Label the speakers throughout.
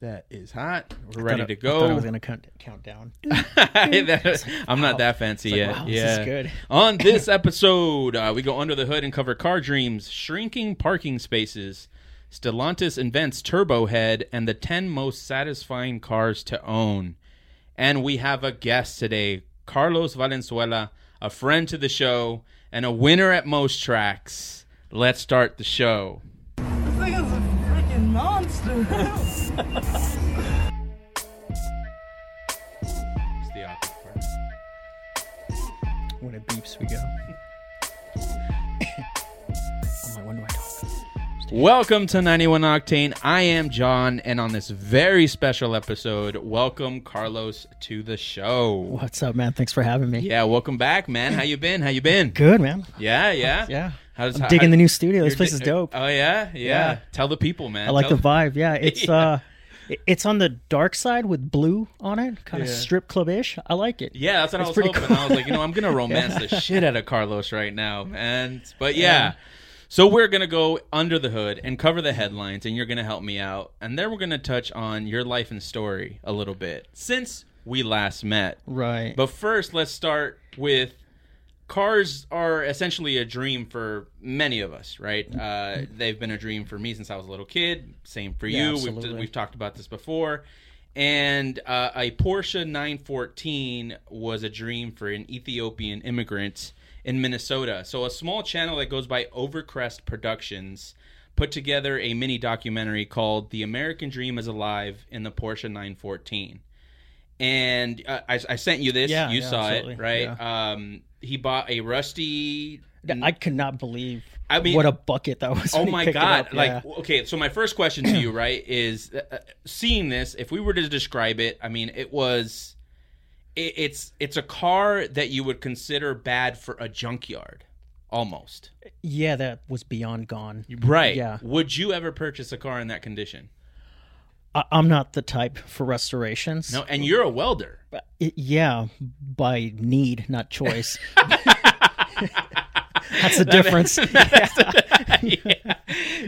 Speaker 1: That is hot. We're
Speaker 2: I
Speaker 1: ready
Speaker 2: thought
Speaker 1: to
Speaker 2: I, I thought I
Speaker 1: go.
Speaker 2: was gonna count, count down.
Speaker 1: That- I'm
Speaker 2: wow.
Speaker 1: not that fancy
Speaker 2: It's
Speaker 1: yet.
Speaker 2: like, wow, this
Speaker 1: yeah.
Speaker 2: is good.
Speaker 1: On this episode, uh, we go under the hood and cover car dreams, shrinking parking spaces, Stellantis invents Turbo Head, and the 10 most satisfying cars to own. And we have a guest today, Carlos Valenzuela, a friend to the show and a winner at most tracks. Let's start the show.
Speaker 3: This thing is a freaking monster.
Speaker 1: It's the awkward part.
Speaker 2: When it beeps, we go. I'm like, when do Oh, I talk?
Speaker 1: Welcome to 91 Octane. I am John, and on this very special episode, welcome Carlos to the show.
Speaker 2: What's up, man? Thanks for having me.
Speaker 1: Yeah, welcome back, man. How you been? How you been?
Speaker 2: Good, man.
Speaker 1: Yeah, yeah.
Speaker 2: Yeah.
Speaker 1: How's
Speaker 2: I'm
Speaker 1: how-
Speaker 2: digging
Speaker 1: how-
Speaker 2: the new studio. This
Speaker 1: you're
Speaker 2: place
Speaker 1: di-
Speaker 2: is dope.
Speaker 1: Oh yeah, yeah,
Speaker 2: Yeah.
Speaker 1: Tell the people, man.
Speaker 2: I like the
Speaker 1: Tell-
Speaker 2: vibe. Yeah, it's
Speaker 1: Yeah.
Speaker 2: uh, it- it's on the dark side with blue on it, kind of
Speaker 1: Yeah.
Speaker 2: strip club ish. I like it.
Speaker 1: Yeah, that's what I
Speaker 2: It's
Speaker 1: was
Speaker 2: pretty
Speaker 1: hoping.
Speaker 2: cool.
Speaker 1: I was like, you know, I'm gonna romance the shit out of Carlos right now, man. But yeah. So we're gonna go under the hood and cover the headlines, and you're gonna help me out, and then we're gonna touch on your life and story a little bit since we last met.
Speaker 2: Right.
Speaker 1: But first, let's start with cars are essentially a dream for many of us, right? Uh, they've been a dream for me since I was a little kid. Same for
Speaker 2: Yeah,
Speaker 1: you. we've,
Speaker 2: absolutely.
Speaker 1: we've talked about this before. And uh, a Porsche 914 was a dream for an Ethiopian immigrant in Minnesota. So a small channel that goes by Overcrest Productions put together a mini documentary called "The American Dream Is Alive" in the Porsche 914 and uh, I, I sent you this.
Speaker 2: Yeah,
Speaker 1: you
Speaker 2: yeah,
Speaker 1: saw it,
Speaker 2: absolutely.
Speaker 1: right? Um, he bought a rusty.
Speaker 2: I could not believe.
Speaker 1: I mean-
Speaker 2: what a bucket that was.
Speaker 1: Oh
Speaker 2: when he
Speaker 1: my
Speaker 2: picked it
Speaker 1: god!
Speaker 2: up.
Speaker 1: Like,
Speaker 2: Yeah.
Speaker 1: okay, so my first question to you, right, is uh, uh, seeing this. If we were to describe it, I mean, it was, it, it's it's a car that you would consider bad for a junkyard, almost.
Speaker 2: yeah, that was beyond gone.
Speaker 1: Right.
Speaker 2: Yeah.
Speaker 1: Would you ever purchase a car in that condition?
Speaker 2: I, I'm not the type for restorations.
Speaker 1: No, and you're a welder.
Speaker 2: But it- yeah, by need, not choice. That's the difference.
Speaker 1: yeah.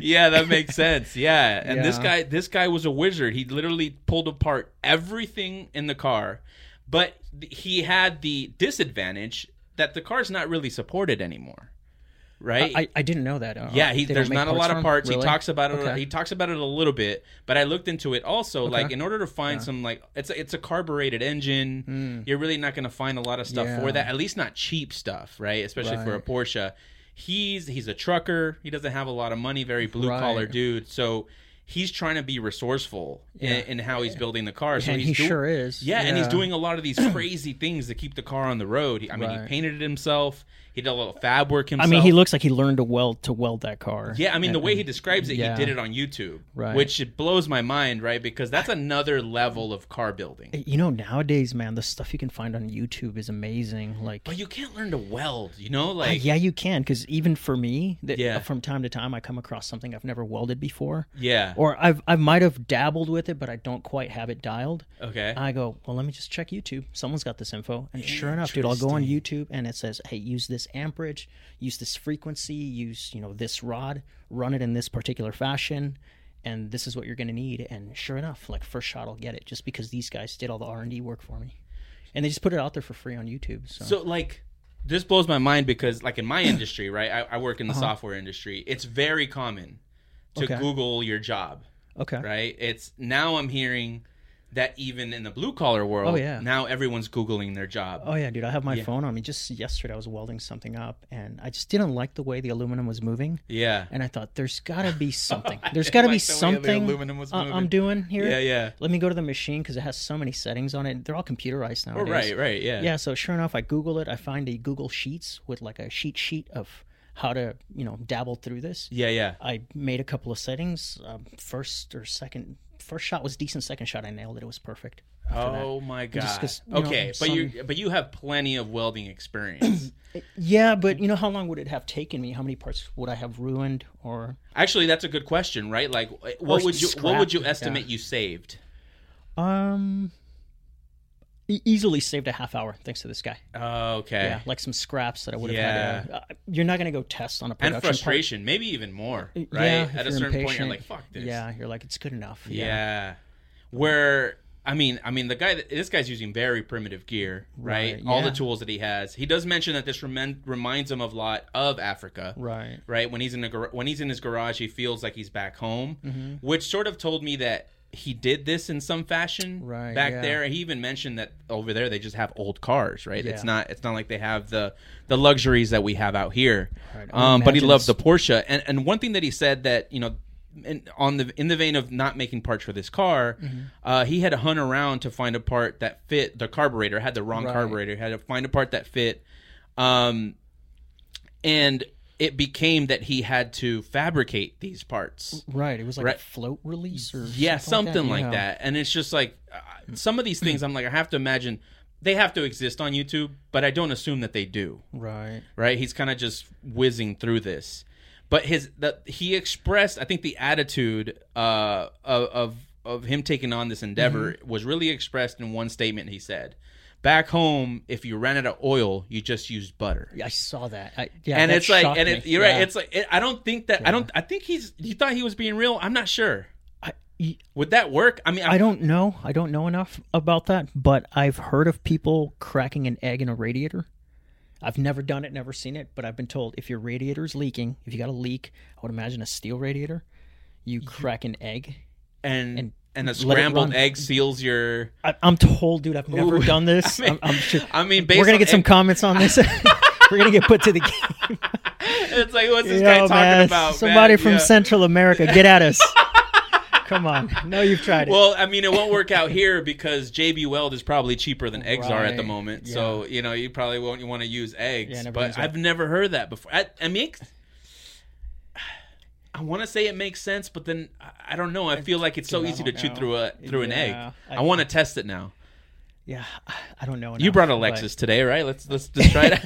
Speaker 1: yeah, that makes sense. Yeah. And this
Speaker 2: Yeah.
Speaker 1: guy this guy was a wizard. He literally pulled apart everything in the car, but th- he had the disadvantage that the car's not really supported anymore. Right?
Speaker 2: I, I didn't know that. Uh,
Speaker 1: yeah, he,
Speaker 2: they don't
Speaker 1: there's
Speaker 2: make
Speaker 1: not a lot
Speaker 2: for
Speaker 1: of
Speaker 2: him?
Speaker 1: parts.
Speaker 2: Really?
Speaker 1: He talks about it.
Speaker 2: Okay.
Speaker 1: He talks about it a little bit, but I looked into it also. Like in order to find some, like it's a, it's a carbureted engine. You're really not going to find a lot of stuff for
Speaker 2: Hmm. Yeah.
Speaker 1: that. At least not cheap stuff, right? Especially for a
Speaker 2: Right.
Speaker 1: Porsche. He's he's a trucker. He doesn't have a lot of money. Very blue collar
Speaker 2: Right.
Speaker 1: dude. So. He's trying to be resourceful
Speaker 2: Yeah.
Speaker 1: in, in how he's building the car. So
Speaker 2: And
Speaker 1: he's
Speaker 2: he
Speaker 1: doing-
Speaker 2: sure is.
Speaker 1: Yeah, and he's
Speaker 2: Yeah.
Speaker 1: doing a lot of these crazy things to keep the car on the road. He- I mean, he
Speaker 2: Right.
Speaker 1: painted it himself. He did a little fab work
Speaker 2: I
Speaker 1: himself.
Speaker 2: mean, he looks like he learned to weld to weld that car.
Speaker 1: Yeah, I mean the
Speaker 2: And-
Speaker 1: way he describes it,
Speaker 2: yeah.
Speaker 1: he did it on YouTube,
Speaker 2: Right.
Speaker 1: which it blows my mind, right? Because that's another level of car building.
Speaker 2: You know, nowadays, man, the stuff you can find on YouTube is amazing. Like,
Speaker 1: But you can't learn to weld, you know?
Speaker 2: Uh,
Speaker 1: Like,
Speaker 2: yeah, you can because even for me, that
Speaker 1: Yeah.
Speaker 2: from time to time, I come across something I've never welded before,
Speaker 1: yeah,
Speaker 2: or I've I might have dabbled with it, but I don't quite have it dialed.
Speaker 1: okay,
Speaker 2: I go, well, let me just check YouTube. Someone's got this info, and sure enough, dude, I'll go on YouTube and it says, hey, use this amperage, use this frequency, use you know this rod, run it in this particular fashion. And this is what you're going to need. And sure enough, like first shot, I'll get it just because these guys did all the R and D work for me, and they just put it out there for free on YouTube. So,
Speaker 1: So like this blows my mind because like in my industry, right? I, I work in the software industry. It's very common to
Speaker 2: Uh-huh. Okay.
Speaker 1: Google your job,
Speaker 2: okay,
Speaker 1: right? It's now I'm hearing that even in the blue collar world,
Speaker 2: Oh, yeah.
Speaker 1: now everyone's Googling their job.
Speaker 2: Oh yeah, dude, I have my
Speaker 1: Yeah.
Speaker 2: phone on me. Just yesterday, I was welding something up, and I just didn't like the way the aluminum was moving.
Speaker 1: Yeah.
Speaker 2: And I thought, there's got to be something.
Speaker 1: I
Speaker 2: There's
Speaker 1: didn't
Speaker 2: got to be
Speaker 1: like the way the
Speaker 2: something
Speaker 1: aluminum was
Speaker 2: I-
Speaker 1: moving.
Speaker 2: I'm doing here.
Speaker 1: Yeah, yeah.
Speaker 2: Let me go to the machine because it has so many settings on it. They're all computerized
Speaker 1: Oh,
Speaker 2: nowadays.
Speaker 1: right, right, yeah.
Speaker 2: Yeah. So sure enough, I Google it. I find a Google Sheets with like a sheet sheet of how to you know dabble through this.
Speaker 1: Yeah, yeah.
Speaker 2: I made a couple of settings. Um, first or second, first shot was decent. Second shot, I nailed it. It was perfect. after that.
Speaker 1: Oh my god.
Speaker 2: just 'cause, you know,
Speaker 1: okay, but you but you have plenty of welding experience.
Speaker 2: Yeah, but you know how long would it have taken me? How many parts would I have ruined? Or
Speaker 1: Actually, that's a good question, right? Like what
Speaker 2: Or
Speaker 1: would you what would you
Speaker 2: scrap,
Speaker 1: estimate you saved?
Speaker 2: um, e- easily saved a half hour thanks to this guy.
Speaker 1: Oh, okay.
Speaker 2: Yeah, like some scraps that I would have had.
Speaker 1: Yeah.
Speaker 2: To, uh, you're not gonna go test on a production
Speaker 1: And frustration, maybe even more,
Speaker 2: part.
Speaker 1: right?
Speaker 2: Yeah, if
Speaker 1: At a
Speaker 2: you're
Speaker 1: certain point you're
Speaker 2: impatient.
Speaker 1: like, fuck this.
Speaker 2: Yeah, you're like it's good enough.
Speaker 1: Yeah. where I mean, I mean, the guy, that- this guy's using very primitive gear, right?
Speaker 2: Right,
Speaker 1: All the
Speaker 2: yeah.
Speaker 1: tools that he has. He does mention that this remen- reminds him of a lot of Africa,
Speaker 2: Right.
Speaker 1: right? When he's in a gar- when he's in his garage, he feels like he's back home,
Speaker 2: Mm-hmm.
Speaker 1: which sort of told me that he did this in some fashion
Speaker 2: Right,
Speaker 1: back
Speaker 2: yeah.
Speaker 1: there. He even mentioned that over there they just have old cars, right? It's
Speaker 2: Yeah.
Speaker 1: not it's not like they have the the luxuries that we have out here.
Speaker 2: Right, I
Speaker 1: Um, but he
Speaker 2: imagine
Speaker 1: loved the
Speaker 2: it's-
Speaker 1: Porsche, and and one thing that he said that you know. In, on the in the vein of not making parts for this car, uh, he had to hunt around to find a part that fit the carburetor. Had the wrong
Speaker 2: Right.
Speaker 1: carburetor. Had to find a part that fit. Um, and it became that he had to fabricate these parts.
Speaker 2: Right. It was like
Speaker 1: Right.
Speaker 2: a float release or
Speaker 1: Yeah, something like
Speaker 2: yeah.
Speaker 1: that. And it's just like uh, some of these things I'm like I have to imagine they have to exist on YouTube, but I don't assume that they do,
Speaker 2: Right.
Speaker 1: right? He's kind of just whizzing through this. But his the, he expressed I think the attitude uh of of, of him taking on this endeavor
Speaker 2: Mm-hmm.
Speaker 1: was really expressed in one statement he said. Back home, if you ran out of oil, you just used butter.
Speaker 2: I saw that. I, yeah.
Speaker 1: and
Speaker 2: that
Speaker 1: it's like,
Speaker 2: shocked
Speaker 1: and
Speaker 2: me.
Speaker 1: it, you're
Speaker 2: Yeah.
Speaker 1: right. It's like, it, I don't think that I don't. I think he's. You thought he was being real. I'm not sure.
Speaker 2: I, y-
Speaker 1: Would that work? I mean,
Speaker 2: I don't know. I don't know enough about that, but I've heard of people cracking an egg in a radiator. I've never done it, never seen it, but I've been told if your radiator's leaking, if you got a leak, I would imagine a steel radiator, you crack an egg.
Speaker 1: And and,
Speaker 2: and
Speaker 1: a
Speaker 2: let it
Speaker 1: scrambled
Speaker 2: run.
Speaker 1: egg seals your.
Speaker 2: I, I'm told, dude, I've never
Speaker 1: Ooh.
Speaker 2: done this.
Speaker 1: I
Speaker 2: I
Speaker 1: mean-
Speaker 2: am I'm sure,
Speaker 1: I mean, based
Speaker 2: we're gonna
Speaker 1: on
Speaker 2: get some
Speaker 1: egg-
Speaker 2: comments on this. we're gonna get put to the game.
Speaker 1: It's like what's this
Speaker 2: Yo,
Speaker 1: guy talking
Speaker 2: man,
Speaker 1: about?
Speaker 2: Somebody
Speaker 1: man?
Speaker 2: from
Speaker 1: Yeah.
Speaker 2: Central America, get at us. Come on. No, you've tried it.
Speaker 1: Well, I mean, it won't work out here because JB Weld is probably cheaper than eggs are at the
Speaker 2: Right,
Speaker 1: moment. So you know, you probably won't want to use eggs.
Speaker 2: Yeah, never
Speaker 1: but
Speaker 2: use that.
Speaker 1: I've never heard that before. I, I mean. it- I want to say it makes sense, but then I- I don't know. I feel like it's so
Speaker 2: I
Speaker 1: easy to
Speaker 2: don't
Speaker 1: chew
Speaker 2: know.
Speaker 1: through a through an egg.
Speaker 2: Yeah,
Speaker 1: I,
Speaker 2: I-
Speaker 1: want to test it now.
Speaker 2: yeah, I don't know.
Speaker 1: You
Speaker 2: enough,
Speaker 1: brought a
Speaker 2: but-
Speaker 1: Lexus today, right? Let's let's just try it.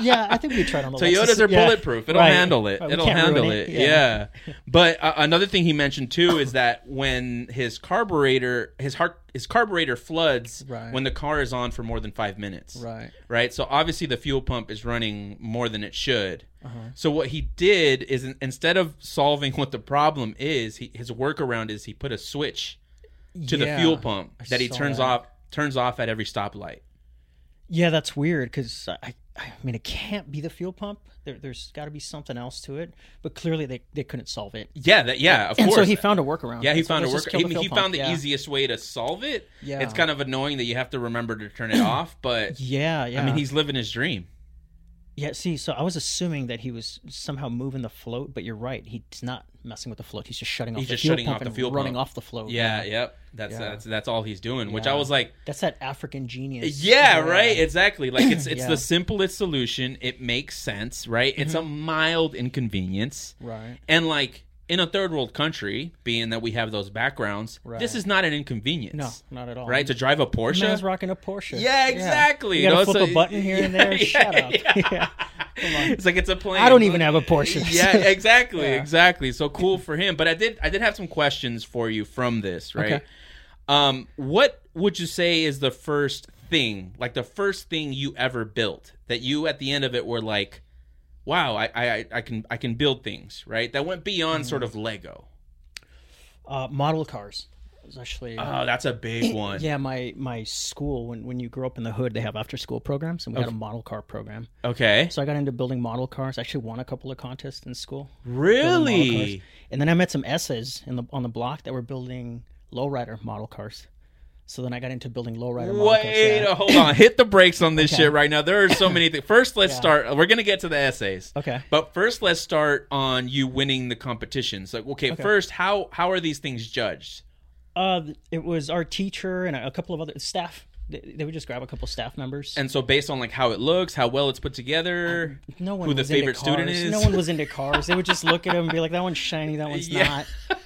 Speaker 2: yeah, I think we tried on the
Speaker 1: Toyotas
Speaker 2: Lexus.
Speaker 1: are
Speaker 2: Yeah.
Speaker 1: bulletproof. It'll
Speaker 2: Right.
Speaker 1: handle it.
Speaker 2: Right, we
Speaker 1: It'll
Speaker 2: can't ruin
Speaker 1: handle it. Yeah. But uh, another thing he mentioned too is that when his carburetor, his heart, his carburetor floods
Speaker 2: Right.
Speaker 1: when the car is on for more than five minutes.
Speaker 2: Right.
Speaker 1: Right. So obviously the fuel pump is running more than it should.
Speaker 2: Uh-huh.
Speaker 1: So what he did is in- instead of solving what the problem is, he, his workaround is he put a switch to
Speaker 2: Yeah.
Speaker 1: the fuel pump
Speaker 2: I
Speaker 1: that he
Speaker 2: saw
Speaker 1: turns
Speaker 2: that.
Speaker 1: off turns off at every stoplight.
Speaker 2: Yeah, that's weird because I, I mean, it can't be the fuel pump. There, there's got to be something else to it. But clearly, they, they couldn't solve it.
Speaker 1: Yeah. That, yeah. Of
Speaker 2: and
Speaker 1: course.
Speaker 2: so he found a workaround.
Speaker 1: Yeah, he
Speaker 2: Let's-
Speaker 1: found a
Speaker 2: let's just
Speaker 1: work.
Speaker 2: kill
Speaker 1: He,
Speaker 2: the
Speaker 1: he
Speaker 2: fuel
Speaker 1: found
Speaker 2: pump.
Speaker 1: the
Speaker 2: yeah.
Speaker 1: easiest way to solve it.
Speaker 2: Yeah.
Speaker 1: it's kind of annoying that you have to remember to turn it off, but
Speaker 2: Yeah, yeah.
Speaker 1: I mean, he's living his dream.
Speaker 2: yeah. See, so I was assuming that he was somehow moving the float, but you're right. He's not messing with the float. He's just shutting off
Speaker 1: He's
Speaker 2: the
Speaker 1: just
Speaker 2: fuel
Speaker 1: shutting
Speaker 2: pump
Speaker 1: off the
Speaker 2: and
Speaker 1: fuel
Speaker 2: running
Speaker 1: pump.
Speaker 2: off the float.
Speaker 1: Yeah, yep. That's
Speaker 2: Yeah.
Speaker 1: that's that's all he's doing. Which
Speaker 2: Yeah.
Speaker 1: I was like,
Speaker 2: that's that African genius.
Speaker 1: yeah, right, exactly. Like it's it's
Speaker 2: Yeah.
Speaker 1: the simplest solution. It makes sense, right? It's a mild inconvenience,
Speaker 2: Mm-hmm. Right.
Speaker 1: and like in a third world country, being that we have those backgrounds, this
Speaker 2: Right.
Speaker 1: is not an inconvenience.
Speaker 2: No, not at all.
Speaker 1: Right to drive a Porsche,
Speaker 2: Man's rocking a Porsche.
Speaker 1: Yeah, exactly.
Speaker 2: You
Speaker 1: No,
Speaker 2: gotta flip
Speaker 1: so-
Speaker 2: a button here and there.
Speaker 1: Yeah,
Speaker 2: Shut up.
Speaker 1: yeah.
Speaker 2: Yeah.
Speaker 1: it's like it's a plane.
Speaker 2: I don't even have a Porsche.
Speaker 1: yeah, exactly,
Speaker 2: Yeah.
Speaker 1: exactly. So cool for him. But I did, I did have some questions for you from this, right?
Speaker 2: Okay.
Speaker 1: Um, what would you say is the first thing, like the first thing you ever built that you at the end of it were like, wow, I, I, I- I can, I can build things, right? That went beyond
Speaker 2: Mm.
Speaker 1: sort of Lego.
Speaker 2: uh, model cars. It was actually.
Speaker 1: Oh, that's a big one.
Speaker 2: yeah, my my school when when you grow up in the hood, they have after school programs, and we had a model car program.
Speaker 1: Okay.
Speaker 2: So I got into building model cars. I actually won a couple of contests in school. building model
Speaker 1: Really?
Speaker 2: cars. And then I met some S's in the on the block that were building lowrider model cars. So then I got into building lowrider model cars.
Speaker 1: Wait,
Speaker 2: yeah.
Speaker 1: a hold on. Hit the brakes on this
Speaker 2: Okay.
Speaker 1: shit right now. There are so many things. First, let's start. We're gonna get to the essays.
Speaker 2: Okay.
Speaker 1: But first, let's start on you winning the competitions. Like, okay, first, how how are these things judged?
Speaker 2: Uh, it was our teacher and a couple of other staff. They, they would just grab a couple staff members.
Speaker 1: And so, based on like how it looks, how well it's put together,
Speaker 2: no one
Speaker 1: who the
Speaker 2: was into
Speaker 1: favorite student
Speaker 2: cars.
Speaker 1: is.
Speaker 2: No one was into cars. They would just look at him and be like, "That one's shiny. That one's
Speaker 1: Yeah.
Speaker 2: not."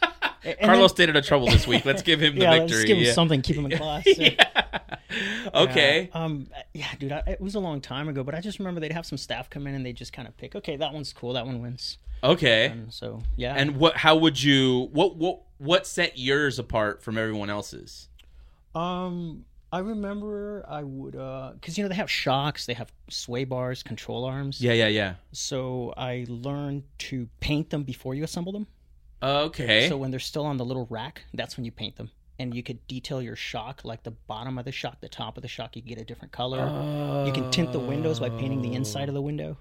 Speaker 2: A- and
Speaker 1: Carlos
Speaker 2: then-
Speaker 1: stayed out of trouble this week. Let's give him the
Speaker 2: yeah,
Speaker 1: victory.
Speaker 2: let's give him
Speaker 1: Yeah.
Speaker 2: something. Keep him in class. Yeah.
Speaker 1: Okay.
Speaker 2: Um. Yeah, dude. I, it was a long time ago, but I just remember they'd have some staff come in and they just kind of pick. Okay, that one's cool. That one wins.
Speaker 1: Okay.
Speaker 2: And so yeah.
Speaker 1: And what? How would you? What? What? What set yours apart from everyone else's?
Speaker 2: um, I remember I would uh, because you know they have shocks, they have sway bars, control arms.
Speaker 1: Yeah, yeah, yeah.
Speaker 2: So I learned to paint them before you assemble them.
Speaker 1: Okay. Eh?
Speaker 2: So when they're still on the little rack, that's when you paint them. and you could detail your shock, like the bottom of the shock, the top of the shock. You could get a different color. You can tint the windows by painting the inside of the window.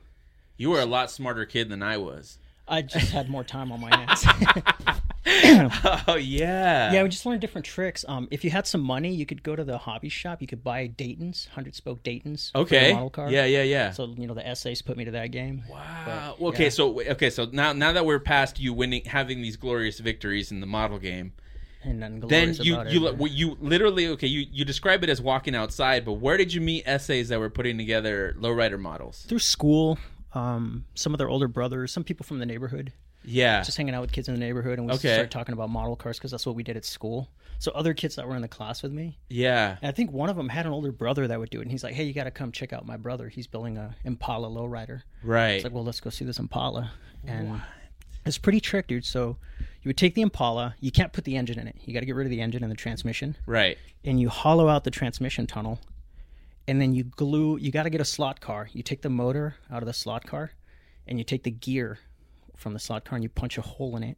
Speaker 1: You were a lot smarter kid than I was.
Speaker 2: I just had more time on my hands.
Speaker 1: Oh yeah.
Speaker 2: yeah, we just learned different tricks. Um, if you had some money, you could go to the hobby shop. You could buy Dayton's hundred spoke Dayton's. for the
Speaker 1: Okay.
Speaker 2: model car.
Speaker 1: Yeah, yeah, yeah.
Speaker 2: So you know the essays put me to that game.
Speaker 1: Wow. Well, okay, so okay, so now now that we're past you winning, having these glorious victories in the model game,
Speaker 2: And
Speaker 1: then
Speaker 2: then, glorious
Speaker 1: you
Speaker 2: about
Speaker 1: you
Speaker 2: it.
Speaker 1: li- you literally okay, you you describe it as walking outside, but where did you meet essays that were putting together lowrider models?
Speaker 2: through school. Um, some of their older brothers, some people from the neighborhood,
Speaker 1: Yeah.
Speaker 2: just hanging out with kids in the neighborhood, and we
Speaker 1: Okay.
Speaker 2: started talking about model cars because that's what we did at school. So other kids that were in the class with me,
Speaker 1: Yeah.
Speaker 2: and I think one of them had an older brother that would do it, and he's like, "Hey, you got to come check out my brother. He's building a Impala lowrider."
Speaker 1: Right.
Speaker 2: It's like, well, let's go see this Impala. And it's pretty trick, dude. So you would take the Impala, you can't put the engine in it. You got to get rid of the engine and the transmission,
Speaker 1: Right.
Speaker 2: and you hollow out the transmission tunnel, and then you glue. You got to get a slot car. You take the motor out of the slot car, and you take the gear from the slot car, and you punch a hole in it.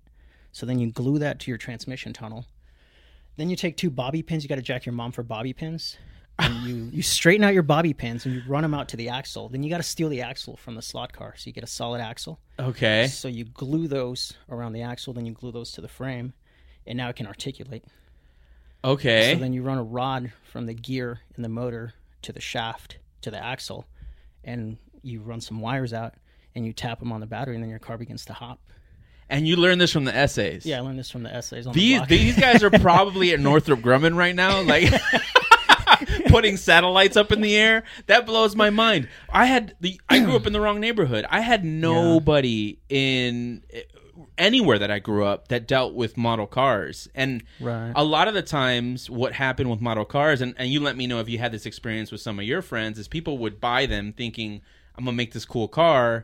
Speaker 2: So then you glue that to your transmission tunnel. Then you take two bobby pins. You got to jack your mom for bobby pins. And you, you straighten out your bobby pins and you run them out to the axle. Then you got to steal the axle from the slot car. So you get a solid axle.
Speaker 1: Okay.
Speaker 2: So you glue those around the axle. Then you glue those to the frame. And now it can articulate. So
Speaker 1: Okay.
Speaker 2: then you run a rod from the gear in the motor to the shaft to the axle, and you run some wires out and you tap them on the battery, and then your car begins to hop.
Speaker 1: And you learned this from the essays.
Speaker 2: Yeah, I learned this from the essays on the
Speaker 1: These
Speaker 2: block.
Speaker 1: these guys are probably at Northrop Grumman right now, like putting satellites up in the air. That blows my mind. I had the I grew up in the wrong neighborhood. I had nobody in anywhere that I grew up that dealt with model cars. And
Speaker 2: Right.
Speaker 1: a lot of the times what happened with model cars and, and you let me know if you had this experience with some of your friends is people would buy them thinking I'm gonna make this cool car.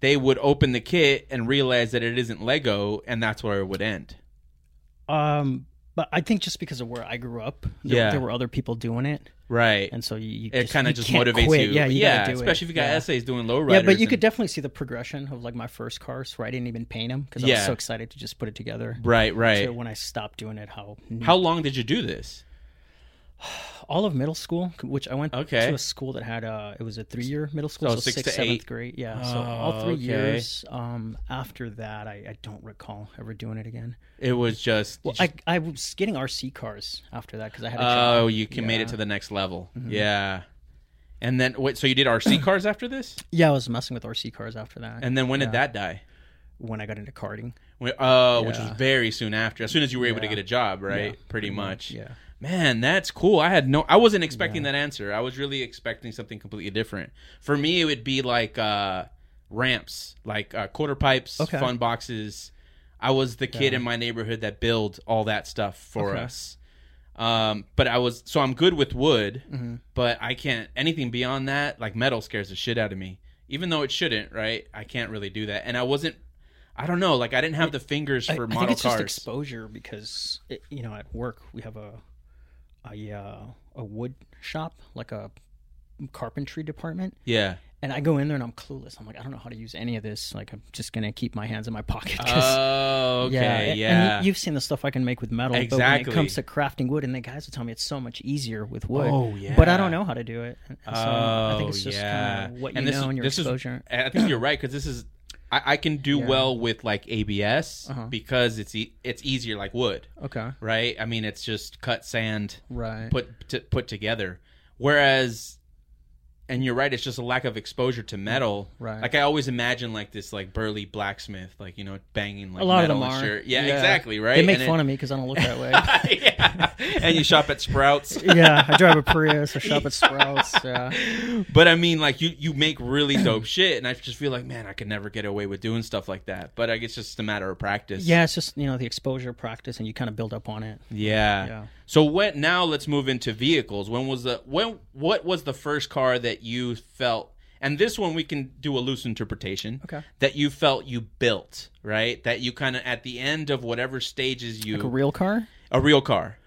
Speaker 1: They would open the kit and realize that it isn't Lego, and that's where it would end.
Speaker 2: um, but I think just because of where I grew up, there,
Speaker 1: Yeah.
Speaker 2: there were other people doing it,
Speaker 1: Right.
Speaker 2: and so you, you
Speaker 1: it kind
Speaker 2: you
Speaker 1: of just
Speaker 2: can't
Speaker 1: motivates
Speaker 2: quit.
Speaker 1: you.
Speaker 2: Yeah, you gotta do it.
Speaker 1: especially if you got
Speaker 2: Yeah.
Speaker 1: essays doing low
Speaker 2: Yeah, but you could definitely see the progression of like my first cars where I didn't even paint them because I
Speaker 1: Yeah.
Speaker 2: was so excited to just put it together.
Speaker 1: right, right.
Speaker 2: So when I stopped doing it, how neat
Speaker 1: How long did you do this?
Speaker 2: all of middle school, which I went
Speaker 1: Okay.
Speaker 2: to a school that had uh it was a three year middle school,
Speaker 1: So
Speaker 2: so,
Speaker 1: six
Speaker 2: sixth,
Speaker 1: to
Speaker 2: seventh
Speaker 1: eight.
Speaker 2: grade. Yeah. so
Speaker 1: Oh,
Speaker 2: all three
Speaker 1: okay.
Speaker 2: years. Um after that I, I don't recall ever doing it again.
Speaker 1: It was just.
Speaker 2: Well, I I was getting RC cars after that because I had a
Speaker 1: oh,
Speaker 2: job.
Speaker 1: you can made it
Speaker 2: Yeah. Mm-hmm.
Speaker 1: to the next level. Yeah. And then wait, so you did RC cars after this,
Speaker 2: Yeah, I was messing with RC cars after that.
Speaker 1: and then when did that die?
Speaker 2: when I got into karting.
Speaker 1: When, oh, which was
Speaker 2: Yeah.
Speaker 1: very soon after. As soon as you were able to
Speaker 2: Yeah.
Speaker 1: get a job, right?
Speaker 2: Yeah,
Speaker 1: pretty much.
Speaker 2: Yeah.
Speaker 1: Man, that's cool. I had no I wasn't expecting that answer. I was really expecting something completely different. For me it would be like uh ramps, like uh, quarter pipes,
Speaker 2: Okay.
Speaker 1: fun boxes. I was the kid in my neighborhood that build all that stuff for
Speaker 2: Okay.
Speaker 1: us. Um but I was so I'm good with wood,
Speaker 2: Mm-hmm.
Speaker 1: but I can't anything beyond that, like metal scares the shit out of me. Even though it shouldn't, right? I can't really do that. And I wasn't I don't know, like I didn't have the fingers
Speaker 2: I,
Speaker 1: for
Speaker 2: I
Speaker 1: model
Speaker 2: think it's
Speaker 1: cars.
Speaker 2: just exposure because it, you know at work we have a a uh, a wood shop like a carpentry department
Speaker 1: yeah.
Speaker 2: and I go in there and I'm clueless. I'm like, I don't know how to use any of this. Like, I'm just gonna keep my hands in my pocket. 'cause-
Speaker 1: Oh, okay. Yeah.
Speaker 2: and- And you- you've seen the stuff I can make with metal, but when
Speaker 1: Exactly.
Speaker 2: it comes to crafting wood, and the guys will tell me it's so much easier with wood.
Speaker 1: Oh,
Speaker 2: But I
Speaker 1: yeah. Oh,
Speaker 2: don't know how to do it. And So I think it's just kind of what you
Speaker 1: And
Speaker 2: know
Speaker 1: this is-
Speaker 2: and your
Speaker 1: this is-
Speaker 2: exposure.
Speaker 1: I think you're right because this is I, I can do
Speaker 2: Yeah.
Speaker 1: well with like ABS
Speaker 2: Uh-huh.
Speaker 1: because it's e- it's easier like wood,
Speaker 2: okay,
Speaker 1: right? I mean, it's just cut sand
Speaker 2: right.
Speaker 1: put t- put together. Whereas, and you're right, it's just a lack of exposure to metal.
Speaker 2: Right.
Speaker 1: Like I always imagine like this like burly blacksmith, like you know banging like
Speaker 2: a lot of
Speaker 1: metal
Speaker 2: them
Speaker 1: and
Speaker 2: are.
Speaker 1: shit. Yeah, exactly. Right.
Speaker 2: They make
Speaker 1: And it-
Speaker 2: fun of me because I don't look that way.
Speaker 1: yeah. And you shop at Sprouts.
Speaker 2: yeah, I drive a Prius. I shop at Sprouts. Yeah.
Speaker 1: But I mean, like you, you make really dope shit, and I just feel like, man, I could never get away with doing stuff like that. But I guess it's just a matter of practice.
Speaker 2: yeah, it's just you know the exposure, practice, and you kind of build up on it.
Speaker 1: yeah.
Speaker 2: Yeah.
Speaker 1: So what? Now let's move into vehicles. When was the when? What was the first car that you felt? And this one we can do a loose interpretation.
Speaker 2: Okay.
Speaker 1: That you felt you built, right? That you kind of at the end of whatever stages you
Speaker 2: Like a real car.
Speaker 1: a real car,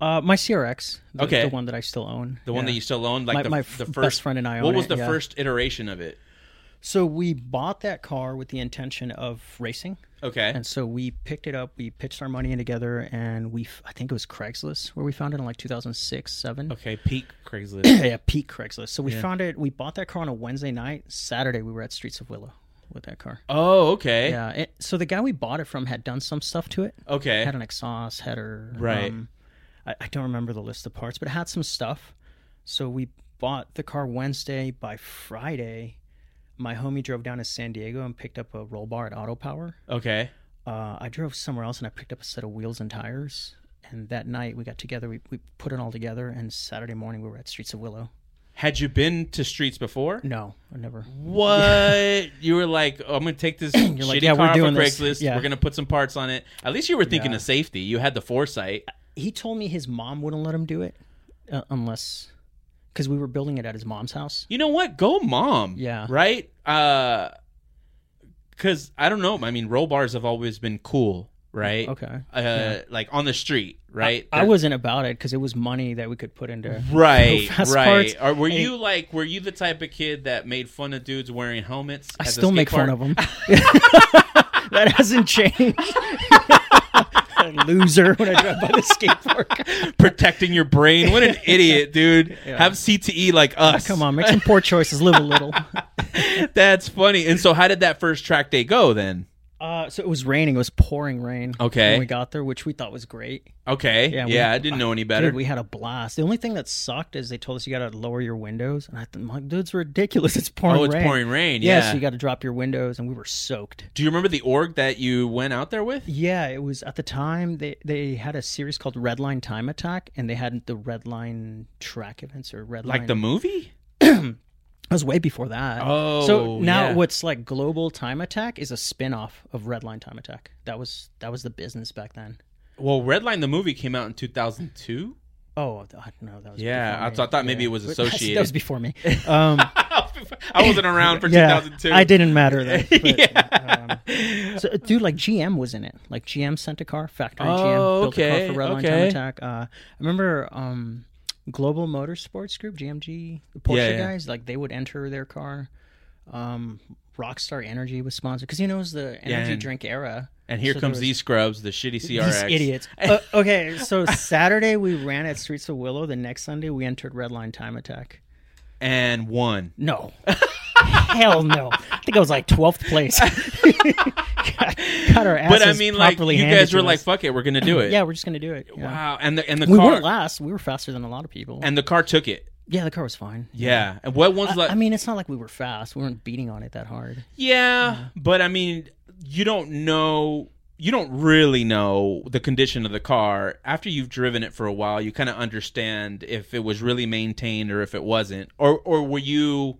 Speaker 2: Uh, my CRX, the,
Speaker 1: Okay.
Speaker 2: the one that I still own,
Speaker 1: the one
Speaker 2: Yeah.
Speaker 1: that you still own, like
Speaker 2: My-
Speaker 1: the,
Speaker 2: my
Speaker 1: the
Speaker 2: f-
Speaker 1: first
Speaker 2: best friend and I
Speaker 1: What
Speaker 2: own
Speaker 1: was
Speaker 2: it,
Speaker 1: the
Speaker 2: yeah.
Speaker 1: first iteration of it?
Speaker 2: So we bought that car with the intention of racing.
Speaker 1: Okay.
Speaker 2: And so we picked it up, we pitched our money in together, and we, f- I think it was Craigslist where we found it in like 2006, 7.
Speaker 1: Okay. Peak Craigslist.
Speaker 2: Yeah, yeah, peak Craigslist. So we found it, we bought that car on a Wednesday night. Saturday, we were at Streets of Willow with that car.
Speaker 1: oh, okay.
Speaker 2: Yeah. It, so the guy we bought it from had done some stuff to it.
Speaker 1: Okay.
Speaker 2: Had an exhaust, had her.
Speaker 1: Right.
Speaker 2: um, I, I don't remember the list of parts, but it had some stuff. So we bought the car Wednesday. By Friday, my homie drove down to San Diego and picked up a roll bar at Auto Power.
Speaker 1: Okay.
Speaker 2: Uh, I drove somewhere else and I picked up a set of wheels and tires. And that night we got together, we, we put it all together. And Saturday morning we were at Streets of Willow.
Speaker 1: Had you been to streets before?
Speaker 2: No, I never.
Speaker 1: What? You were like, oh, I'm gonna take this shitty
Speaker 2: You're like, "Yeah, we're
Speaker 1: car off of
Speaker 2: doing this."
Speaker 1: Craigslist.
Speaker 2: Yeah.
Speaker 1: We're gonna put some parts on it. At least you were thinking
Speaker 2: Yeah.
Speaker 1: of safety. You had the foresight.
Speaker 2: He told me his mom wouldn't let him do it uh, unless. Because we were building it at his mom's house.
Speaker 1: You know what? Go, mom.
Speaker 2: Yeah.
Speaker 1: Right. Uh, because I don't know. I mean, roll bars have always been cool, right?
Speaker 2: Okay.
Speaker 1: Uh, like on the street, right?
Speaker 2: I
Speaker 1: They're-
Speaker 2: wasn't about it because it was money that we could put into
Speaker 1: Right,
Speaker 2: fast
Speaker 1: right.
Speaker 2: parts.
Speaker 1: Or were
Speaker 2: And-
Speaker 1: you like, were you the type of kid that made fun of dudes wearing helmets?
Speaker 2: I still make fun of him. that hasn't changed. Loser when I drive by the skateboard.
Speaker 1: protecting your brain. What an idiot, dude! Have CTE like us.
Speaker 2: Come on, make some poor choices. Live a little.
Speaker 1: that's funny. And so, how did that first track day go then?
Speaker 2: Uh, so it was raining. It was pouring rain.
Speaker 1: Okay.
Speaker 2: When we got there, which we thought was great.
Speaker 1: Okay, yeah,
Speaker 2: Yeah, we-
Speaker 1: I didn't know any better.
Speaker 2: Dude, we had a blast. The only thing that sucked is they told us you got to lower your windows. And I thought, like, dude, it's ridiculous. It's pouring
Speaker 1: oh, it's
Speaker 2: rain.
Speaker 1: pouring rain.
Speaker 2: Yeah,
Speaker 1: Yeah.
Speaker 2: so you got to drop your windows. And we were soaked.
Speaker 1: Do you remember the org that you went out there with?
Speaker 2: Yeah, it was at the time they they had a series called Red Line Time Attack, and they had the Red Line track events or Red
Speaker 1: Like
Speaker 2: Line.
Speaker 1: the movie?
Speaker 2: it was way before that.
Speaker 1: Oh,
Speaker 2: so now
Speaker 1: yeah.
Speaker 2: what's like Global Time Attack is a spin-off of Red Line Time Attack. That was that was the business back then.
Speaker 1: Well, Redline the movie came out in two thousand two.
Speaker 2: Oh I don't know that was
Speaker 1: Yeah,
Speaker 2: before
Speaker 1: I
Speaker 2: me.
Speaker 1: thought- I thought maybe it was
Speaker 2: But that's-
Speaker 1: associated.
Speaker 2: That was before me. Um,
Speaker 1: I wasn't around for
Speaker 2: yeah,
Speaker 1: two thousand two.
Speaker 2: I didn't matter then. But,
Speaker 1: Yeah.
Speaker 2: um, so, dude, like GM was in it. Like GM sent a car, factory
Speaker 1: Oh,
Speaker 2: GM built
Speaker 1: okay,
Speaker 2: a car for Red Line Time
Speaker 1: okay.
Speaker 2: Attack. Uh, I remember um, Global Motorsports Group (GMG), the Porsche
Speaker 1: Yeah, yeah.
Speaker 2: guys. Like they would enter their car. Um, Rockstar Energy was sponsored because you know it was the energy
Speaker 1: and-
Speaker 2: drink era.
Speaker 1: And here
Speaker 2: So there
Speaker 1: comes
Speaker 2: was-
Speaker 1: these scrubs, the E shitty
Speaker 2: These
Speaker 1: CRX.
Speaker 2: idiots. Uh, okay, so Saturday we ran at Streets of Willow. The next Sunday we entered Red Line Time Attack.
Speaker 1: And one.
Speaker 2: No. Hell no. I think I was like 12th place. got, got our asses
Speaker 1: But I mean, like,
Speaker 2: properly
Speaker 1: you
Speaker 2: handed
Speaker 1: guys
Speaker 2: to
Speaker 1: were like,
Speaker 2: us.
Speaker 1: "Fuck it, we're gonna do it."
Speaker 2: yeah, we're just going to do it. Yeah.
Speaker 1: Wow. And the and the
Speaker 2: We
Speaker 1: car
Speaker 2: weren't last. We were faster than a lot of people.
Speaker 1: and the car took it.
Speaker 2: yeah, the car was fine.
Speaker 1: Yeah. And what ones
Speaker 2: I,
Speaker 1: like?
Speaker 2: I mean, it's not like we were fast. We weren't beating on it that hard.
Speaker 1: yeah, Mm-hmm. but I mean, you don't know. You don't really know the condition of the car after you've driven it for a while. You kind of understand if it was really maintained or if it wasn't, or or were you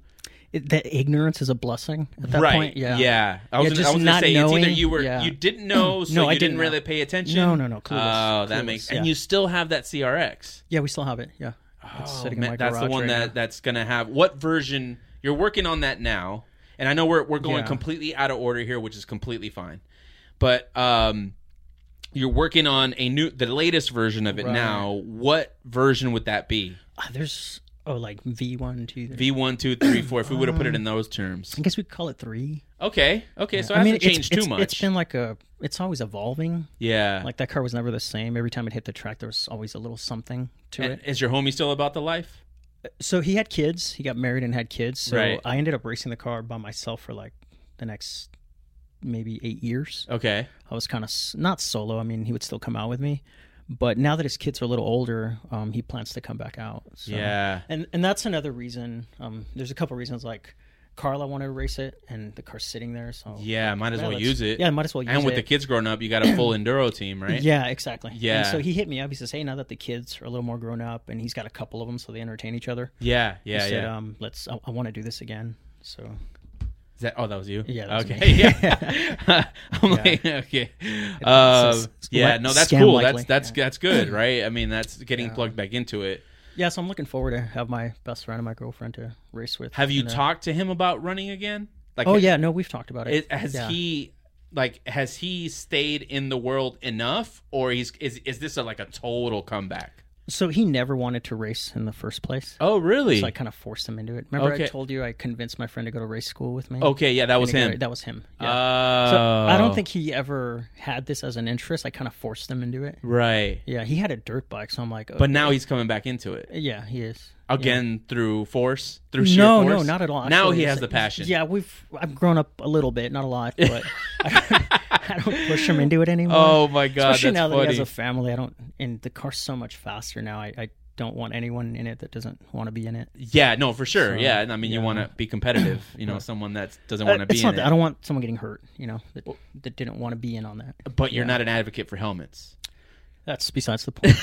Speaker 2: It, that ignorance is a blessing at that
Speaker 1: right?
Speaker 2: point. Yeah.
Speaker 1: yeah. I was gonna,
Speaker 2: Yeah, just
Speaker 1: I was gonna
Speaker 2: not
Speaker 1: say it's either
Speaker 2: knowing,
Speaker 1: you were
Speaker 2: yeah.
Speaker 1: you didn't know, so
Speaker 2: No,
Speaker 1: you
Speaker 2: I
Speaker 1: didn't
Speaker 2: didn't
Speaker 1: really
Speaker 2: know.
Speaker 1: pay attention.
Speaker 2: No, no, no,
Speaker 1: Oh,
Speaker 2: clueless,
Speaker 1: that
Speaker 2: clueless,
Speaker 1: makes
Speaker 2: yeah.
Speaker 1: and you still have that CRX.
Speaker 2: Yeah, we still have it. Yeah. It's sitting in
Speaker 1: Oh, man,
Speaker 2: my
Speaker 1: that's the
Speaker 2: garage
Speaker 1: one
Speaker 2: right
Speaker 1: that
Speaker 2: now.
Speaker 1: that's gonna have what version you're working on that now and i know we're, we're going
Speaker 2: Yeah.
Speaker 1: completely out of order here which is completely fine but um you're working on a new the latest version of it now what version would that be
Speaker 2: Ah, there's, oh, like V1, 2, 3.
Speaker 1: v1 2 3 4 if we would have
Speaker 2: Um,
Speaker 1: put it in those terms
Speaker 2: I guess we could call it 3.
Speaker 1: okay okay so it
Speaker 2: I mean,
Speaker 1: hasn't
Speaker 2: it's-
Speaker 1: changed
Speaker 2: it's-
Speaker 1: too much
Speaker 2: It's been like a, it's always evolving.
Speaker 1: yeah
Speaker 2: Like that car was never the same. Every time it hit the track, there was always a little something to
Speaker 1: And
Speaker 2: it.
Speaker 1: is your homie still about the life
Speaker 2: So he had kids. He got married and had kids. So
Speaker 1: Right.
Speaker 2: I ended up racing the car by myself for like the next maybe eight years.
Speaker 1: okay
Speaker 2: I was kind of s- not solo. I mean, he would still come out with me, but now that his kids are a little older, um, he plans to come back out. So.
Speaker 1: yeah
Speaker 2: And and that's another reason. Um, there's a couple reasons like. Carla wanted to race it, and the car's sitting there. So
Speaker 1: yeah might as
Speaker 2: Yeah,
Speaker 1: well
Speaker 2: let's-
Speaker 1: use it
Speaker 2: Yeah, might as well use it.
Speaker 1: and with the kids growing up you got a full enduro team right
Speaker 2: Yeah, exactly.
Speaker 1: Yeah.
Speaker 2: And so he hit me up. He says, "Hey, now that the kids are a little more grown up, and he's got a couple of them, so they entertain each other."
Speaker 1: yeah yeah
Speaker 2: he
Speaker 1: yeah
Speaker 2: Said, um, let's. I, I want to do this again. So
Speaker 1: Is that, oh, that was you.
Speaker 2: Yeah, that was
Speaker 1: okay.
Speaker 2: me.
Speaker 1: Yeah. I'm like, okay. Uh,
Speaker 2: it's- it's
Speaker 1: yeah.
Speaker 2: le-
Speaker 1: No, that's
Speaker 2: scam
Speaker 1: cool.
Speaker 2: likely.
Speaker 1: That's that's that's good, right? I mean, that's getting plugged back into it.
Speaker 2: yeah, so I'm looking forward to have my best friend and my girlfriend to race with.
Speaker 1: Have you
Speaker 2: in a-
Speaker 1: talked to him about running again? Like,
Speaker 2: Oh yeah, no, we've talked about it.
Speaker 1: it- uh, has
Speaker 2: Yeah.
Speaker 1: he like has he stayed in the world enough, or he's is is this a, like a total comeback?
Speaker 2: So he never wanted to race in the first place.
Speaker 1: Oh, really?
Speaker 2: So I kind of forced him into it. Remember, I
Speaker 1: Okay.
Speaker 2: told you I convinced my friend to go to race school with me.
Speaker 1: okay, yeah, that was
Speaker 2: And he-
Speaker 1: him.
Speaker 2: That was him. Yeah.
Speaker 1: Oh,
Speaker 2: so I don't think he ever had this as an interest. I kind of forced him into it.
Speaker 1: right.
Speaker 2: Yeah, he had a dirt bike, so I'm like,
Speaker 1: But
Speaker 2: okay.
Speaker 1: now he's coming back into it
Speaker 2: yeah, he is Yeah.
Speaker 1: again through force, through sheer
Speaker 2: no,
Speaker 1: force.
Speaker 2: no, not at all.
Speaker 1: now
Speaker 2: Actually,
Speaker 1: he
Speaker 2: it's-
Speaker 1: has the passion.
Speaker 2: Yeah, we've I've grown up a little bit, not a lot, but I, I don't push him into it anymore.
Speaker 1: Oh my god,
Speaker 2: especially
Speaker 1: that's
Speaker 2: now that
Speaker 1: funny.
Speaker 2: he has a family. I don't, and the car's so much faster now. I, I don't want anyone in it that doesn't want to be in it.
Speaker 1: yeah, no, for sure.
Speaker 2: So,
Speaker 1: yeah, and I mean, you
Speaker 2: yeah.
Speaker 1: want to be competitive. You know, someone that doesn't
Speaker 2: Uh,
Speaker 1: want to be
Speaker 2: it's
Speaker 1: in
Speaker 2: not
Speaker 1: it.
Speaker 2: that I don't want someone getting hurt. You know, that, that didn't want to be in on that.
Speaker 1: but you're
Speaker 2: Yeah.
Speaker 1: not an advocate for helmets.
Speaker 2: That's besides the point.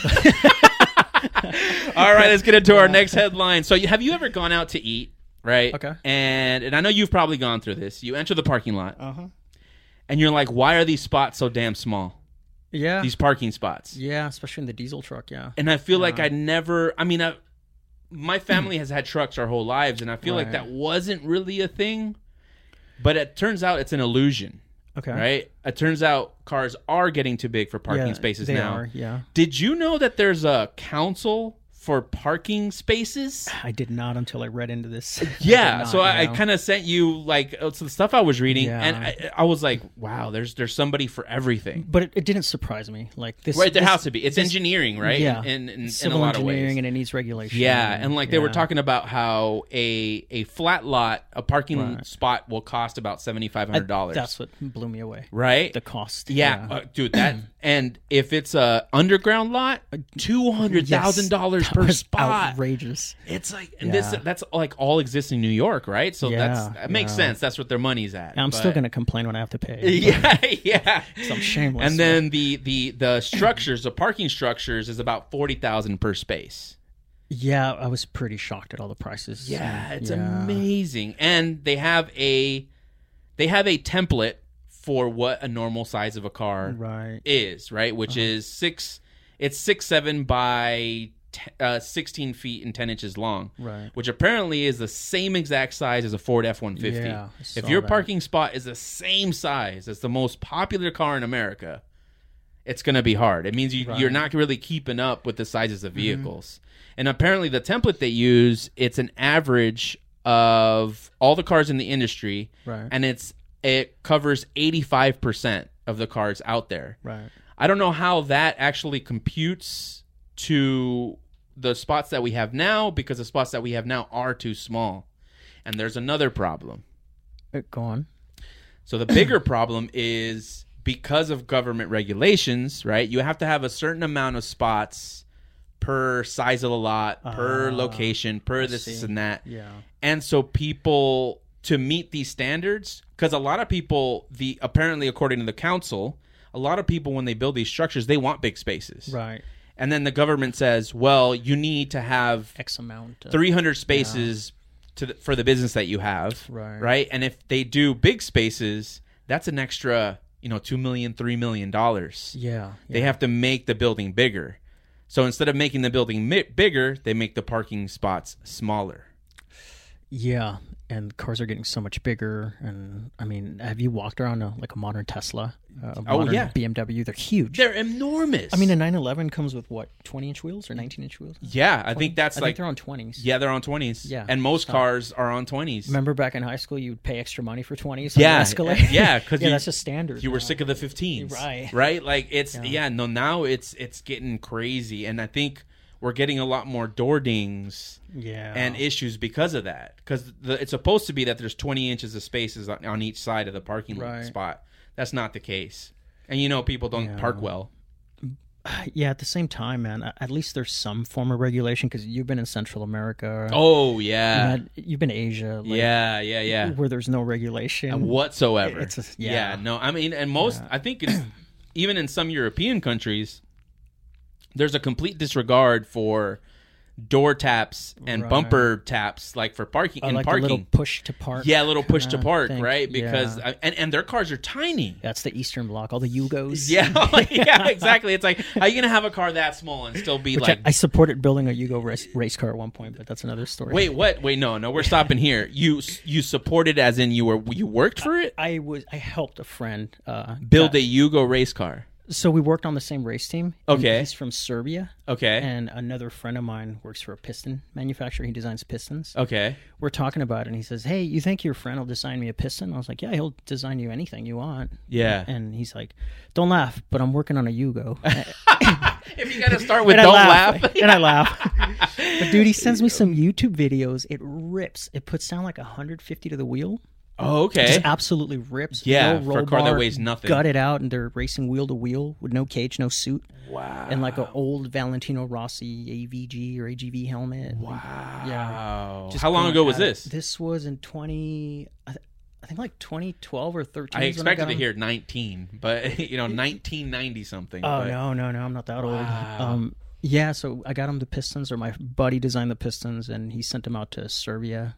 Speaker 1: All right, let's get into our next headline. So, you, have you ever gone out to eat? Right.
Speaker 2: Okay.
Speaker 1: And and I know you've probably gone through this. You enter the parking lot
Speaker 2: uh huh.
Speaker 1: and you're like, "Why are these spots so damn small?
Speaker 2: Yeah.
Speaker 1: These parking spots."
Speaker 2: yeah, especially in the diesel truck. Yeah.
Speaker 1: And I feel like I never. I mean, I, my family has had trucks our whole lives, and I feel like
Speaker 2: Right.
Speaker 1: that wasn't really a thing. But it turns out it's an illusion,
Speaker 2: Okay.
Speaker 1: right? It turns out cars are getting too big for parking
Speaker 2: Yeah,
Speaker 1: spaces
Speaker 2: they
Speaker 1: now.
Speaker 2: Are, yeah.
Speaker 1: Did you know that there's a council for parking spaces?
Speaker 2: I did not until I read into this.
Speaker 1: Yeah,
Speaker 2: did
Speaker 1: so
Speaker 2: not,
Speaker 1: I,
Speaker 2: you know.
Speaker 1: I kind of sent you like uh, so the stuff I was reading,
Speaker 2: Yeah.
Speaker 1: and I, I was like, "Wow, there's there's somebody for everything."
Speaker 2: but it, it didn't surprise me. Like this,
Speaker 1: Right, there
Speaker 2: this-
Speaker 1: has to be. It's engineering, right?
Speaker 2: Yeah,
Speaker 1: in, in, in, in a
Speaker 2: civil
Speaker 1: lot of ways.
Speaker 2: engineering and it needs regulation.
Speaker 1: Yeah, and like they were
Speaker 2: yeah.
Speaker 1: talking about how a a flat lot, a parking
Speaker 2: Right.
Speaker 1: spot will cost about seventy five hundred dollars.
Speaker 2: That's what blew me away.
Speaker 1: right.
Speaker 2: The cost.
Speaker 1: yeah, uh, dude, that and if it's a underground lot, two hundred thousand dollars
Speaker 2: That
Speaker 1: per
Speaker 2: was
Speaker 1: spot.
Speaker 2: Outrageous.
Speaker 1: It's like and this
Speaker 2: Yeah.
Speaker 1: that's like all existing New York, right? So that's
Speaker 2: Yeah,
Speaker 1: that makes
Speaker 2: yeah.
Speaker 1: sense. That's what their money's at.
Speaker 2: I'm
Speaker 1: But-
Speaker 2: still gonna complain when I have to pay.
Speaker 1: Yeah, yeah.
Speaker 2: I'm shameless.
Speaker 1: And then the the the structures, the parking structures, is about forty thousand per space.
Speaker 2: yeah, I was pretty shocked at all the prices.
Speaker 1: Yeah, it's
Speaker 2: Yeah.
Speaker 1: amazing. And they have a they have a template for what a normal size of a car
Speaker 2: Right. Uh-huh.
Speaker 1: is, right? Which is six. It's six seven by te- uh, sixteen feet and ten inches long.
Speaker 2: Right.
Speaker 1: Which apparently is the same exact size as a Ford F one fifty.
Speaker 2: Yeah, I
Speaker 1: If
Speaker 2: saw
Speaker 1: your
Speaker 2: that.
Speaker 1: parking spot is the same size as the most popular car in America, it's going to be hard. It means you, you're not really keeping up with the sizes
Speaker 2: Mm-hmm.
Speaker 1: of vehicles. And apparently, the template they use it's an average of all the cars in the industry,
Speaker 2: Right.
Speaker 1: and it's it covers 85 percent of the cars out there.
Speaker 2: Right.
Speaker 1: I don't know how that actually computes to the spots that we have now because the spots that we have now are too small. And there's another problem.
Speaker 2: Uh, Go on.
Speaker 1: So the bigger problem is because of government regulations, right? You have to have a certain amount of spots per size of the lot, per
Speaker 2: Ah,
Speaker 1: location, per this
Speaker 2: see.
Speaker 1: and that.
Speaker 2: Yeah.
Speaker 1: And so people to meet these standards cuz a lot of people the apparently according to the council, a lot of people when they build these structures, they want big spaces.
Speaker 2: Right.
Speaker 1: And then the government says, "Well, you need to have
Speaker 2: X amount. Of,
Speaker 1: 300 spaces to the, for the business that you have
Speaker 2: Right.
Speaker 1: right and if they do big spaces that's an extra you know 2 million 3 million dollars
Speaker 2: Yeah.
Speaker 1: they have to make the building bigger so instead of making the building mi- bigger they make the parking spots smaller
Speaker 2: Yeah, and cars are getting so much bigger. And I mean, have you walked around a, like a modern Tesla? Uh, a
Speaker 1: Oh,
Speaker 2: modern
Speaker 1: yeah.
Speaker 2: BMW. They're huge.
Speaker 1: they're enormous
Speaker 2: I mean, a 911 comes with what 20 inch wheels or 19 inch wheels?
Speaker 1: yeah i think that's
Speaker 2: I
Speaker 1: like
Speaker 2: think they're on 20s.
Speaker 1: yeah they're on 20s
Speaker 2: Yeah,
Speaker 1: and most
Speaker 2: so-
Speaker 1: cars are on 20s
Speaker 2: Remember back in high school, you'd pay extra money for 20s.
Speaker 1: Yeah,
Speaker 2: on Escalade.
Speaker 1: yeah, 'cause
Speaker 2: yeah,
Speaker 1: you-
Speaker 2: that's just standard.
Speaker 1: you were
Speaker 2: now.
Speaker 1: sick of the 15s
Speaker 2: Right.
Speaker 1: right like it's yeah. no now it's it's getting crazy and i think we're getting a lot more door dings
Speaker 2: Yeah,
Speaker 1: and issues because of that. Because it's supposed to be that there's 20 inches of spaces on, on each side of the parking lot
Speaker 2: Right.
Speaker 1: spot. That's not the case. And you know, people don't
Speaker 2: Yeah.
Speaker 1: park well.
Speaker 2: yeah. At the same time, man, a- at least there's some form of regulation because you've been in Central America.
Speaker 1: Oh,
Speaker 2: you
Speaker 1: yeah.
Speaker 2: had- you've been to Asia. Like,
Speaker 1: yeah, yeah, yeah.
Speaker 2: where there's no regulation.
Speaker 1: Whatsoever.
Speaker 2: It's a-
Speaker 1: yeah.
Speaker 2: yeah.
Speaker 1: no, I mean, and most, I think it's even in some European countries, there's a complete disregard for door taps and
Speaker 2: Right.
Speaker 1: bumper taps, like for parking
Speaker 2: Uh,
Speaker 1: and
Speaker 2: like
Speaker 1: parking.
Speaker 2: a little push to park.
Speaker 1: yeah, a little push to
Speaker 2: kinda
Speaker 1: park,
Speaker 2: thing.
Speaker 1: right?
Speaker 2: Yeah.
Speaker 1: Because and and their cars are tiny.
Speaker 2: That's the Eastern Bloc, all the Yugos.
Speaker 1: Yeah, like, yeah, exactly. It's like, how you gonna have a car that small and still be
Speaker 2: Which
Speaker 1: like,
Speaker 2: I, I supported building a Yugo race, race car at one point, but that's another story.
Speaker 1: wait, what? Wait, no, no, we're stopping here. You you supported as in you were you worked for it?
Speaker 2: I was I helped a friend uh,
Speaker 1: Build a Yugo race car.
Speaker 2: So we worked on the same race team. and
Speaker 1: Okay.
Speaker 2: He's from Serbia.
Speaker 1: Okay.
Speaker 2: And another friend of mine works for a piston manufacturer. He designs pistons.
Speaker 1: okay.
Speaker 2: We're talking about it, and he says, Hey, you think your friend will design me a piston? I was like, Yeah, he'll design you anything you want.
Speaker 1: Yeah.
Speaker 2: And he's like, Don't laugh, but I'm working on a Yugo.
Speaker 1: If you gotta start with
Speaker 2: And I
Speaker 1: don't laugh.
Speaker 2: and I laugh. but dude, he sends me some YouTube videos. It rips. It puts down like 150 to the wheel.
Speaker 1: Oh, okay.
Speaker 2: Just absolutely rips.
Speaker 1: Yeah,
Speaker 2: no
Speaker 1: for a
Speaker 2: roll
Speaker 1: car that
Speaker 2: bar,
Speaker 1: weighs nothing.
Speaker 2: Gutted out, and they're racing wheel to wheel with no cage, no suit,
Speaker 1: Wow.
Speaker 2: and like an old Valentino Rossi AVG or AGV helmet. Wow. Yeah.
Speaker 1: Wow.
Speaker 2: Just
Speaker 1: Oh, How long
Speaker 2: going
Speaker 1: ago was
Speaker 2: at it.
Speaker 1: this?
Speaker 2: This was in 20, I, th- I think like 2012 or 13.
Speaker 1: I
Speaker 2: is when got
Speaker 1: expected to
Speaker 2: on-
Speaker 1: hear 19, but you know, 1990 something.
Speaker 2: Oh
Speaker 1: but-
Speaker 2: no, no, no! I'm not that
Speaker 1: Wow.
Speaker 2: old. Um, yeah, so I got him the Pistons, or my buddy designed the Pistons, and he sent them out to Serbia,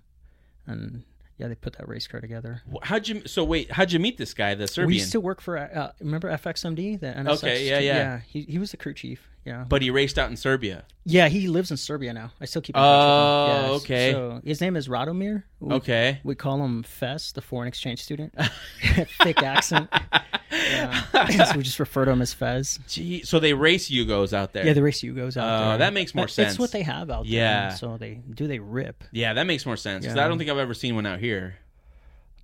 Speaker 2: and yeah, they put that race car together.
Speaker 1: Wh- How'd you? So wait, how'd you meet this guy, the
Speaker 2: We
Speaker 1: Serbian?
Speaker 2: used to work for uh, remember FXMD, the NSX
Speaker 1: Okay, yeah,
Speaker 2: team?
Speaker 1: yeah.
Speaker 2: He he was the crew chief. Yeah,
Speaker 1: but he raced out in Serbia.
Speaker 2: yeah. He lives in Serbia now. I still keep. in
Speaker 1: Oh,
Speaker 2: touch with him. Yeah, s-
Speaker 1: okay.
Speaker 2: So his name is Radomir. We,
Speaker 1: Okay.
Speaker 2: We call him Fess, the foreign exchange student. Thick accent. Yeah. so we just refer to him as Fez.
Speaker 1: Gee, so they race Yugos out there.
Speaker 2: Yeah, the race you goes out
Speaker 1: Oh,
Speaker 2: there.
Speaker 1: that makes more sense.
Speaker 2: That's what they have out there.
Speaker 1: Yeah.
Speaker 2: and So they do they rip.
Speaker 1: Yeah, that makes more sense. 'cause
Speaker 2: Yeah.
Speaker 1: I don't think I've ever seen one out here,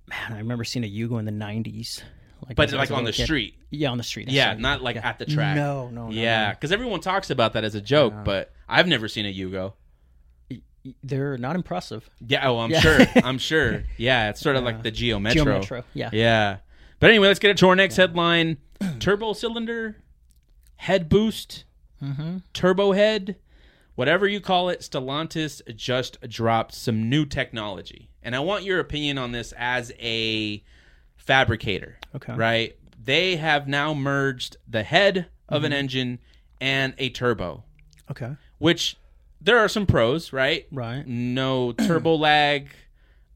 Speaker 2: Man, I remember seeing a Yugo in the nineties. Like
Speaker 1: but
Speaker 2: as- as
Speaker 1: like
Speaker 2: a
Speaker 1: on the
Speaker 2: little kid.
Speaker 1: street.
Speaker 2: Yeah, on the street. that's
Speaker 1: Yeah,
Speaker 2: right.
Speaker 1: not like
Speaker 2: Yeah.
Speaker 1: at the track.
Speaker 2: No, no, no.
Speaker 1: yeah, because everyone talks about that as a joke, but I've never seen a Yugo.
Speaker 2: no. They're not impressive.
Speaker 1: Yeah, oh, I'm
Speaker 2: Yeah.
Speaker 1: sure. I'm sure. Yeah, it's sort of like the Geo Metro.
Speaker 2: Geo Metro, yeah.
Speaker 1: Yeah. But anyway, let's get it to our next headline Turbo cylinder, head boost,
Speaker 2: Mm-hmm.
Speaker 1: turbo head, whatever you call it. Stellantis just dropped some new technology. And I want your opinion on this as a fabricator.
Speaker 2: Okay.
Speaker 1: Right? They have now merged the head of an
Speaker 2: Mm-hmm.
Speaker 1: engine and a turbo,
Speaker 2: Okay.
Speaker 1: which there are some pros, right?
Speaker 2: Right.
Speaker 1: no turbo lag,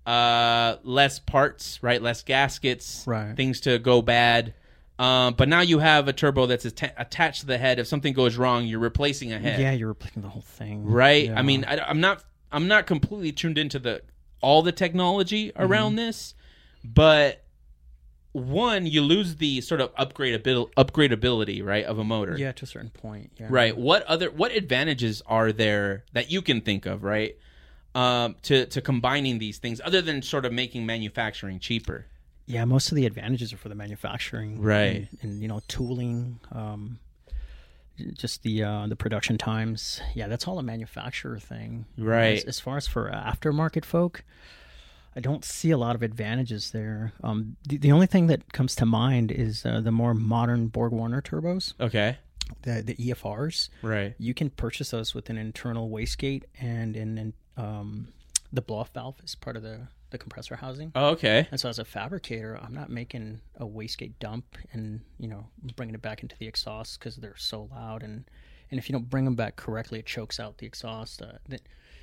Speaker 1: uh, less parts, right? Less gaskets,
Speaker 2: Right.
Speaker 1: Things to go bad. Um, but now you have a turbo that's atta- attached to the head. If something goes wrong, you're replacing a head,
Speaker 2: Yeah, you're replacing the whole thing.
Speaker 1: Eh. right?
Speaker 2: Yeah.
Speaker 1: I mean, I, am not I'm not completely tuned into the all the technology
Speaker 2: Mm-hmm.
Speaker 1: around this, but one you lose the sort of upgradeabil- upgradability, right, of a motor.
Speaker 2: Yeah, to a certain point. Yeah.
Speaker 1: Right. What other what advantages are there that you can think of, right? Um, to to combining these things other than sort of making manufacturing cheaper.
Speaker 2: Yeah, most of the advantages are for the manufacturing.
Speaker 1: Right.
Speaker 2: And, and, you know, tooling, um just the uh, the production times, yeah, that's all a manufacturer thing,
Speaker 1: Right.
Speaker 2: As, as far as for aftermarket folk, I don't see a lot of advantages there. Um, the, the only thing that comes to mind is uh, the more modern Borg Warner turbos,
Speaker 1: Okay.
Speaker 2: the the E EFRs.
Speaker 1: Right.
Speaker 2: You can purchase those with an internal wastegate and an, an um, the blow-off valve is part of the the compressor housing.
Speaker 1: Oh, okay.
Speaker 2: And so as a fabricator, I'm not making a wastegate dump and, you know, bringing it back into the exhaust because they're so loud. And, and if you don't bring them back correctly, it chokes out the exhaust. Uh, th-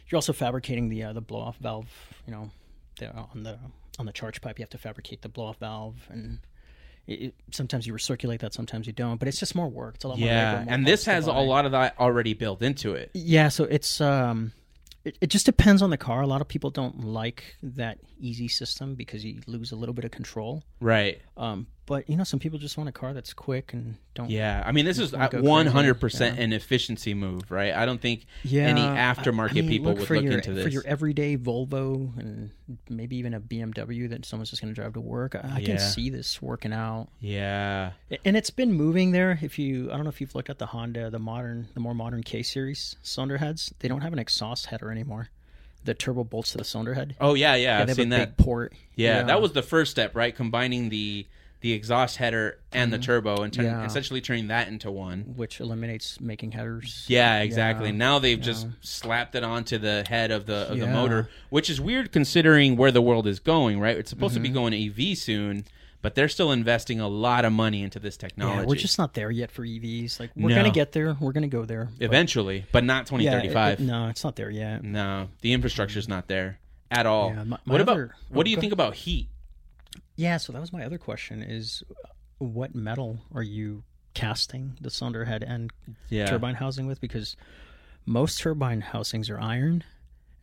Speaker 2: you're also fabricating the, uh, the blow off valve, you know, the, uh, on the, on the charge pipe, you have to fabricate the blow off valve and it, it, sometimes you recirculate that, sometimes you don't, but it's just more work. It's a lot more
Speaker 1: Yeah.
Speaker 2: labor, more
Speaker 1: And this
Speaker 2: parts to
Speaker 1: has a
Speaker 2: buy.
Speaker 1: lot of that already built into it.
Speaker 2: Yeah, so it's um it, it just depends on the car. A lot of people don't like that easy system because you lose a little bit of control.
Speaker 1: Right.
Speaker 2: Um but you know some people just want a car that's quick and don't
Speaker 1: Yeah. I mean, this is
Speaker 2: wanna go
Speaker 1: one hundred percent an efficiency move, right? I don't think any
Speaker 2: I- I
Speaker 1: aftermarket
Speaker 2: mean,
Speaker 1: people would
Speaker 2: for
Speaker 1: look
Speaker 2: your,
Speaker 1: into this.
Speaker 2: For your everyday Volvo and maybe even a BMW that someone's just going to drive to work, I, I
Speaker 1: Yeah.
Speaker 2: can see this working out.
Speaker 1: yeah.
Speaker 2: And it's been moving there. If you, I don't know if you've looked at the Honda, the modern, the more modern K series cylinder heads. They don't have an exhaust header anymore. The turbo bolts to the cylinder head.
Speaker 1: Oh yeah, yeah.
Speaker 2: Yeah,
Speaker 1: I've
Speaker 2: they
Speaker 1: seen
Speaker 2: have a
Speaker 1: that.
Speaker 2: big port.
Speaker 1: Yeah, that was the first step, right? Combining the the exhaust header and the turbo and turn,
Speaker 2: Mm-hmm. Yeah.
Speaker 1: essentially turning that into one.
Speaker 2: which eliminates making headers.
Speaker 1: Yeah, exactly. Now they've just slapped it onto the head of the of the
Speaker 2: Yeah.
Speaker 1: motor, which is weird considering where the world is going, right? It's supposed
Speaker 2: Mm-hmm.
Speaker 1: to be going EV soon, but they're still investing a lot of money into this
Speaker 2: Yeah,
Speaker 1: technology.
Speaker 2: we're just not there yet for EVs. Like we're
Speaker 1: No.
Speaker 2: gonna get there. We're gonna go there. But-
Speaker 1: eventually, but not
Speaker 2: yeah, it- it-
Speaker 1: 2035.
Speaker 2: no, it's not there yet.
Speaker 1: No, the infrastructure's not there at all.
Speaker 2: Yeah, my- my
Speaker 1: what about
Speaker 2: other-
Speaker 1: what do you
Speaker 2: go-
Speaker 1: think about heat?
Speaker 2: Yeah. So that was my other question: is what metal are you casting the cylinder head and
Speaker 1: Yeah.
Speaker 2: turbine housing with? Because most turbine housings are iron,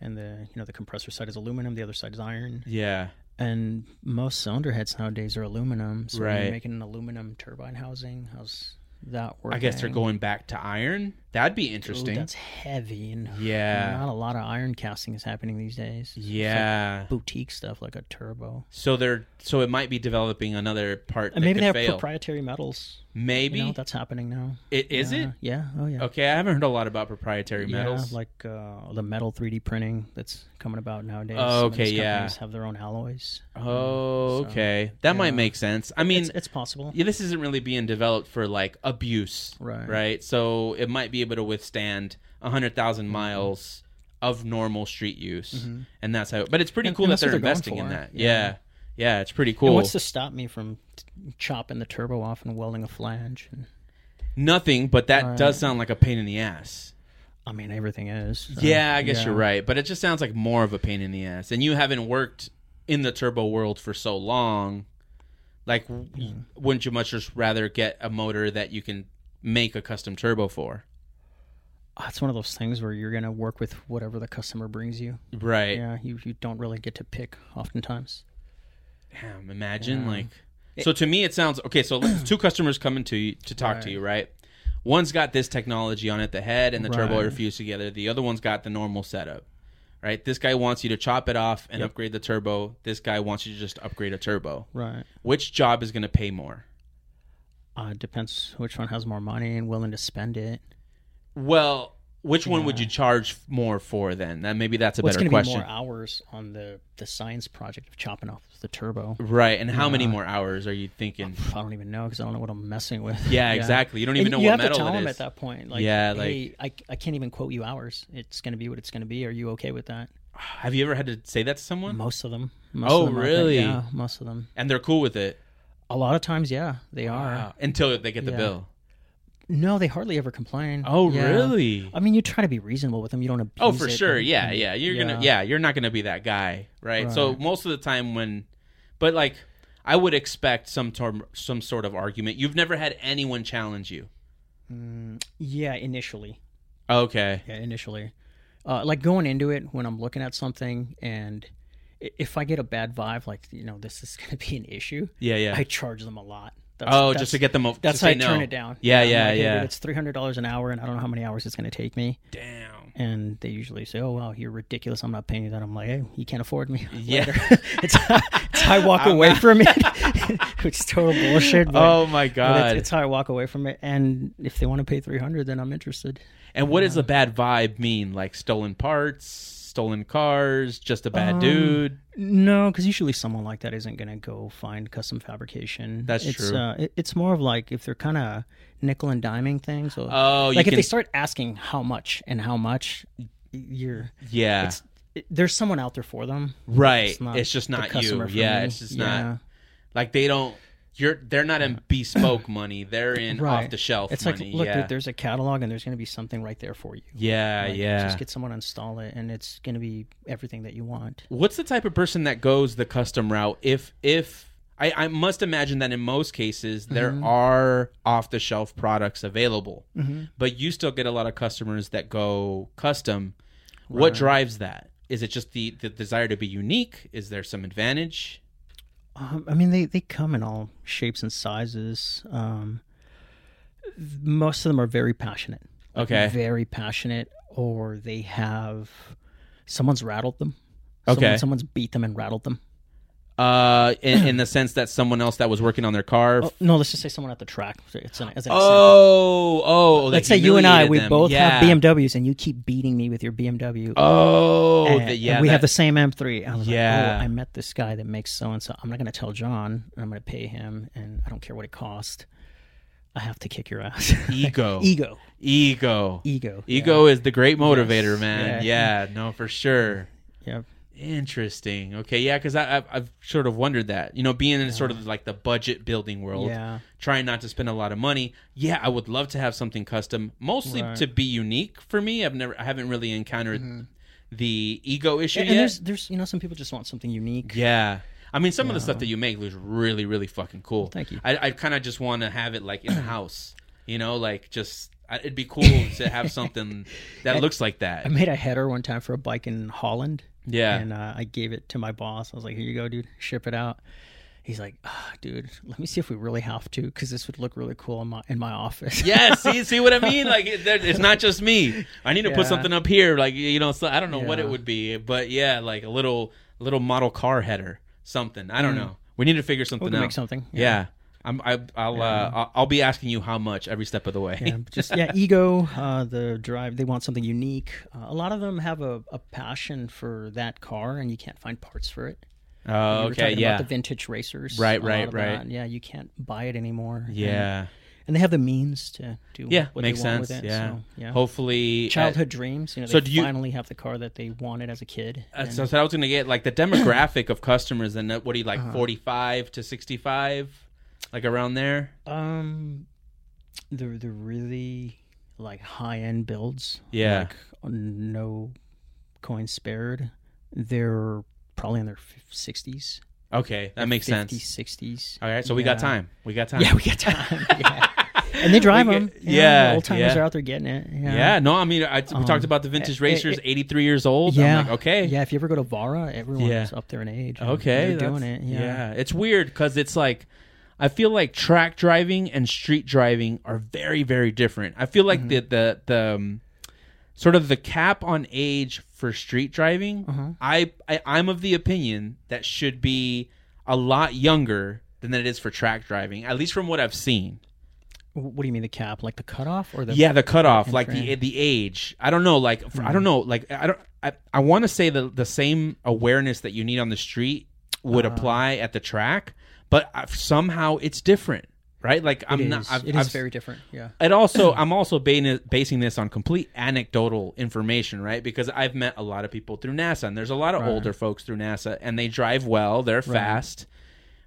Speaker 2: and the you know the compressor side is aluminum. The other side is iron,
Speaker 1: Yeah.
Speaker 2: and most cylinder heads nowadays are aluminum. So when
Speaker 1: Right.
Speaker 2: you're making an aluminum turbine housing. How's that working.
Speaker 1: I guess they're going back to iron. That'd be
Speaker 2: Ooh,
Speaker 1: interesting.
Speaker 2: that's heavy. And
Speaker 1: Yeah.
Speaker 2: Not a lot of iron casting is happening these days. It's
Speaker 1: yeah.
Speaker 2: like boutique stuff like a turbo.
Speaker 1: so they're so it might be developing another part. that
Speaker 2: And maybe
Speaker 1: could
Speaker 2: they have
Speaker 1: fail.
Speaker 2: proprietary metals.
Speaker 1: Maybe
Speaker 2: You know, that's happening now.
Speaker 1: it is
Speaker 2: Yeah,
Speaker 1: it.
Speaker 2: Yeah. Oh, yeah.
Speaker 1: Okay, I haven't heard a lot about proprietary metals.
Speaker 2: Yeah, like uh, the metal 3D printing that's coming about nowadays.
Speaker 1: Oh,
Speaker 2: Some of
Speaker 1: okay,
Speaker 2: these
Speaker 1: yeah.
Speaker 2: companies Have their own alloys.
Speaker 1: oh,
Speaker 2: So,
Speaker 1: okay, that might
Speaker 2: yeah.
Speaker 1: make sense. I mean,
Speaker 2: it's, it's possible.
Speaker 1: yeah, this isn't really being developed for like abuse,
Speaker 2: Right.
Speaker 1: Right, so it might be able to withstand hundred
Speaker 2: Mm-hmm.
Speaker 1: miles of normal street use, and that's how. But it's pretty
Speaker 2: And-
Speaker 1: cool
Speaker 2: and
Speaker 1: that
Speaker 2: that's what
Speaker 1: they're
Speaker 2: they're going
Speaker 1: investing in
Speaker 2: for,
Speaker 1: that.
Speaker 2: yeah.
Speaker 1: Yeah. yeah, it's pretty
Speaker 2: And
Speaker 1: cool.
Speaker 2: what's to stop me from t- chopping the turbo off and welding a flange? And,
Speaker 1: Nothing, but that
Speaker 2: All right.
Speaker 1: does sound like a pain in the ass.
Speaker 2: I mean, everything is. so,
Speaker 1: yeah, I guess
Speaker 2: yeah.
Speaker 1: you're right, but it just sounds like more of a pain in the ass. And you haven't worked in the turbo world for so long. Like, w wouldn't you much just rather get a motor that you can make a custom turbo for?
Speaker 2: Ah, It's one of those things where you're gonna work with whatever the customer brings you.
Speaker 1: Right.
Speaker 2: Yeah, you, you don't really get to pick oftentimes.
Speaker 1: Damn, imagine
Speaker 2: Yeah.
Speaker 1: like. So to me, it sounds okay. So let's- two customers coming to you to talk to
Speaker 2: Right.
Speaker 1: you, right? One's got this technology on it, the head and the turbo
Speaker 2: Right.
Speaker 1: are fused together. The other one's got the normal setup, right? This guy wants you to chop it off and upgrade the turbo. This guy wants you to just upgrade a turbo.
Speaker 2: Right.
Speaker 1: Which job is going to pay more?
Speaker 2: Uh, depends which one has more money and willing to spend it.
Speaker 1: Well, which one would you charge f- more for then? That maybe that's a
Speaker 2: Well, it's
Speaker 1: better
Speaker 2: gonna
Speaker 1: question.
Speaker 2: be more hours on the the science project of chopping off the turbo.
Speaker 1: Right, and how many more hours are you thinking?
Speaker 2: Pff, I don't even know because I don't know what I'm messing with.
Speaker 1: Yeah, exactly. You don't even
Speaker 2: And
Speaker 1: know
Speaker 2: you
Speaker 1: what
Speaker 2: have
Speaker 1: metal
Speaker 2: to tell
Speaker 1: it
Speaker 2: them
Speaker 1: is.
Speaker 2: at that point. Like,
Speaker 1: Yeah,
Speaker 2: hey, I, I can't even quote you hours. It's going to be what it's going to be. Are you okay with that?
Speaker 1: Have you ever had to say that to someone?
Speaker 2: Most of them. Most
Speaker 1: Oh,
Speaker 2: of them, I think.
Speaker 1: really?
Speaker 2: Yeah, most of them.
Speaker 1: And they're cool with it
Speaker 2: A lot of times, yeah, they are.
Speaker 1: until they get the
Speaker 2: Yeah.
Speaker 1: bill.
Speaker 2: No, they hardly ever complain.
Speaker 1: Oh,
Speaker 2: Yeah.
Speaker 1: really?
Speaker 2: I mean, you try to be reasonable with them. You don't abuse.
Speaker 1: Oh, for
Speaker 2: it
Speaker 1: sure.
Speaker 2: and-
Speaker 1: Yeah,
Speaker 2: and-
Speaker 1: yeah. You're gonna yeah, you're not gonna be that guy, right? So
Speaker 2: Right.
Speaker 1: most of the time when, but like, I would expect some term, some sort of argument. You've never had anyone challenge you.
Speaker 2: Yeah, initially.
Speaker 1: Okay.
Speaker 2: Yeah, initially. Uh, like going into it when I'm looking at something, and i- if I get a bad vibe, like you know, this is going to be an issue.
Speaker 1: Yeah, yeah.
Speaker 2: I charge them a lot. That's,
Speaker 1: oh,
Speaker 2: that's-
Speaker 1: just to get them. o- to
Speaker 2: That's
Speaker 1: say
Speaker 2: how I turn
Speaker 1: no.
Speaker 2: it down.
Speaker 1: Yeah,
Speaker 2: I'm
Speaker 1: yeah,
Speaker 2: like, "Hey, dude,
Speaker 1: yeah.
Speaker 2: it's three hundred dollars an hour, and I don't know how many hours it's going to take me.
Speaker 1: Damn.
Speaker 2: And they usually say, "Oh wow, you're ridiculous. I'm not paying you that." I'm like, "Hey, you can't afford me."
Speaker 1: Yeah.
Speaker 2: Later. it's, it's how I walk away from it, which is total bullshit. But,
Speaker 1: Oh my
Speaker 2: but
Speaker 1: god.
Speaker 2: it's, it's how I walk away from it. And if they want to pay three hundred, then I'm interested.
Speaker 1: and what does a bad vibe mean? Like stolen parts, stolen cars, just a bad
Speaker 2: Um,
Speaker 1: dude.
Speaker 2: No, because usually someone like that isn't going to go find custom fabrication.
Speaker 1: That's
Speaker 2: it's,
Speaker 1: true.
Speaker 2: Uh, it- it's more of like if they're kind of nickel and diming things. So
Speaker 1: Oh, you
Speaker 2: like if
Speaker 1: can-
Speaker 2: they start asking how much and how much, y- you're
Speaker 1: Yeah.
Speaker 2: it's it, there's someone out there for them.
Speaker 1: right. It's,
Speaker 2: not
Speaker 1: just
Speaker 2: the
Speaker 1: not you.
Speaker 2: customer for
Speaker 1: Yeah.
Speaker 2: me.
Speaker 1: It's just
Speaker 2: Yeah.
Speaker 1: not like they don't. You're. They're not in bespoke money. They're in
Speaker 2: Right.
Speaker 1: off the shelf
Speaker 2: It's
Speaker 1: money.
Speaker 2: like look,
Speaker 1: yeah.
Speaker 2: dude, there's a catalog and there's going to be something right there for you.
Speaker 1: yeah.
Speaker 2: Like,
Speaker 1: yeah.
Speaker 2: Just get someone to install it, and it's going to be everything that you want.
Speaker 1: What's the type of person that goes the custom route? If if I, I must imagine that in most cases there
Speaker 2: Mm-hmm.
Speaker 1: are off the shelf products available, but you still get a lot of customers that go custom. What drives that? Is it just the, the desire to be unique? Is there some advantage?
Speaker 2: Um, I mean, they, they come in all shapes and sizes. Um, th- most of them are very passionate. Like,
Speaker 1: Okay.
Speaker 2: Very passionate, or they have someone's rattled them.
Speaker 1: Okay.
Speaker 2: Someone, someone's beat them and rattled them.
Speaker 1: Uh, in, in the sense that someone else that was working on their car.
Speaker 2: Oh, no, let's just say someone at the track. It's an, as an example.
Speaker 1: Oh, oh. they
Speaker 2: Let's say you and I, we
Speaker 1: humiliated them.
Speaker 2: both
Speaker 1: yeah.
Speaker 2: have BMWs, and you keep beating me with your BMW.
Speaker 1: Oh,
Speaker 2: and,
Speaker 1: the-
Speaker 2: and
Speaker 1: yeah.
Speaker 2: we have
Speaker 1: that-
Speaker 2: the same M3. I was
Speaker 1: Yeah.
Speaker 2: like, oh, I met this guy that makes so and so. I'm not going to tell John, and I'm going to pay him, and I don't care what it cost. I have to kick your ass.
Speaker 1: ego.
Speaker 2: ego,
Speaker 1: Ego.
Speaker 2: ego,
Speaker 1: Ego is the great motivator,
Speaker 2: Yes.
Speaker 1: man. Yeah.
Speaker 2: Yeah.
Speaker 1: no, for sure.
Speaker 2: Yeah.
Speaker 1: Interesting. Okay, yeah, because I've I've sort of wondered that. You know, being in sort of like the budget building world,
Speaker 2: Yeah.
Speaker 1: trying not to spend a lot of money. Yeah, I would love to have something custom, mostly
Speaker 2: Right. Mm-hmm.
Speaker 1: to be unique for me. I've never, I haven't really encountered the ego issue
Speaker 2: And,
Speaker 1: yet.
Speaker 2: and there's there's you know some people just want something unique.
Speaker 1: Yeah. I mean, some of the stuff that you make looks really, really fucking cool.
Speaker 2: thank you.
Speaker 1: I, I kind of just want to have it like in the house, you know, like just I, it'd be cool to have something that looks like that.
Speaker 2: I made a header one time for a bike in Holland,
Speaker 1: yeah.
Speaker 2: uh, and uh, I gave it to my boss. I was like, "Here you go, dude. Ship it out." He's like, ah, dude, let me see if we really have to, because this would look really cool in my in my office.
Speaker 1: Yeah, see, see what I mean? Like, it, there- it's not just me. I need to put
Speaker 2: Yeah.
Speaker 1: something up here. Like, you know, so I don't know what it
Speaker 2: Yeah.
Speaker 1: would be, but yeah, like a little little model car header, something. I don't
Speaker 2: Mm.
Speaker 1: know. We need to figure something
Speaker 2: can
Speaker 1: out.
Speaker 2: make something,
Speaker 1: Yeah,
Speaker 2: yeah.
Speaker 1: I'm. I, I'll. Uh, I'll- I'll be asking you how much every step of the way. Uh,
Speaker 2: Yeah, just yeah, ego, uh, the drive. They want something unique. Uh, a lot of them have a, a passion for that car, and you can't find parts for it.
Speaker 1: Oh,
Speaker 2: You were
Speaker 1: okay.
Speaker 2: talking
Speaker 1: Yeah.
Speaker 2: about the vintage racers.
Speaker 1: Right,
Speaker 2: a lot
Speaker 1: right,
Speaker 2: of
Speaker 1: right.
Speaker 2: that. Yeah, you can't buy it anymore. and-
Speaker 1: yeah.
Speaker 2: and they have the means to do.
Speaker 1: Yeah.
Speaker 2: what
Speaker 1: Makes
Speaker 2: they want
Speaker 1: sense.
Speaker 2: With it,
Speaker 1: yeah.
Speaker 2: so, yeah.
Speaker 1: Hopefully, uh,
Speaker 2: Childhood dreams. You know, they
Speaker 1: So do you-
Speaker 2: finally have the car that they wanted as a kid.
Speaker 1: Uh,
Speaker 2: and-
Speaker 1: so, so I was going to get like the demographic of customers, and that, what do you
Speaker 2: Uh-huh.
Speaker 1: like, forty-five to sixty-five, like around there?
Speaker 2: Um, the the really like high end builds.
Speaker 1: Yeah.
Speaker 2: like no coins spared. They're probably in their sixties.
Speaker 1: Okay, that makes sense. Uh,
Speaker 2: Sixties.
Speaker 1: All right, so we got
Speaker 2: Yeah.
Speaker 1: time. We got time.
Speaker 2: Yeah, we got time. yeah. And they drive
Speaker 1: We
Speaker 2: them.
Speaker 1: get- yeah,
Speaker 2: old timers
Speaker 1: yeah.
Speaker 2: are out there getting it. Yeah.
Speaker 1: Yeah, no, I mean, I, we
Speaker 2: Um,
Speaker 1: talked about the vintage
Speaker 2: eh, eh,
Speaker 1: racers,
Speaker 2: eh,
Speaker 1: 83 years old.
Speaker 2: Yeah.
Speaker 1: I'm like, okay.
Speaker 2: Yeah. If you ever go to Vara, everyone's
Speaker 1: Yeah.
Speaker 2: up there in age. and
Speaker 1: Okay.
Speaker 2: They're doing
Speaker 1: that's-
Speaker 2: it. Yeah.
Speaker 1: It's weird because it's like, I feel like track driving and street driving are very, very different. I feel like
Speaker 2: Mm-hmm.
Speaker 1: the, the, the, um, sort of the cap on age for street driving,
Speaker 2: Uh-huh.
Speaker 1: I, I, I'm of the opinion that should be a lot younger than it is for track driving, at least from what I've seen.
Speaker 2: W- What do you mean the cap? Like the cutoff or the?
Speaker 1: yeah the cutoff like the
Speaker 2: entry.
Speaker 1: the age i don't know like for, i don't know like i don't i, I want to say the, the same awareness that you need on the street would
Speaker 2: Uh-huh.
Speaker 1: apply at the track but I, somehow it's different right like i'm
Speaker 2: It
Speaker 1: not
Speaker 2: is-
Speaker 1: I've,
Speaker 2: it is
Speaker 1: I've-
Speaker 2: very different. Yeah.
Speaker 1: it also i'm also ba- basing this on complete anecdotal information right because i've met a lot of people through nasa and there's a lot of older folks through nasa and they drive well they're fast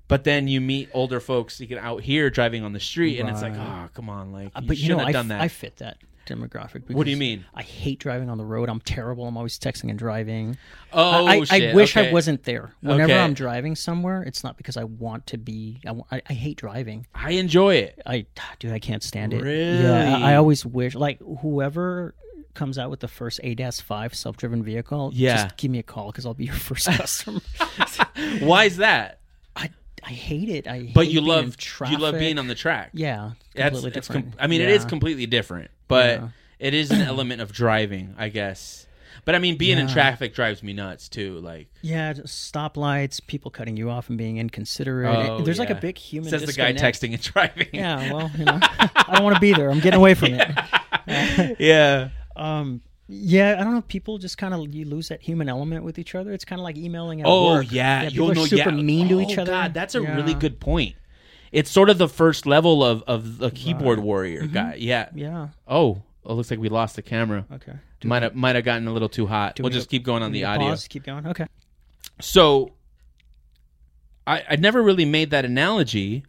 Speaker 1: but then you meet older folks you get out here driving on the street and it's like oh come on like you
Speaker 2: Uh, but you,
Speaker 1: shouldn't
Speaker 2: know,
Speaker 1: have
Speaker 2: I,
Speaker 1: done that
Speaker 2: I fit that demographic.
Speaker 1: What do you
Speaker 2: because
Speaker 1: mean?
Speaker 2: I hate driving on the road. I'm terrible. I'm always texting and driving.
Speaker 1: Oh,
Speaker 2: I, I,
Speaker 1: shit.
Speaker 2: I wish
Speaker 1: Okay.
Speaker 2: I wasn't there. Whenever
Speaker 1: Okay.
Speaker 2: I'm driving somewhere, it's not because I want to be. I, wa- I, I hate driving.
Speaker 1: I enjoy it.
Speaker 2: I dude, I can't stand it.
Speaker 1: Really?
Speaker 2: Yeah, I, I always wish like whoever comes out with the first ADAS-5 self-driven vehicle,
Speaker 1: Yeah.
Speaker 2: just give me a call because I'll be your first customer.
Speaker 1: Why is that?
Speaker 2: I, I hate it. I
Speaker 1: But
Speaker 2: hate
Speaker 1: you
Speaker 2: being in
Speaker 1: love
Speaker 2: traffic.
Speaker 1: you love being on the track.
Speaker 2: yeah,
Speaker 1: that's
Speaker 2: completely
Speaker 1: it's
Speaker 2: different.
Speaker 1: com- I mean, it is
Speaker 2: Yeah.
Speaker 1: completely different, but it is an element of driving, I guess. But I mean, being in traffic drives me nuts too. Like
Speaker 2: Yeah, just stoplights, people cutting you off and being inconsiderate.
Speaker 1: Oh,
Speaker 2: There's like
Speaker 1: yeah.
Speaker 2: a big human.
Speaker 1: says the guy
Speaker 2: disconnect.
Speaker 1: texting and driving.
Speaker 2: Yeah, well, you know, I don't want to be there. I'm getting away from it.
Speaker 1: yeah.
Speaker 2: um, yeah, I don't know. People just kind of you lose that human element with each other. It's kind of like emailing at
Speaker 1: Oh
Speaker 2: work.
Speaker 1: yeah,
Speaker 2: people
Speaker 1: you'll
Speaker 2: are
Speaker 1: know.
Speaker 2: super
Speaker 1: yeah.
Speaker 2: mean to
Speaker 1: Oh,
Speaker 2: each other.
Speaker 1: God, that's a really
Speaker 2: Yeah.
Speaker 1: good point. It's sort of the first level of of the keyboard warrior
Speaker 2: Mm-hmm.
Speaker 1: guy. Yeah.
Speaker 2: Yeah.
Speaker 1: Oh, it looks like we lost the camera.
Speaker 2: Okay.
Speaker 1: Might have might have gotten a little too hot. We'll
Speaker 2: we
Speaker 1: just
Speaker 2: need to-
Speaker 1: keep going on
Speaker 2: We
Speaker 1: the
Speaker 2: need to
Speaker 1: audio.
Speaker 2: pause, keep going. Okay.
Speaker 1: So I I never really made that analogy,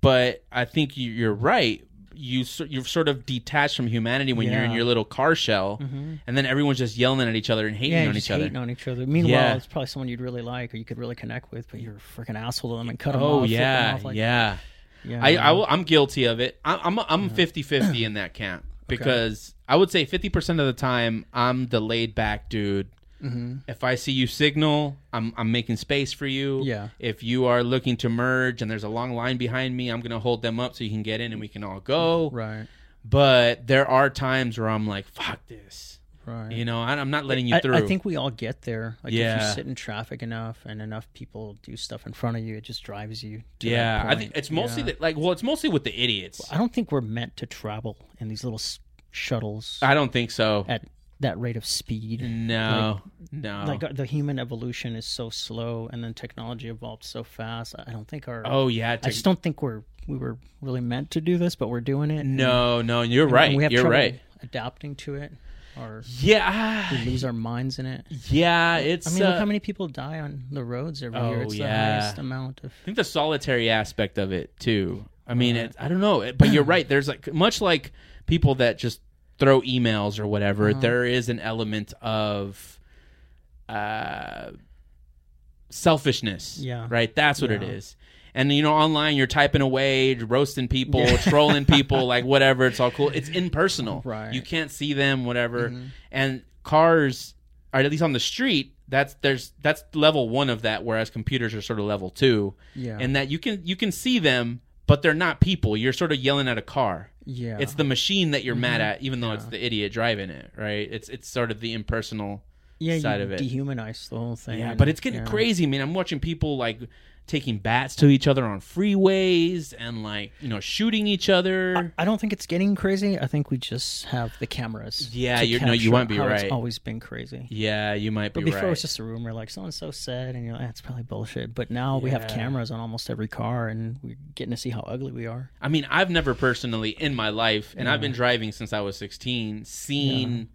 Speaker 1: but I think you, you're right. You so- you're sort of detached from humanity when you're in
Speaker 2: Yeah. Mm-hmm.
Speaker 1: your little car shell, and then everyone's just yelling at each other and hating
Speaker 2: Yeah, you're
Speaker 1: on
Speaker 2: just
Speaker 1: each other.
Speaker 2: hating on each other. Meanwhile,
Speaker 1: Yeah.
Speaker 2: it's probably someone you'd really like or you could really connect with, but you're a freaking asshole to them and cut them off.
Speaker 1: oh
Speaker 2: flip 'em
Speaker 1: yeah,
Speaker 2: off like-
Speaker 1: yeah.
Speaker 2: yeah.
Speaker 1: I, I will, I'm guilty of it. I, I'm
Speaker 2: Uh-huh.
Speaker 1: I'm 50 50 in that camp because I would say 50 percent of the time I'm the laid back dude.
Speaker 2: Mm-hmm.
Speaker 1: If I see you signal, I'm I'm making space for you.
Speaker 2: Yeah.
Speaker 1: If you are looking to merge and there's a long line behind me, I'm gonna hold them up so you can get in and we can all go.
Speaker 2: right.
Speaker 1: But there are times where I'm like, fuck this.
Speaker 2: Right.
Speaker 1: You know, I, I'm not letting you
Speaker 2: I,
Speaker 1: through.
Speaker 2: I think we all get there. Like if
Speaker 1: Yeah.
Speaker 2: you sit in traffic enough and enough people do stuff in front of you, it just drives you. To
Speaker 1: Yeah,
Speaker 2: that
Speaker 1: I think
Speaker 2: point.
Speaker 1: it's mostly
Speaker 2: Yeah.
Speaker 1: the, like well, it's mostly with the idiots.
Speaker 2: I don't think we're meant to travel in these little s- shuttles
Speaker 1: I don't think so.
Speaker 2: at that rate of speed.
Speaker 1: No, no.
Speaker 2: Like uh, the human evolution is so slow, and then technology evolved so fast. I don't think our.
Speaker 1: oh yeah,
Speaker 2: I
Speaker 1: techn-
Speaker 2: just don't think we're we were really meant to do this, but we're doing it. and-
Speaker 1: No, no, you're
Speaker 2: and
Speaker 1: right.
Speaker 2: We have
Speaker 1: you're
Speaker 2: trouble
Speaker 1: right.
Speaker 2: adapting to it, or
Speaker 1: Yeah,
Speaker 2: we lose our minds in it.
Speaker 1: yeah. It's.
Speaker 2: I mean, look
Speaker 1: uh,
Speaker 2: how many people die on the roads every
Speaker 1: Oh,
Speaker 2: year. It's
Speaker 1: yeah.
Speaker 2: the highest amount of
Speaker 1: I think the solitary aspect of it too. I mean, it, I don't know, but you're right. There's like much like people that just throw emails or whatever.
Speaker 2: Uh-huh.
Speaker 1: There is an element of uh, selfishness.
Speaker 2: Yeah.
Speaker 1: right. That's what it
Speaker 2: Yeah.
Speaker 1: is. And you know, online you're typing away, roasting people, trolling people, like whatever. It's all cool. It's impersonal.
Speaker 2: Right. Mm-hmm.
Speaker 1: You can't see them, whatever. And cars or at least on the street, that's there's that's level one of that. Whereas computers are sort of level two,
Speaker 4: Yeah.
Speaker 1: and that you can you can see them, but they're not people. You're sort of yelling at a car.
Speaker 4: Yeah.
Speaker 1: It's the machine that you're mad
Speaker 2: Mm-hmm.
Speaker 1: at, even though it's the idiot driving it, right? It's it's sort of the impersonal
Speaker 2: yeah,
Speaker 1: side
Speaker 2: you
Speaker 1: of it.
Speaker 2: dehumanize the whole thing.
Speaker 1: Yeah, but it's getting
Speaker 4: yeah.
Speaker 1: crazy, man. I'm watching people like taking bats to each other on freeways and like you know shooting each other.
Speaker 2: I don't think it's getting crazy. I think we just have the cameras.
Speaker 1: Yeah,
Speaker 2: to
Speaker 1: you're- no, you
Speaker 2: capture
Speaker 1: won't be
Speaker 2: how
Speaker 1: right.
Speaker 2: It's always been crazy.
Speaker 1: yeah, you might be
Speaker 2: But before
Speaker 1: right.
Speaker 2: it was just a rumor, like so and so said, and you're like, that's probably bullshit. But now we have
Speaker 1: Yeah.
Speaker 2: cameras on almost every car, and we're getting to see how ugly we are.
Speaker 1: I mean, I've never personally in my life, and I've been driving since I was 16, seen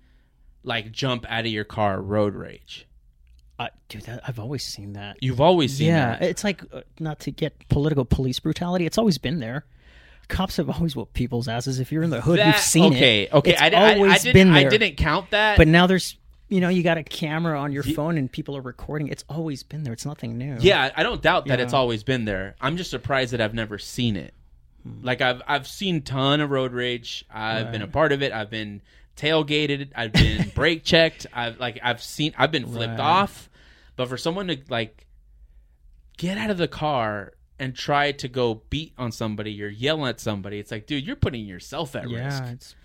Speaker 1: like jump out of your car road rage.
Speaker 2: I, dude, that, I've always seen that.
Speaker 1: You've always seen
Speaker 2: yeah,
Speaker 1: that.
Speaker 2: it's like uh, not to get political police brutality. It's always been there. Cops have always whooped people's asses. If you're in the hood,
Speaker 1: That-
Speaker 2: you've seen
Speaker 1: okay,
Speaker 2: it.
Speaker 1: okay.
Speaker 2: It's
Speaker 1: I, di- I- I
Speaker 2: always
Speaker 1: didn't,
Speaker 2: been there.
Speaker 1: I didn't count that.
Speaker 2: But now there's, you know, you got a camera on your phone and people are recording. It's always been there. It's nothing new.
Speaker 1: Yeah, I don't doubt that it's always been there. I'm just surprised that I've never seen it. Like I've I've seen ton of road rage. I've been a part of it. I've been tailgated. I've been brake checked. I've like I've seen I've been flipped
Speaker 2: Right.
Speaker 1: off. But for someone to like get out of the car and try to go beat on somebody, you're yelling at somebody. It's like, dude, you're putting yourself at
Speaker 2: yeah.
Speaker 1: risk.
Speaker 2: It's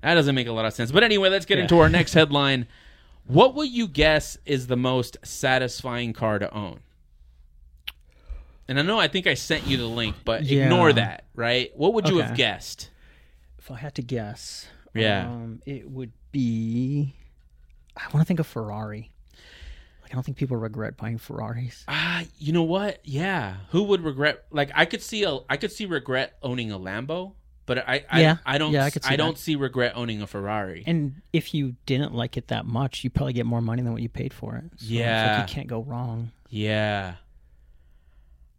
Speaker 1: That doesn't make a lot of sense. But anyway, let's get
Speaker 2: Yeah.
Speaker 1: into our next headline. What would you guess is the most satisfying car to own? And I know I think I sent you the link, but
Speaker 2: Yeah.
Speaker 1: ignore that, right? What would you have
Speaker 2: Okay.
Speaker 1: guessed?
Speaker 2: if I had to guess,
Speaker 1: Yeah.
Speaker 2: um, it would be. I want to think of Ferrari. Like I don't think people regret buying Ferraris.
Speaker 1: Ah, you know what? Yeah, who would regret? Like I could see a, I could see regret owning a Lambo, but I, I,
Speaker 2: Yeah.
Speaker 1: I don't,
Speaker 2: Yeah, I could see
Speaker 1: I don't
Speaker 2: that.
Speaker 1: see regret owning a Ferrari.
Speaker 2: And if you didn't like it that much, you probably get more money than what you paid for it. So it's like
Speaker 1: Yeah.
Speaker 2: you can't go wrong.
Speaker 1: Yeah.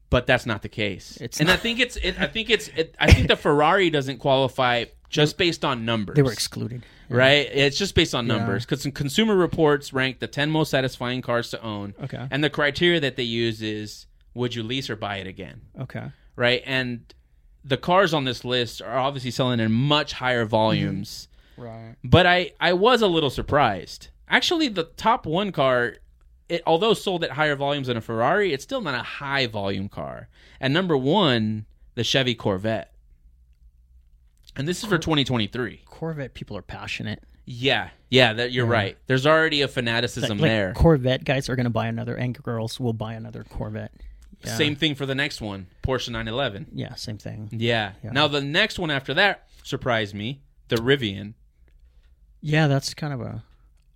Speaker 1: But that's not the case.
Speaker 2: It's
Speaker 1: and
Speaker 2: not-
Speaker 1: I think it's it, I think it's it, I think the Ferrari doesn't qualify just based on numbers.
Speaker 2: They were excluded.
Speaker 1: right? It's just based on numbers cuz consumer reports ranked the 10 most satisfying cars to own.
Speaker 2: Okay.
Speaker 1: And the criteria that they use is would you lease or buy it again,
Speaker 2: Okay.
Speaker 1: right? And the cars on this list are obviously selling in much higher
Speaker 2: Mm-hmm.
Speaker 1: volumes.
Speaker 2: Right.
Speaker 1: But I I was a little surprised. Actually, the top one car, it although sold at higher volumes than a Ferrari, it's still not a high volume car. And number one, the Chevy Corvette. And this is for 2023.
Speaker 2: Corvette people are passionate.
Speaker 1: Yeah, yeah, that you're right. There's already a fanaticism
Speaker 2: Like,
Speaker 1: there.
Speaker 2: Corvette guys are going to buy another, and girls will buy another Corvette. Yeah.
Speaker 1: Same thing for the next one, Porsche 911.
Speaker 2: Yeah, same thing.
Speaker 1: Yeah. Now the next one after that surprised me, the Rivian.
Speaker 2: Yeah, that's kind of a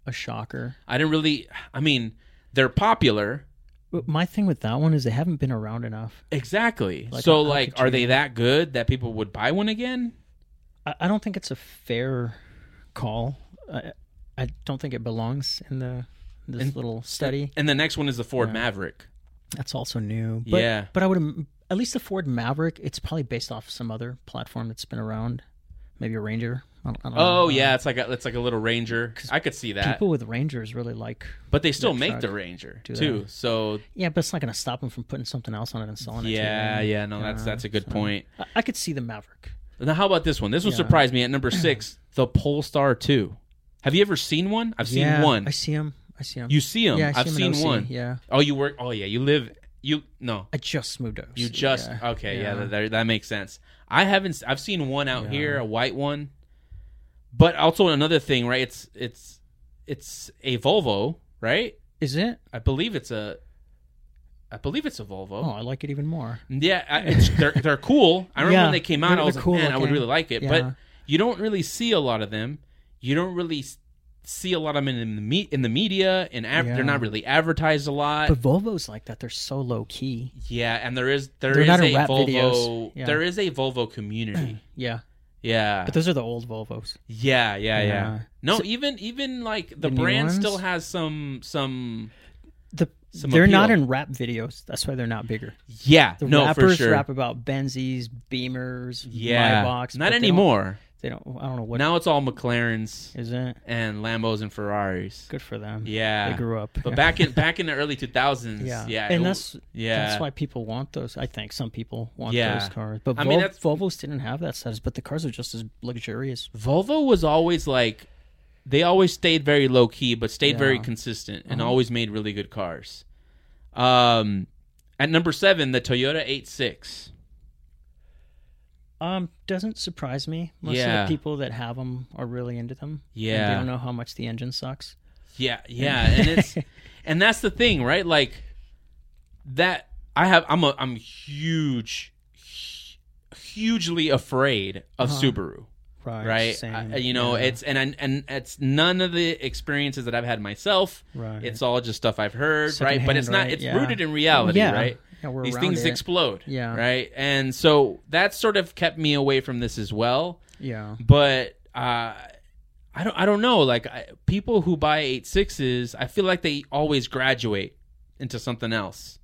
Speaker 2: a shocker.
Speaker 1: I didn't really. I mean, they're popular.
Speaker 2: But my thing with that one is they haven't been around enough.
Speaker 1: Exactly.
Speaker 2: Like,
Speaker 1: so,
Speaker 2: how
Speaker 1: like,
Speaker 2: could
Speaker 1: are
Speaker 2: you-
Speaker 1: they that good that people would buy one again?
Speaker 2: I, I don't think it's a fair call. I, I don't think it belongs in the this little study.
Speaker 1: And the next one is the Ford Maverick.
Speaker 2: That's also new. But,
Speaker 1: Yeah.
Speaker 2: But I would im- at least the Ford Maverick. It's probably based off some other platform that's been around. Maybe a Ranger. I don't, I don't know.
Speaker 1: Oh yeah, it's like a, it's like a little Ranger. I could see that,
Speaker 2: People with Rangers really like.
Speaker 1: but they still make
Speaker 2: truck.
Speaker 1: the Ranger
Speaker 2: Do
Speaker 1: too.
Speaker 2: they?
Speaker 1: So
Speaker 2: Yeah, but it's not going to stop them from putting something else on it and selling
Speaker 1: yeah,
Speaker 2: it. to you.
Speaker 1: yeah, no, that's that's a good point.
Speaker 2: I, I could see the Maverick.
Speaker 1: Now, how about this one? This one surprised me at number six, the Polestar Two. Have you ever seen one? I've seen
Speaker 2: yeah,
Speaker 1: one.
Speaker 2: I see him. I see him.
Speaker 1: you see them?
Speaker 2: Yeah, I see
Speaker 1: I've
Speaker 2: 'em
Speaker 1: seen
Speaker 2: in OC,
Speaker 1: one.
Speaker 2: Yeah.
Speaker 1: Oh, you work? Oh yeah, you live. You no,
Speaker 2: I just moved over.
Speaker 1: You just uh, okay, yeah, that, that- that makes sense. I haven't. s- I've seen one out here, a white one, but also another thing, right? It's it's it's a Volvo, right?
Speaker 2: Is it?
Speaker 1: I believe it's a. I believe it's a Volvo.
Speaker 2: Oh, I like it even more.
Speaker 1: Yeah, I, it's, they're they're cool. I remember
Speaker 2: Yeah,
Speaker 1: when they came out,
Speaker 2: they're-
Speaker 1: I was
Speaker 2: they're
Speaker 1: like,
Speaker 2: cool
Speaker 1: man, I would
Speaker 2: looking.
Speaker 1: really like it.
Speaker 2: Yeah.
Speaker 1: But you don't really see a lot of them. You don't really s- see a lot of them in the me- in the media, and ad-
Speaker 2: Yeah.
Speaker 1: they're not really advertised a lot.
Speaker 2: But Volvo's like that. They're so low key.
Speaker 1: yeah, and there is there
Speaker 2: They're
Speaker 1: is
Speaker 2: not in
Speaker 1: a
Speaker 2: rap
Speaker 1: Volvo.
Speaker 2: videos. Yeah.
Speaker 1: There is a Volvo community.
Speaker 2: Yeah.
Speaker 1: Yeah.
Speaker 2: But those are the old Volvos.
Speaker 1: yeah, yeah, yeah,
Speaker 2: Yeah.
Speaker 1: No, even even like the,
Speaker 2: The new
Speaker 1: brand
Speaker 2: ones?
Speaker 1: still has some some
Speaker 2: The,
Speaker 1: Some
Speaker 2: they're not
Speaker 1: appeal.
Speaker 2: in rap videos. That's why they're not bigger.
Speaker 1: yeah,
Speaker 2: The
Speaker 1: no
Speaker 2: rappers
Speaker 1: for sure.
Speaker 2: rap about Benzes, Beamers,
Speaker 1: yeah.
Speaker 2: Maybachs.
Speaker 1: Not
Speaker 2: but they don't-
Speaker 1: anymore.
Speaker 2: They don't, I don't know what
Speaker 1: Now it's all McLarens
Speaker 2: is it.
Speaker 1: and Lambos and Ferraris.
Speaker 2: Good for them.
Speaker 1: Yeah.
Speaker 2: They grew up.
Speaker 1: But back in back in the early 2000s, yeah.
Speaker 2: yeah.
Speaker 1: it
Speaker 2: And
Speaker 1: w-
Speaker 2: that's
Speaker 1: yeah.
Speaker 2: that's why people want those. I think some people want
Speaker 1: Yeah.
Speaker 2: those cars. But
Speaker 1: I
Speaker 2: I
Speaker 1: mean, that's-
Speaker 2: Volvos didn't have that status, but the cars are just as luxurious.
Speaker 1: Volvo was always like they always stayed very low key, but stayed very
Speaker 2: Yeah. Uh-huh.
Speaker 1: consistent and always made really good cars. Um, at number seven, the Toyota 86.
Speaker 2: Um, doesn't surprise me. Most
Speaker 1: Yeah.
Speaker 2: of the people that have them are really into them. and
Speaker 1: Yeah.
Speaker 2: they don't know how much the engine sucks.
Speaker 1: Yeah, yeah, and it's and that's the thing, right? Like that I have I'm a I'm huge hu- hugely afraid of
Speaker 2: Uh-huh.
Speaker 1: Subaru, right?
Speaker 2: Same.
Speaker 1: I- uh, you know,
Speaker 2: Yeah.
Speaker 1: it's and I, and it's none of the experiences that I've had myself.
Speaker 2: Right.
Speaker 1: It's all just stuff I've heard, right? But
Speaker 2: Secondhand,
Speaker 1: it's not
Speaker 2: right?
Speaker 1: it's
Speaker 2: Yeah.
Speaker 1: rooted in reality,
Speaker 2: yeah.
Speaker 1: right?
Speaker 2: Yeah, we're
Speaker 1: These
Speaker 2: around
Speaker 1: things
Speaker 2: it.
Speaker 1: explode,
Speaker 2: Yeah.
Speaker 1: right? And so that sort of kept me away from this as well
Speaker 2: yeah.
Speaker 1: but uh, I don't I don't know. Like I, people who buy eight sixes, I feel like they always graduate into something else.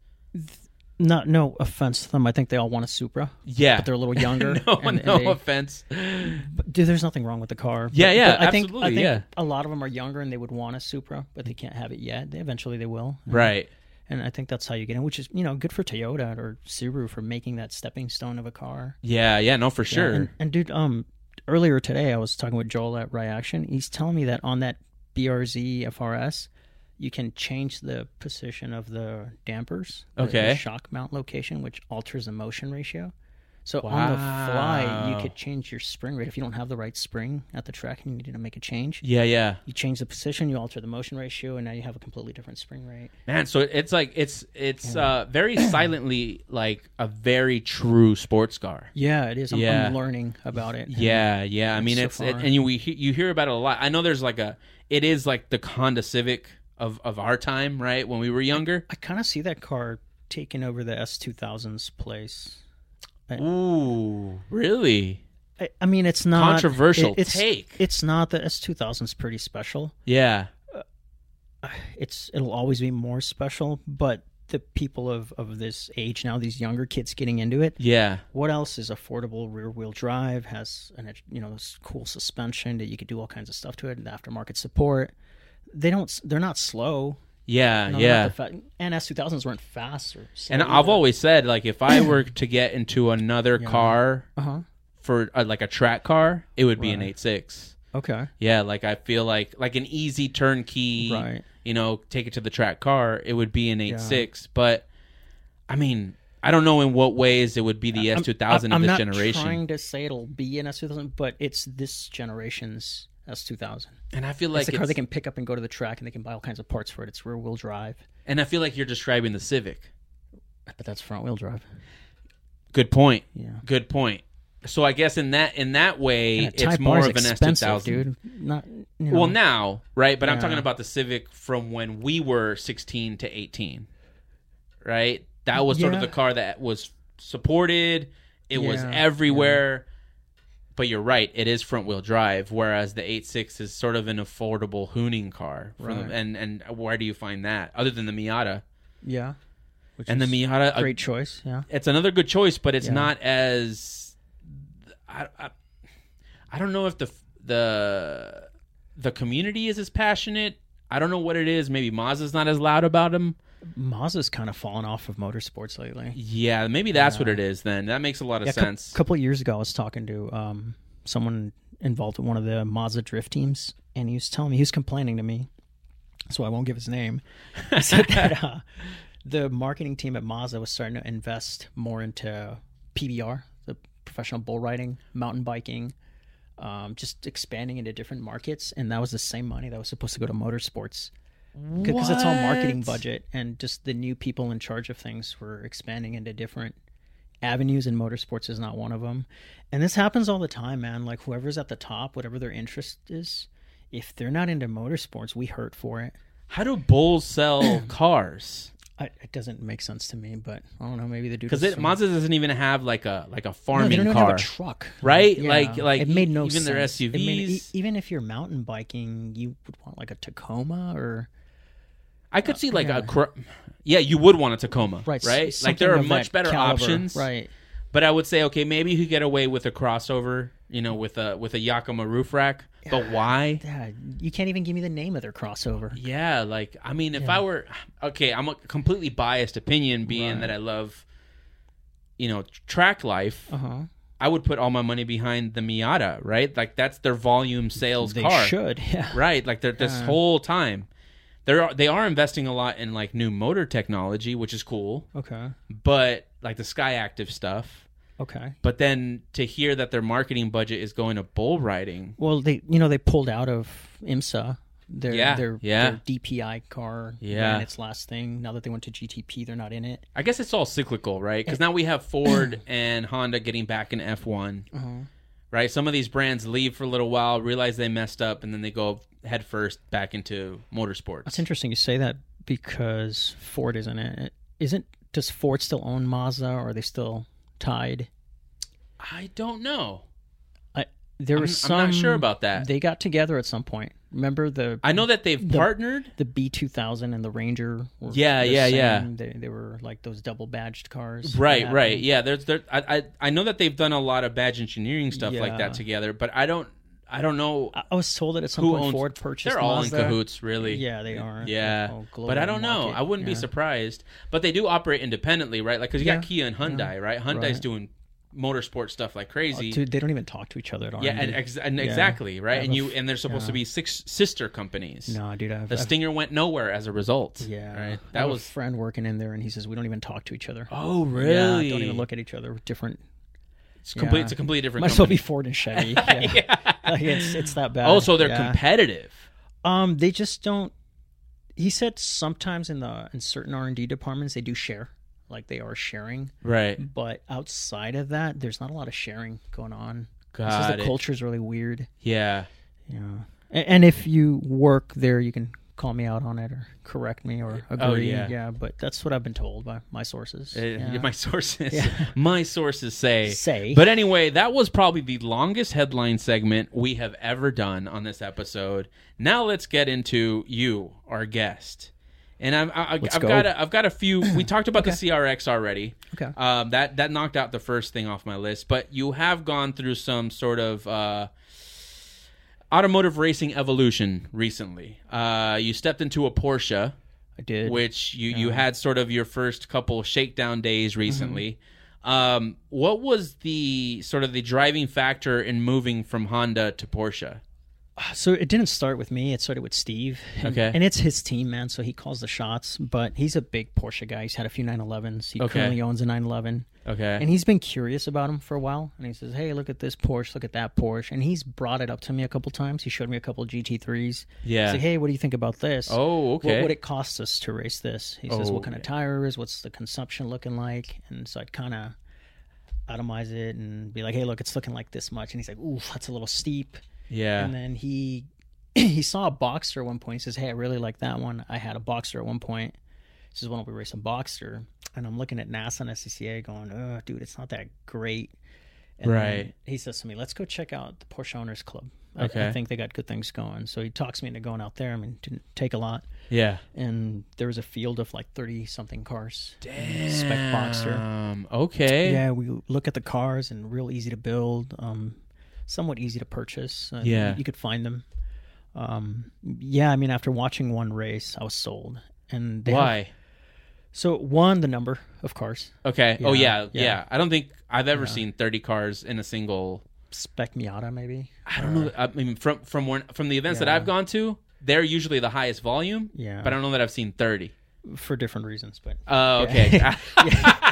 Speaker 2: Not no offense to them. I think they all want a Supra,
Speaker 1: Yeah,
Speaker 2: but they're a little younger.
Speaker 1: no,
Speaker 2: and- and
Speaker 1: no
Speaker 2: they-
Speaker 1: offense.
Speaker 2: but dude, there's nothing wrong with the car.
Speaker 1: Yeah,
Speaker 2: But-
Speaker 1: yeah,
Speaker 2: but I think, I
Speaker 1: absolutely,
Speaker 2: think
Speaker 1: yeah.
Speaker 2: a lot of them are younger and they would want a Supra, but they can't have it yet. They eventually they will.
Speaker 1: Right.
Speaker 2: And I think that's how you get in, which is you know good for Toyota or Subaru for making that stepping stone of a car.
Speaker 1: Yeah. Yeah. No, for sure.
Speaker 2: Yeah, and, and dude, um, earlier today I was talking with Joel at Reaction. He's telling me that on that BRZ FRS, you can change the position of the dampers, the- the
Speaker 1: Okay.
Speaker 2: shock mount location, which alters the motion ratio. So on the fly,
Speaker 1: Wow.
Speaker 2: you could change your spring rate if you don't have the right spring at the track and you need to make a change.
Speaker 1: yeah. Yeah.
Speaker 2: You change the position, you alter the motion ratio, and now you have a completely different spring rate.
Speaker 1: Man. So it's like it's it's uh, very silently like a very true sports car.
Speaker 2: Yeah, it is. I'm,
Speaker 1: Yeah.
Speaker 2: I'm learning about it. and-
Speaker 1: Yeah, yeah. I mean,
Speaker 2: so
Speaker 1: it's it,
Speaker 2: far.
Speaker 1: and you we he- you hear about it a lot. I know there's like a it is like the Honda Civic of of our time, right? When we were younger.
Speaker 2: I kind of see that car taking over the S2000's place.
Speaker 1: Ooh, really?
Speaker 2: I, I mean, it's not
Speaker 1: Controversial
Speaker 2: it- it's,
Speaker 1: take.
Speaker 2: It's not that S two thousand is pretty special.
Speaker 1: Yeah.
Speaker 2: It's it'll always be more special. But the people of of this age now, these younger kids getting into it,
Speaker 1: Yeah.
Speaker 2: what else is affordable? Rear wheel drive has an you know this cool suspension that you could do all kinds of stuff to it, and aftermarket support. They don't. s- They're not slow.
Speaker 1: Yeah.
Speaker 2: You know, they're
Speaker 1: yeah.
Speaker 2: not the fa- and S two thousands weren't fast or. Slow
Speaker 1: and I've always said like if I were to get into another car
Speaker 2: Uh huh.
Speaker 1: for uh, like a track car, it would be an
Speaker 2: Right.
Speaker 1: eight six.
Speaker 2: Okay.
Speaker 1: Yeah, like I feel like like an easy turnkey,
Speaker 2: Right.
Speaker 1: you know, take it to the track car, it would be an eight six, but I mean, I don't know in what ways it would be the S two thousand
Speaker 2: I'm-
Speaker 1: of
Speaker 2: I'm
Speaker 1: this
Speaker 2: not
Speaker 1: generation.
Speaker 2: trying to say it'll be an S two thousand, but it's this generation's S two thousand.
Speaker 1: and I feel like
Speaker 2: It's a car
Speaker 1: it's-
Speaker 2: they can pick up and go to the track, and they can buy all kinds of parts for it. It's rear wheel drive,
Speaker 1: and I feel like you're describing the Civic.
Speaker 2: but that's front wheel drive.
Speaker 1: Good point.
Speaker 2: Yeah.
Speaker 1: Good point. So I guess in that in that way,
Speaker 2: And a
Speaker 1: it's
Speaker 2: Type
Speaker 1: more
Speaker 2: R
Speaker 1: of
Speaker 2: is
Speaker 1: an S two
Speaker 2: expensive,
Speaker 1: thousand.
Speaker 2: dude. Not you know,
Speaker 1: Well, now, right? But I'm talking
Speaker 2: Yeah.
Speaker 1: about the Civic from when we were 16 to 18, right? That was sort of
Speaker 2: Yeah.
Speaker 1: the car that was supported. It was
Speaker 2: Yeah,
Speaker 1: everywhere. But you're right; it is front wheel drive, whereas the 86 is sort of an affordable hooning car. From
Speaker 2: Right.
Speaker 1: and and where do you find that other than the Miata?
Speaker 2: yeah, Which
Speaker 1: And the
Speaker 2: is
Speaker 1: Miata,
Speaker 2: great choice. Yeah,
Speaker 1: it's another good choice, but it's
Speaker 2: Yeah.
Speaker 1: not as I, I I don't know if the the the community is as passionate. I don't know what it is. Maybe Mazda's not as loud about him.
Speaker 2: Mazda's kind of fallen off of motorsports lately.
Speaker 1: Yeah, maybe that's what it is. Then that makes a lot of
Speaker 2: Yeah,
Speaker 1: sense.
Speaker 2: a couple of years ago, I was talking to um, someone involved in one of the Mazda drift teams, and he was telling me he was complaining to me, so I won't give his name. He said that uh, the marketing team at Mazda was starting to invest more into PBR, the professional bull riding, mountain biking, um, just expanding into different markets, and that was the same money that was supposed to go to motorsports because it's all marketing
Speaker 1: What?
Speaker 2: budget and just the new people in charge of things were expanding into different avenues and motorsports is not one of them and this happens all the time man like whoever's at the top whatever their interest is if they're not into motorsports we hurt for it
Speaker 1: How do bulls sell cars?
Speaker 2: I, it doesn't make sense to me but i don't know maybe the dude
Speaker 1: Because
Speaker 2: was
Speaker 1: it
Speaker 2: from-
Speaker 1: Mazda doesn't even have like a like a
Speaker 2: No, they
Speaker 1: farming
Speaker 2: don't even
Speaker 1: car.
Speaker 2: have a truck
Speaker 1: right?
Speaker 2: Yeah.
Speaker 1: Like- like e-
Speaker 2: it made no
Speaker 1: even
Speaker 2: sense.
Speaker 1: their
Speaker 2: It made- e-
Speaker 1: SUVs.
Speaker 2: even if you're mountain biking you would want like a tacoma or
Speaker 1: I could see like
Speaker 2: uh, yeah.
Speaker 1: a cr- yeah, you would want a Tacoma, right?
Speaker 2: right s-
Speaker 1: Like
Speaker 2: something
Speaker 1: there are
Speaker 2: of
Speaker 1: much
Speaker 2: that
Speaker 1: better
Speaker 2: caliber.
Speaker 1: options,
Speaker 2: right
Speaker 1: But I would say, okay, maybe you could get away with a crossover, you know, with a with a Yakima roof rack. But why?
Speaker 2: Yeah, you can't even give me the name of their crossover.
Speaker 1: Yeah, like I mean, if I were okay, I'm a completely
Speaker 2: Oh.
Speaker 1: biased opinion, being that I love, you know, track life.
Speaker 2: huh.
Speaker 1: I would put all my money behind the Miata, right? Like that's their volume sales
Speaker 2: They
Speaker 1: car,
Speaker 2: should. Yeah.
Speaker 1: right? Like they're this whole time, they are they are investing a lot in like new motor technology, which is cool,
Speaker 2: Okay.
Speaker 1: but like the Sky Active stuff.
Speaker 2: Okay.
Speaker 1: But then to hear that their marketing budget is going to bull riding,
Speaker 2: Well, they you know they pulled out of IMSA. Their,
Speaker 1: Yeah,
Speaker 2: their,
Speaker 1: yeah.
Speaker 2: their DPI car
Speaker 1: Yeah.
Speaker 2: ran its last thing. Now that they went to GTP, they're not in it.
Speaker 1: I guess it's all cyclical, right? Because now we have Ford and Honda getting back in F one,
Speaker 2: Uh-huh.
Speaker 1: right? Some of these brands leave for a little while, realize they messed up, and then they go head first back into motorsports.
Speaker 2: It's interesting you say that because Ford isn't in it. Isn't does Ford still own Mazda? Or are they still tied?
Speaker 1: I don't know.
Speaker 2: I there was
Speaker 1: I'm-
Speaker 2: some.
Speaker 1: I'm not sure about that.
Speaker 2: They got together at some point. Remember the
Speaker 1: I know that they've partnered.
Speaker 2: the B two thousand and the Ranger. Were
Speaker 1: Yeah,
Speaker 2: the
Speaker 1: yeah,
Speaker 2: same.
Speaker 1: yeah.
Speaker 2: They, they were like those double badged cars.
Speaker 1: Right,
Speaker 2: Yeah.
Speaker 1: right. Yeah, there's there I, I I know that they've done a lot of badge engineering stuff like
Speaker 2: Yeah.
Speaker 1: that together, but I don't I don't know
Speaker 2: I, I was told that at some
Speaker 1: who
Speaker 2: point
Speaker 1: owns
Speaker 2: Ford purchased.
Speaker 1: They're all
Speaker 2: Mazda.
Speaker 1: in cahoots, really.
Speaker 2: Yeah, they are.
Speaker 1: Yeah.
Speaker 2: Oh,
Speaker 1: but I don't know.
Speaker 2: market.
Speaker 1: I wouldn't be
Speaker 2: Yeah.
Speaker 1: surprised. But they do operate independently, right? Like cuz you got
Speaker 2: Yeah.
Speaker 1: Kia and Hyundai, right? Hyundai's
Speaker 2: Right.
Speaker 1: doing motorsport stuff like
Speaker 2: Oh,
Speaker 1: crazy.
Speaker 2: dude, they don't even talk to each other at R&D.
Speaker 1: yeah, and, ex- and
Speaker 2: Yeah.
Speaker 1: exactly,
Speaker 2: I
Speaker 1: right?
Speaker 2: have
Speaker 1: And
Speaker 2: a
Speaker 1: you
Speaker 2: f-
Speaker 1: and there's supposed
Speaker 2: yeah.
Speaker 1: to be six sister companies.
Speaker 2: No, dude, I've,
Speaker 1: The
Speaker 2: I've-
Speaker 1: Stinger went nowhere as a result.
Speaker 2: yeah,
Speaker 1: Right?
Speaker 2: I have
Speaker 1: That
Speaker 2: a
Speaker 1: was
Speaker 2: friend working in there, and he says we don't even talk to each other.
Speaker 1: Oh,
Speaker 2: Yeah, don't even look at each other. We're different.
Speaker 1: It's complete
Speaker 2: yeah.
Speaker 1: it's a completely different
Speaker 2: Might as well
Speaker 1: company.
Speaker 2: be Ford and Chevy. Yeah, Like, it's it's that bad.
Speaker 1: oh, so they're
Speaker 2: Yeah.
Speaker 1: competitive.
Speaker 2: Um, they just don't. He said sometimes in the in certain R and D departments they do share, like they are sharing,
Speaker 1: Right.
Speaker 2: but outside of that, there's not a lot of sharing going on. This is
Speaker 1: Got
Speaker 2: the
Speaker 1: it.
Speaker 2: culture is really weird.
Speaker 1: Yeah.
Speaker 2: Yeah, and, and if you work there, you can call me out on it or correct me or agree.
Speaker 1: Oh, yeah.
Speaker 2: but that's what I've been told by my sources.
Speaker 1: Uh,
Speaker 2: yeah.
Speaker 1: My sources,
Speaker 2: Yeah.
Speaker 1: my sources say.
Speaker 2: Say.
Speaker 1: But anyway, that was probably the longest headline segment we have ever done on this episode. Now let's get into you, our guest, and I've, I, I've
Speaker 2: Let's go.
Speaker 1: got a, I've got a few. We talked about the CRX already.
Speaker 2: Okay.
Speaker 1: Um, that that knocked out the first thing off my list, but you have gone through some sort of. Uh, Automotive racing evolution recently. Uh, you stepped into a Porsche,
Speaker 2: I did.
Speaker 1: which you, you had sort of your first couple shakedown days recently. Um, what was the sort of the driving factor in moving from Honda to Porsche?
Speaker 2: So it didn't start with me. It started with Steve. And,
Speaker 1: Okay.
Speaker 2: And it's his team, man. So he calls the shots, but he's a big Porsche guy. He's had a few 911s. He
Speaker 1: Okay.
Speaker 2: currently owns a 911.
Speaker 1: Okay.
Speaker 2: And he's been curious about him for a while. And he says, hey, look at this Porsche. Look at that Porsche. And he's brought it up to me a couple times. He showed me a couple GT3s.
Speaker 1: Yeah.
Speaker 2: He's like, hey, what do you think about this?
Speaker 1: oh, okay.
Speaker 2: What would it cost us to race this? He says,
Speaker 1: Oh,
Speaker 2: what kind of tire is? What's the consumption looking like? And so I'd kind of atomize it and be like, hey, look, it's looking like this much. And he's like, oof, that's a little steep.
Speaker 1: yeah.
Speaker 2: And then he he saw a boxer at one point. He says, "Hey, I really like that one. I had a boxer at one point." He says, "Why don't we race a boxer?" And I'm looking at NASA and SCCA, going, "Oh, dude, it's not that great." And then
Speaker 1: Right.
Speaker 2: He says to me, "Let's go check out the Porsche Owners Club. I, I
Speaker 1: Okay.
Speaker 2: think they got good things going." So he talks me into going out there. I mean, it didn't take a lot,
Speaker 1: yeah.
Speaker 2: and there was a field of like thirty something cars. Damn. Spec boxer.
Speaker 1: Um, okay.
Speaker 2: Yeah, we look at the cars and real easy to build, um, somewhat easy to purchase. and
Speaker 1: Yeah.
Speaker 2: you could find them. Um, yeah, I mean, after watching one race, I was sold. And they have-
Speaker 1: Why?
Speaker 2: so one, the number of cars
Speaker 1: Okay. oh
Speaker 2: Yeah,
Speaker 1: yeah, yeah.
Speaker 2: yeah.
Speaker 1: I don't think I've ever seen 30 cars in a single
Speaker 2: spec Miata maybe.
Speaker 1: I don't know. I mean from from when, from the events that
Speaker 2: Yeah.
Speaker 1: I've gone to, they're usually the highest volume,
Speaker 2: Yeah,
Speaker 1: but I don't know that I've seen 30.
Speaker 2: for different reasons. But
Speaker 1: Oh, okay.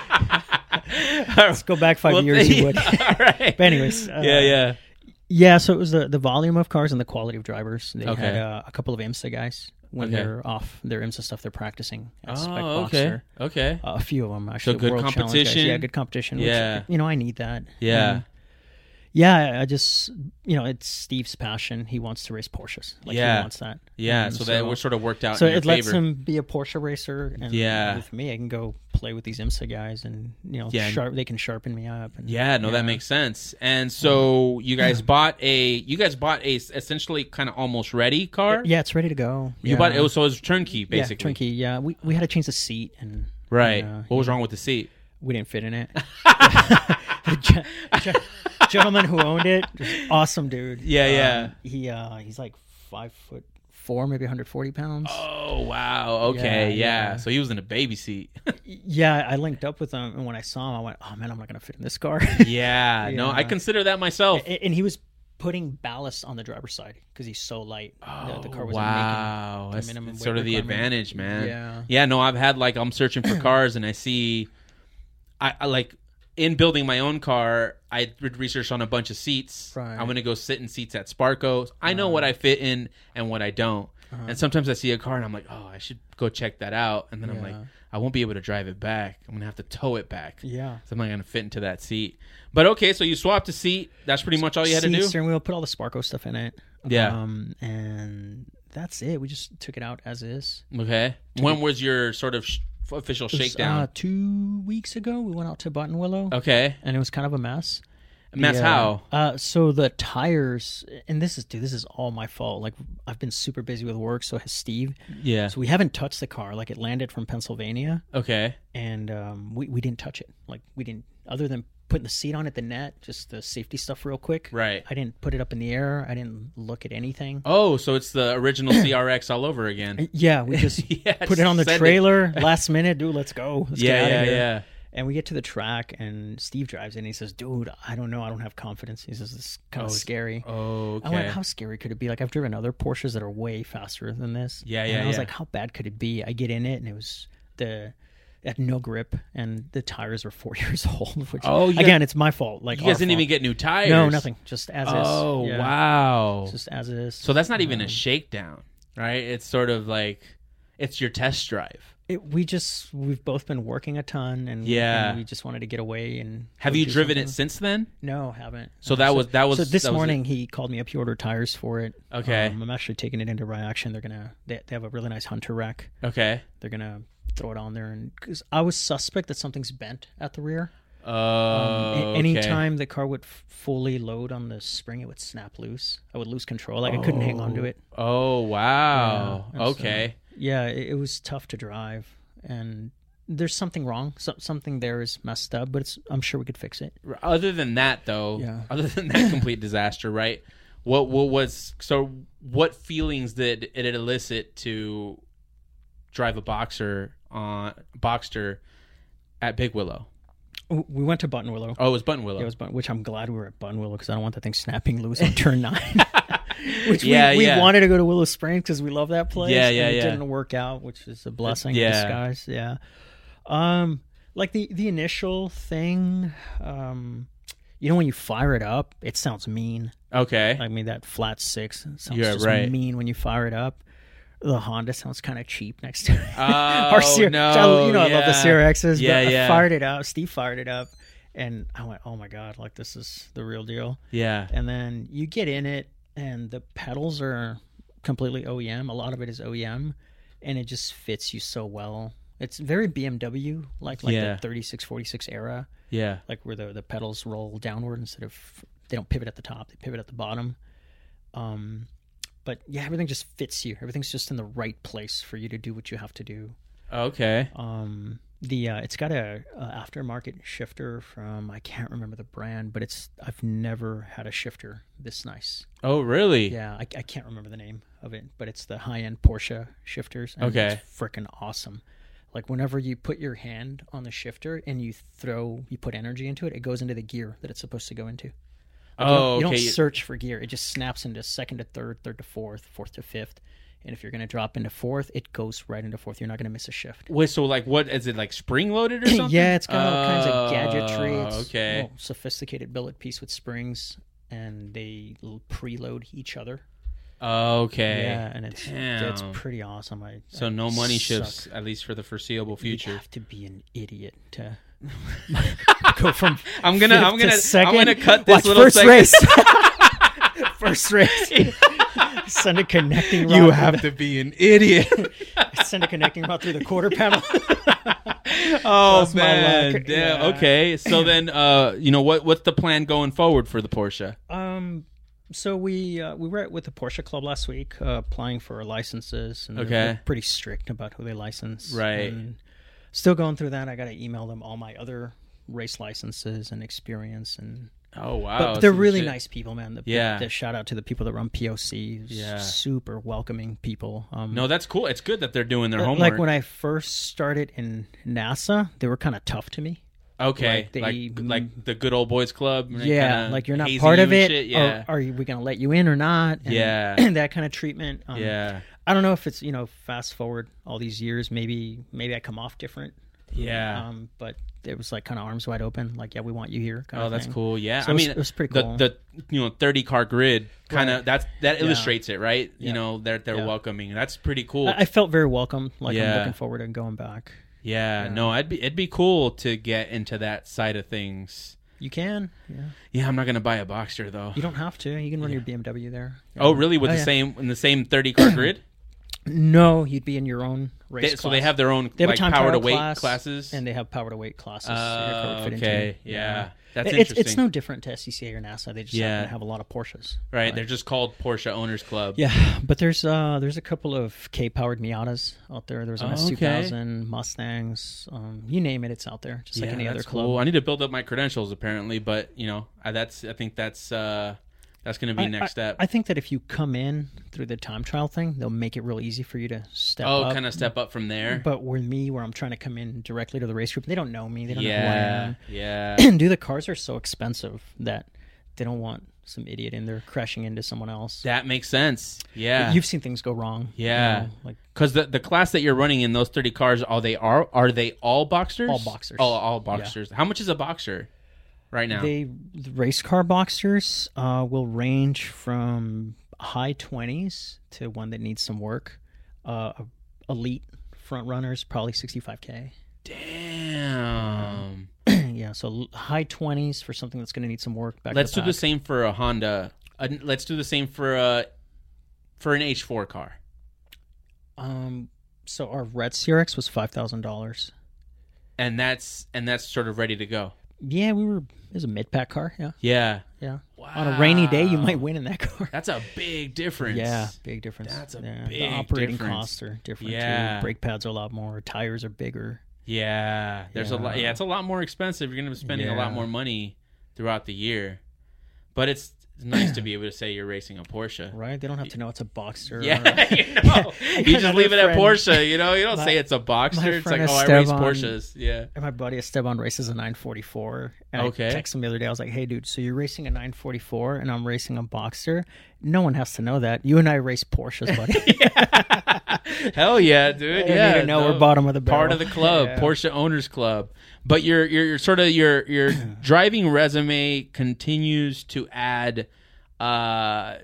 Speaker 2: let's go back five years. You would.
Speaker 1: All right.
Speaker 2: But anyways, uh,
Speaker 1: yeah, yeah.
Speaker 2: yeah. So it was the the volume of cars and the quality of drivers. They
Speaker 1: Okay.
Speaker 2: had uh, a couple of IMSA guys when
Speaker 1: Okay.
Speaker 2: they're off their IMSA stuff. They're practicing at spec
Speaker 1: Oh,
Speaker 2: boxer.
Speaker 1: okay. Okay.
Speaker 2: a few of them actually.
Speaker 1: good
Speaker 2: World Challenge guys.
Speaker 1: competition.
Speaker 2: yeah, good competition. which,
Speaker 1: Yeah.
Speaker 2: you know, I need that.
Speaker 1: Yeah.
Speaker 2: And, yeah, I- I just you know, it's Steve's passion. He wants to race Porsches. Like,
Speaker 1: Yeah.
Speaker 2: he wants that.
Speaker 1: yeah.
Speaker 2: And
Speaker 1: So, that was sort of worked out.
Speaker 2: so
Speaker 1: in your
Speaker 2: it lets
Speaker 1: favor.
Speaker 2: him be a Porsche racer, and
Speaker 1: Yeah.
Speaker 2: with me, I can go play with these IMSA guys, and you know,
Speaker 1: Yeah, and-
Speaker 2: sharp. They can sharpen me up. And,
Speaker 1: Yeah. No, that makes sense. And so you guys bought a you guys bought a s- essentially kind of almost ready car.
Speaker 2: Yeah, it's ready to go.
Speaker 1: You
Speaker 2: yeah.
Speaker 1: bought it was so it was turnkey basically.
Speaker 2: Yeah, turnkey. Yeah, we we had to change the seat, and
Speaker 1: Right.
Speaker 2: and, uh,
Speaker 1: what was wrong with the seat?
Speaker 2: we didn't fit in it. the gen- gen- gentleman who owned it, just awesome dude.
Speaker 1: Yeah, yeah.
Speaker 2: Um, he uh, he's like five foot four, maybe 140 pounds.
Speaker 1: Oh, Oh wow. Okay.
Speaker 2: Yeah,
Speaker 1: Yeah.
Speaker 2: yeah.
Speaker 1: So he was in a baby seat.
Speaker 2: Yeah, I linked up with him, and when I saw him, I went, "Oh man, I'm not gonna fit in this car."
Speaker 1: yeah. No, I
Speaker 2: Yeah.
Speaker 1: consider that myself.
Speaker 2: A- and he was putting ballast on the driver's side because he's so light. the, the car was
Speaker 1: Oh, wow. That's,
Speaker 2: minimum
Speaker 1: that's
Speaker 2: weight
Speaker 1: sort of the
Speaker 2: requirement.
Speaker 1: advantage, man.
Speaker 2: Yeah.
Speaker 1: Yeah. No, I've had like I'm searching for cars and I see, I, I like in building my own car, I did research on a bunch of seats.
Speaker 2: Right. Uh-huh.
Speaker 1: I'm gonna go sit in seats at Sparko. I know what I fit in and what I don't. And sometimes I see a car and I'm like, oh, I should go check that out. And then I'm like,
Speaker 2: Yeah.
Speaker 1: I won't be able to drive it back. I'm gonna have to tow it back.
Speaker 2: Yeah.
Speaker 1: So I'm not gonna fit into that seat. But okay, so you swapped a seat. That's pretty much all you had
Speaker 2: Seat,
Speaker 1: to do.
Speaker 2: steering wheel, put all the Sparko stuff in it.
Speaker 1: Yeah.
Speaker 2: Um, and that's it. We just took it out as is.
Speaker 1: Okay. When was your sort of sh- official
Speaker 2: It was,
Speaker 1: shakedown?
Speaker 2: uh, two weeks ago, we went out to Button Willow,
Speaker 1: okay.
Speaker 2: and it was kind of a mess.
Speaker 1: And that's
Speaker 2: Yeah.
Speaker 1: how.
Speaker 2: Uh, so the tires, and this is dude, this is all my fault. Like I've been super busy with work, so has Steve.
Speaker 1: Yeah.
Speaker 2: So we haven't touched the car. Like it landed from Pennsylvania,
Speaker 1: Okay.
Speaker 2: and um, we we didn't touch it. Like we didn't, other than putting the seat on it, the net, just the safety stuff, real quick.
Speaker 1: Right.
Speaker 2: I didn't put it up in the air. I didn't look at anything.
Speaker 1: Oh, so it's the original CRX all over again.
Speaker 2: Yeah, we just
Speaker 1: Yeah,
Speaker 2: put it on the
Speaker 1: send it.
Speaker 2: trailer last minute, dude. Let's go. Let's
Speaker 1: Yeah,
Speaker 2: get outta
Speaker 1: yeah,
Speaker 2: here.
Speaker 1: yeah.
Speaker 2: And we get to the track, and Steve drives in. And he says, "Dude, I don't know. I don't have confidence." He says, "This is kind of scary."
Speaker 1: Oh,
Speaker 2: I went,
Speaker 1: okay.
Speaker 2: how scary could it be? Like I've driven other Porsches that are way faster than this.
Speaker 1: Yeah,
Speaker 2: And
Speaker 1: yeah,
Speaker 2: I was
Speaker 1: yeah.
Speaker 2: like, how bad could it be? I get in it and it was the it had no grip and the tires were four years old. Which
Speaker 1: Oh, yeah.
Speaker 2: again, it's my fault. Like
Speaker 1: You guys
Speaker 2: our
Speaker 1: didn't even
Speaker 2: fault.
Speaker 1: get new tires.
Speaker 2: no nothing, just as is.
Speaker 1: Oh,
Speaker 2: Yeah.
Speaker 1: wow.
Speaker 2: just as is.
Speaker 1: So that's not even a shakedown, right? It's sort of like it's your test drive.
Speaker 2: it, we just we've both been working a ton and
Speaker 1: Yeah.
Speaker 2: and we just wanted to get away and
Speaker 1: Have
Speaker 2: go
Speaker 1: you
Speaker 2: do
Speaker 1: driven
Speaker 2: something.
Speaker 1: it since then?
Speaker 2: No, haven't. Uh,
Speaker 1: So that was- that was-
Speaker 2: so this
Speaker 1: that was it.
Speaker 2: morning he called me up. He ordered tires for it.
Speaker 1: Okay.
Speaker 2: Um, I'm actually taking it into Ryaction. They're gonna they, they have a really nice hunter rack.
Speaker 1: Okay.
Speaker 2: they're gonna throw it on there and because i was suspect that something's bent at the rear
Speaker 1: Oh,
Speaker 2: Um, A-
Speaker 1: okay.
Speaker 2: anytime the car would f- fully load on the spring it would snap loose i would lose control like i couldn't hang on to it
Speaker 1: Oh, wow.
Speaker 2: Yeah, and so-
Speaker 1: okay.
Speaker 2: yeah it, it was tough to drive and there's something wrong so, something there is messed up but it's i'm sure we could fix it
Speaker 1: R- Other than that, though,
Speaker 2: Yeah.
Speaker 1: other than that complete disaster, right? What what was so? What feelings did it elicit to drive a boxer on Boxster at Big Willow?
Speaker 2: W- we went to button willow
Speaker 1: Oh, it was Button Willow.
Speaker 2: It was Button, which I'm glad we were at Button Willow because I don't want that thing snapping loose on turn nine. which
Speaker 1: Yeah,
Speaker 2: we, we
Speaker 1: yeah.
Speaker 2: wanted to go to Willow Springs because we love that place.
Speaker 1: Yeah, yeah,
Speaker 2: and it
Speaker 1: yeah.
Speaker 2: Didn't work out, which is a blessing
Speaker 1: yeah.
Speaker 2: in disguise. Yeah. Um, like the the initial thing, um, you know, when you fire it up, it sounds mean.
Speaker 1: okay.
Speaker 2: I mean, that flat six sounds
Speaker 1: Yeah,
Speaker 2: just
Speaker 1: right.
Speaker 2: mean when you fire it up. The Honda sounds kind of cheap next to it.
Speaker 1: Oh,
Speaker 2: CR-
Speaker 1: no,
Speaker 2: which I- you know, I love the
Speaker 1: yeah.
Speaker 2: CRXs.
Speaker 1: Yeah,
Speaker 2: but
Speaker 1: yeah.
Speaker 2: I fired it up. Steve fired it up, and I went, "Oh my god! Like this is the real deal."
Speaker 1: yeah.
Speaker 2: And then you get in it, and the pedals are completely OEM. A lot of it is OEM, and it just fits you so well. It's very BMW, like like
Speaker 1: Yeah.
Speaker 2: the 36, 46 era,
Speaker 1: Yeah.
Speaker 2: like where the the pedals roll downward instead of they don't pivot at the top; they pivot at the bottom. Um, but yeah, everything just fits you. Everything's just in the right place for you to do what you have to do.
Speaker 1: Okay.
Speaker 2: Um, the uh, it's got a, a aftermarket shifter from I can't remember the brand, but it's I've never had a shifter this nice.
Speaker 1: Oh, really?
Speaker 2: Yeah, I, I can't remember the name of it, but it's the high end Porsche shifters. And
Speaker 1: Okay.
Speaker 2: it's freaking awesome. Like whenever you put your hand on the shifter and you throw, you put energy into it, it goes into the gear that it's supposed to go into. Like, you
Speaker 1: Oh,
Speaker 2: don't- You
Speaker 1: okay.
Speaker 2: don't search for gear; it just snaps into second to third, third to fourth, fourth to fifth. And if you're going to drop into fourth, it goes right into fourth. You're not going to miss a shift.
Speaker 1: Wait, so like, what is it like? Spring loaded or something?
Speaker 2: Yeah, it's got all kinds of gadgetry.
Speaker 1: Oh,
Speaker 2: It's
Speaker 1: okay.
Speaker 2: well, sophisticated billet piece with springs, and they l- preload each other.
Speaker 1: Okay.
Speaker 2: yeah, and it's it's
Speaker 1: damn.
Speaker 2: pretty awesome. I
Speaker 1: So
Speaker 2: I
Speaker 1: no money
Speaker 2: suck.
Speaker 1: shifts, at least for the foreseeable
Speaker 2: You
Speaker 1: future.
Speaker 2: have to be an idiot to go from.
Speaker 1: I'm gonna, I'm
Speaker 2: fifth to
Speaker 1: gonna, i I'm
Speaker 2: second.
Speaker 1: gonna cut this
Speaker 2: Watch,
Speaker 1: little
Speaker 2: first
Speaker 1: segment.
Speaker 2: race. first race. Send a connecting. Rod
Speaker 1: You have to be an idiot.
Speaker 2: send a connecting rod through the quarter panel.
Speaker 1: oh
Speaker 2: That's my
Speaker 1: man,
Speaker 2: luck.
Speaker 1: damn.
Speaker 2: Yeah.
Speaker 1: Okay, so then, uh, you know what? What's the plan going forward for the Porsche?
Speaker 2: Um, so we uh, we were at, with the Porsche Club last week, uh, applying for licenses, and they're-
Speaker 1: Okay.
Speaker 2: they're pretty strict about who they license.
Speaker 1: Right.
Speaker 2: And still going through that. I got to email them all my other race licenses and experience and
Speaker 1: Oh wow,
Speaker 2: but
Speaker 1: that's
Speaker 2: they're
Speaker 1: some
Speaker 2: really
Speaker 1: shit.
Speaker 2: nice people, man. The,
Speaker 1: Yeah.
Speaker 2: the shout out to the people that run POC.
Speaker 1: Yeah.
Speaker 2: Super welcoming people. Um,
Speaker 1: No, that's cool. It's good that they're doing their
Speaker 2: but,
Speaker 1: homework.
Speaker 2: like when I first started in NASA, they were kind of tough to me.
Speaker 1: okay,
Speaker 2: like
Speaker 1: like
Speaker 2: they-
Speaker 1: like, the good old boys club. and they
Speaker 2: yeah,
Speaker 1: kinda
Speaker 2: like you're not
Speaker 1: hazing
Speaker 2: part
Speaker 1: you
Speaker 2: of
Speaker 1: and shit,
Speaker 2: it. or
Speaker 1: Yeah,
Speaker 2: are you- we gonna let you in or not? And
Speaker 1: Yeah.
Speaker 2: that kind of treatment. Um,
Speaker 1: yeah,
Speaker 2: I don't know if it's you know fast forward all these years, maybe maybe I come off different.
Speaker 1: yeah.
Speaker 2: Um, but it was like kind of arms wide open, like yeah, we want you here. Kind
Speaker 1: oh,
Speaker 2: of
Speaker 1: that's
Speaker 2: thing.
Speaker 1: cool. Yeah,
Speaker 2: So
Speaker 1: I
Speaker 2: it was-
Speaker 1: mean,
Speaker 2: it was pretty cool.
Speaker 1: The, the you know thirty car grid kind of
Speaker 2: Right.
Speaker 1: that's that
Speaker 2: Yeah.
Speaker 1: illustrates it, right? You
Speaker 2: Yeah.
Speaker 1: know, they're they're
Speaker 2: Yeah.
Speaker 1: welcoming. That's pretty cool.
Speaker 2: I, I felt very welcome. Like
Speaker 1: Yeah.
Speaker 2: I'm looking forward to going back.
Speaker 1: yeah,
Speaker 2: yeah.
Speaker 1: no, I'd be it'd be cool to get into that side of things.
Speaker 2: You can. Yeah.
Speaker 1: Yeah, I'm not gonna buy a Boxster though.
Speaker 2: You don't have to. You can run your BMW there.
Speaker 1: Oh, really? With
Speaker 2: Oh,
Speaker 1: the
Speaker 2: yeah.
Speaker 1: same in the same thirty car grid?
Speaker 2: No, you'd be in your own
Speaker 1: They-
Speaker 2: race.
Speaker 1: so they
Speaker 2: class.
Speaker 1: have their own
Speaker 2: They have
Speaker 1: like
Speaker 2: a time
Speaker 1: power to
Speaker 2: trial
Speaker 1: weight
Speaker 2: class,
Speaker 1: classes.
Speaker 2: and they have power to weight classes. so your car
Speaker 1: Uh,
Speaker 2: would fit into
Speaker 1: okay,
Speaker 2: it.
Speaker 1: yeah. that's
Speaker 2: It- it's,
Speaker 1: interesting.
Speaker 2: it's no different to SCCA or NASA. They just
Speaker 1: Yeah.
Speaker 2: happen to have a lot of Porsches.
Speaker 1: right, they're just called Porsche Owners Club.
Speaker 2: Yeah, but there's uh there's a couple of K-powered Miatas out there. There's an
Speaker 1: Oh,
Speaker 2: S2000,
Speaker 1: okay.
Speaker 2: Mustangs, um, you name it, it's out there. Just like
Speaker 1: Yeah,
Speaker 2: any other
Speaker 1: that's
Speaker 2: club.
Speaker 1: cool. I need to build up my credentials apparently, but you know, I, that's I think that's uh that's going to be
Speaker 2: I-
Speaker 1: next
Speaker 2: I,
Speaker 1: step.
Speaker 2: I think that if you come in through the time trial thing, they'll make it real easy for you to step
Speaker 1: oh,
Speaker 2: up.
Speaker 1: kind of step up from there.
Speaker 2: But with me, where I'm trying to come in directly to the race group, they don't know me. They don't
Speaker 1: yeah,
Speaker 2: know
Speaker 1: yeah.
Speaker 2: who I am. Dude, the cars are so expensive that they don't want some idiot in there crashing into someone else.
Speaker 1: that makes sense. Yeah.
Speaker 2: You've seen things go wrong. you
Speaker 1: Yeah.
Speaker 2: know, like
Speaker 1: Because the, the class that you're running in those 30 cars, are they are are they all boxers?
Speaker 2: All boxers.
Speaker 1: All, all boxers. How much is a boxer right now?
Speaker 2: they, the race car boxers uh, will range from high 20s to one that needs some work. Uh, elite front runners, probably 65K.
Speaker 1: Damn.
Speaker 2: yeah, so l- high 20s for something that's going to need some work. Back
Speaker 1: Let's
Speaker 2: to
Speaker 1: do
Speaker 2: back.
Speaker 1: the same for a Honda. Uh, let's do the same for a for an H4 car.
Speaker 2: Um, so our red CRX was five thousand dollars.
Speaker 1: And that's and that's sort of ready to go.
Speaker 2: Yeah, we were. It was a mid pack car. Yeah,
Speaker 1: Yeah.
Speaker 2: yeah. On a rainy day, you might win in that car.
Speaker 1: That's a big difference.
Speaker 2: yeah, big difference.
Speaker 1: That's a
Speaker 2: yeah.
Speaker 1: big
Speaker 2: The operating
Speaker 1: difference.
Speaker 2: costs are different.
Speaker 1: Yeah.
Speaker 2: too. brake pads are a lot more. Tires are bigger.
Speaker 1: Yeah, there's a lot.
Speaker 2: Yeah.
Speaker 1: Yeah, it's a lot more expensive. You're going to be spending a lot
Speaker 2: Yeah.
Speaker 1: more money throughout the year, but it's it's nice to be able to say you're racing a Porsche.
Speaker 2: Right? They don't have to know it's a Boxster.
Speaker 1: Yeah,
Speaker 2: or
Speaker 1: you know, you just
Speaker 2: another
Speaker 1: leave it at
Speaker 2: friend-
Speaker 1: Porsche. You know, you don't
Speaker 2: my-
Speaker 1: say it's a
Speaker 2: my
Speaker 1: Boxster. It's like,
Speaker 2: friend
Speaker 1: oh, I race
Speaker 2: Esteban-
Speaker 1: Porsches. Yeah,
Speaker 2: a, my buddy Esteban races a 944. And
Speaker 1: Okay.
Speaker 2: I texted him the other day. I was like, "Hey, dude, so you're racing a 944, and I'm racing a Boxster. No one has to know that. You and I race Porsches, buddy.
Speaker 1: hell yeah, dude.
Speaker 2: don't
Speaker 1: yeah,
Speaker 2: need to know
Speaker 1: no,
Speaker 2: we're bottom of the barrel.
Speaker 1: part of the club,
Speaker 2: Yeah.
Speaker 1: Porsche Owners Club. But your your, your sort of your your driving resume continues to add uh,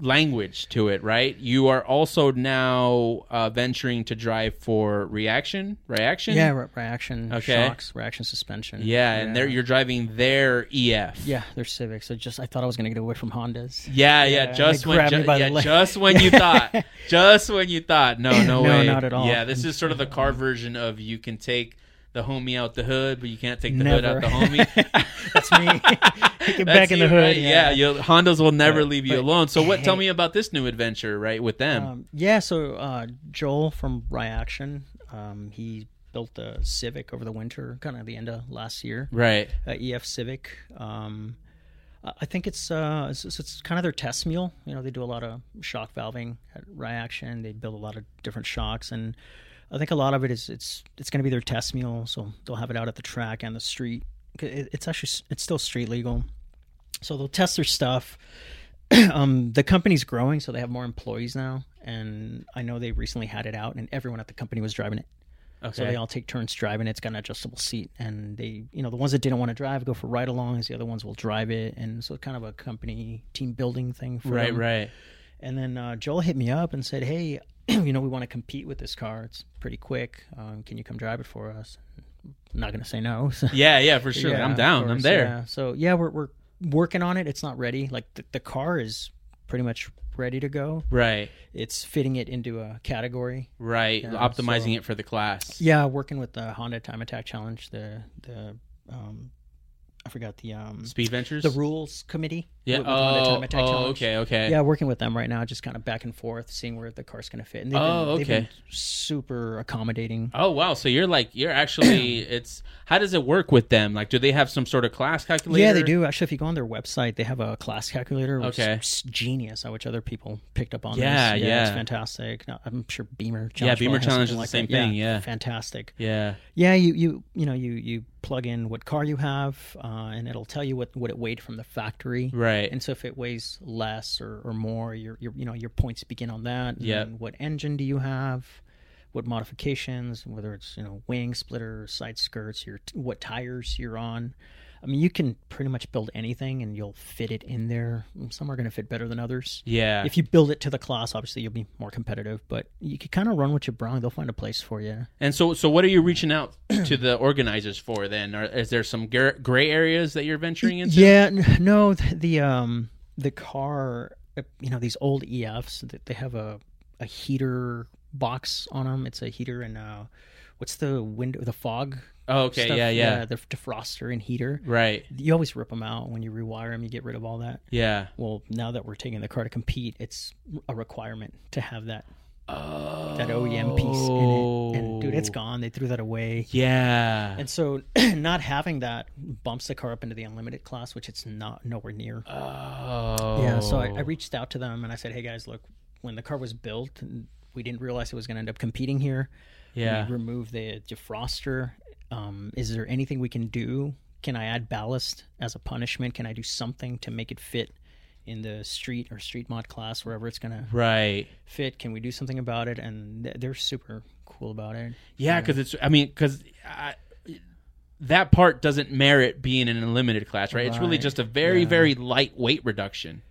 Speaker 1: language to it, right? You are also now uh, venturing to drive for reaction, reaction.
Speaker 2: yeah, re- reaction
Speaker 1: Okay.
Speaker 2: shocks, reaction suspension.
Speaker 1: yeah, and there you're driving their E EF.
Speaker 2: Yeah, they're Civic. So just I thought I was gonna get away from Hondas.
Speaker 1: Yeah, yeah,
Speaker 2: Yeah,
Speaker 1: just
Speaker 2: they
Speaker 1: when,
Speaker 2: grabbed
Speaker 1: ju-
Speaker 2: me by the
Speaker 1: yeah,
Speaker 2: leg.
Speaker 1: just when you thought, just when you thought, no, no,
Speaker 2: No,
Speaker 1: way,
Speaker 2: not at all.
Speaker 1: Yeah, this is sort of the car version of you can take the homie out the hood, but you can't take the hood
Speaker 2: Never.
Speaker 1: out the homie.
Speaker 2: That's me. get back
Speaker 1: That's
Speaker 2: in the
Speaker 1: you,
Speaker 2: hood.
Speaker 1: right? yeah. you'll Hondas will never
Speaker 2: But-
Speaker 1: leave you
Speaker 2: but-
Speaker 1: alone. So what? Tell me about this new adventure, right, with them.
Speaker 2: Um, yeah. So uh, Joel from Reaction, um, he built a Civic over the winter, kind of the end of last year.
Speaker 1: right.
Speaker 2: Uh, EF Civic. Um, I I think it's, uh, it's it's- it's kind of their test mule. You know, they do a lot of shock valving at Reaction. They build a lot of different shocks, and I think a lot of it is it's it's going to be their test mule. So they'll have it out at the track and the street. 'Cause it- It's actually s- it's still street legal, so they'll test their stuff. um, the company's growing, so they have more employees now, and I know they recently had it out, and everyone at the company was driving it.
Speaker 1: Okay.
Speaker 2: So they all take turns driving. It's got an adjustable seat, and they, you know, the ones that didn't want to drive go for ride-alongs. The other ones will drive it, and so kind of a company team building thing. For
Speaker 1: right.
Speaker 2: them.
Speaker 1: Right.
Speaker 2: And then uh, Joel hit me up and said, "Hey, you know, we want to compete with this car. It's pretty quick. Um, can you come drive it for us?" I'm not gonna say no. So.
Speaker 1: Yeah. Yeah. For sure.
Speaker 2: Yeah,
Speaker 1: I'm
Speaker 2: of
Speaker 1: down. I'm
Speaker 2: course,
Speaker 1: there.
Speaker 2: yeah. So yeah, we're we're working on it. It's not ready. Like the, the car is pretty much ready to go.
Speaker 1: Right.
Speaker 2: It's fitting it into a category.
Speaker 1: Right.
Speaker 2: Yeah,
Speaker 1: Optimizing
Speaker 2: so-
Speaker 1: it for the class.
Speaker 2: Yeah, working with the Honda Time Attack Challenge, the the um, I forgot the um
Speaker 1: Speed Ventures.
Speaker 2: the rules committee.
Speaker 1: Yeah.
Speaker 2: with- with one of the
Speaker 1: Oh,
Speaker 2: Time Attack
Speaker 1: oh,
Speaker 2: Challenge.
Speaker 1: okay. Okay.
Speaker 2: Yeah, working with them right now, just kind of back and forth, seeing where the car's gonna fit. And they've
Speaker 1: Oh,
Speaker 2: been, they've been
Speaker 1: okay.
Speaker 2: super accommodating.
Speaker 1: Oh wow! So you're like you're actually it's how does it work with them? Like, do they have some sort of class calculator?
Speaker 2: Yeah, they do. Actually, if you go on their website, they have a class calculator, which
Speaker 1: Okay.
Speaker 2: is s- genius, uh, which other people picked up on.
Speaker 1: Yeah,
Speaker 2: this. it's
Speaker 1: yeah.
Speaker 2: fantastic. No, I'm sure Beamer Challenge.
Speaker 1: Beamer
Speaker 2: probably has
Speaker 1: Challenge is
Speaker 2: something
Speaker 1: the
Speaker 2: like
Speaker 1: same
Speaker 2: that.
Speaker 1: thing, yeah.
Speaker 2: fantastic.
Speaker 1: Yeah.
Speaker 2: Yeah, you you you know you you plug in what car you have, uh, and it'll tell you what what it weighed from the factory.
Speaker 1: Right.
Speaker 2: And so if it weighs less or, or more, your your you know your points begin on that. and
Speaker 1: Yep.
Speaker 2: then What engine do you have? What modifications? Whether it's you know wing splitter, side skirts, your t- what tires you're on. I mean, you can pretty much build anything, and you'll fit it in there. Some are going to fit better than others.
Speaker 1: yeah.
Speaker 2: If you build it to the class, obviously you'll be more competitive, but you can kind of run with your brung. They'll find a place for you.
Speaker 1: and so, so what are you reaching out to the organizers for? Then, Are is there some gar- gray areas that you're venturing into?
Speaker 2: Yeah, n- no, th- the um the car, uh, you know, these old EFs that they have a a heater box on them. It's a heater and uh, what's the window, the fog?
Speaker 1: Oh, okay.
Speaker 2: stuff?
Speaker 1: Yeah, yeah.
Speaker 2: the defroster and heater.
Speaker 1: Right.
Speaker 2: You always rip them out when you rewire them. You get rid of all that.
Speaker 1: Yeah.
Speaker 2: Well, now that we're taking the car to compete, it's a requirement to have that
Speaker 1: Oh.
Speaker 2: that OEM piece in it. And dude, it's gone. They threw that away.
Speaker 1: Yeah.
Speaker 2: And so, not having that bumps the car up into the unlimited class, which it's not nowhere near.
Speaker 1: oh.
Speaker 2: Yeah, so I, I reached out to them and I said, "Hey guys, look, when the car was built, and we didn't realize it was going to end up competing here.
Speaker 1: Yeah.
Speaker 2: we removed the defroster. Um, is there anything we can do? Can I add ballast as a punishment? Can I do something to make it fit in the street or street mod class, wherever it's going to
Speaker 1: Right.
Speaker 2: fit? Can we do something about it?" And th- they're super cool about it.
Speaker 1: Yeah, because it's. I mean, because that part doesn't merit being in a limited class, right? It's really
Speaker 2: Right,
Speaker 1: just a very, very light weight reduction.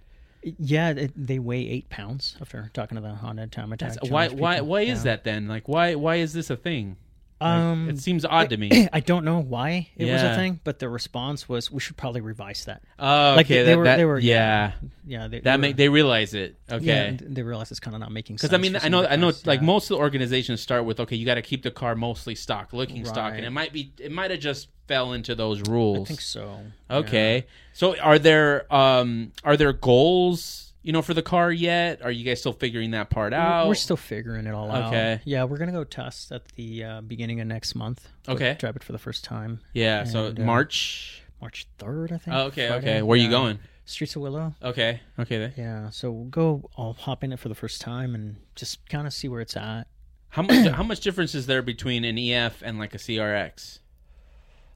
Speaker 2: Yeah, it, they weigh eight pounds after talking to the Honda Time Attack.
Speaker 1: why?
Speaker 2: Challenge
Speaker 1: Why?
Speaker 2: people.
Speaker 1: Why is
Speaker 2: Yeah.
Speaker 1: that then? Like, why? Why is this a thing? Like,
Speaker 2: Um,
Speaker 1: it seems odd to me.
Speaker 2: I don't know why it was
Speaker 1: Yeah.
Speaker 2: a thing, but the response was we should probably revise that.
Speaker 1: Oh, okay.
Speaker 2: Like, they
Speaker 1: that-
Speaker 2: were-
Speaker 1: that-
Speaker 2: they were-
Speaker 1: yeah.
Speaker 2: Yeah, they,
Speaker 1: That
Speaker 2: they
Speaker 1: make
Speaker 2: were-
Speaker 1: they realize it.
Speaker 2: yeah,
Speaker 1: Okay.
Speaker 2: th- they realized it's kind of not making sense.
Speaker 1: Because I mean,
Speaker 2: for
Speaker 1: I know,
Speaker 2: some
Speaker 1: I know.
Speaker 2: guys,
Speaker 1: Like
Speaker 2: yeah.
Speaker 1: most of the organizations start with, okay, you got to keep the car mostly stock, looking stock, and
Speaker 2: Right.
Speaker 1: it might be, it might have just fell into those rules.
Speaker 2: I think so.
Speaker 1: Okay. So are there um are there goals, you know, for the car yet? Are you guys still figuring that part
Speaker 2: Yeah.
Speaker 1: out?
Speaker 2: We're still figuring it all out.
Speaker 1: Okay.
Speaker 2: Yeah, we're gonna go test at the uh, beginning of next month. We'll
Speaker 1: Okay.
Speaker 2: Drive it for the first time,
Speaker 1: Yeah, so
Speaker 2: And, uh,
Speaker 1: March.
Speaker 2: March third, I think.
Speaker 1: Oh, okay,
Speaker 2: Friday.
Speaker 1: okay. Where are
Speaker 2: Yeah.
Speaker 1: you going?
Speaker 2: Streets of Willow.
Speaker 1: Okay. Okay. then.
Speaker 2: Yeah, so we'll go. I'll hop in it for the first time and just kind of see where it's at.
Speaker 1: How much how much difference is there between an EF and like a CRX?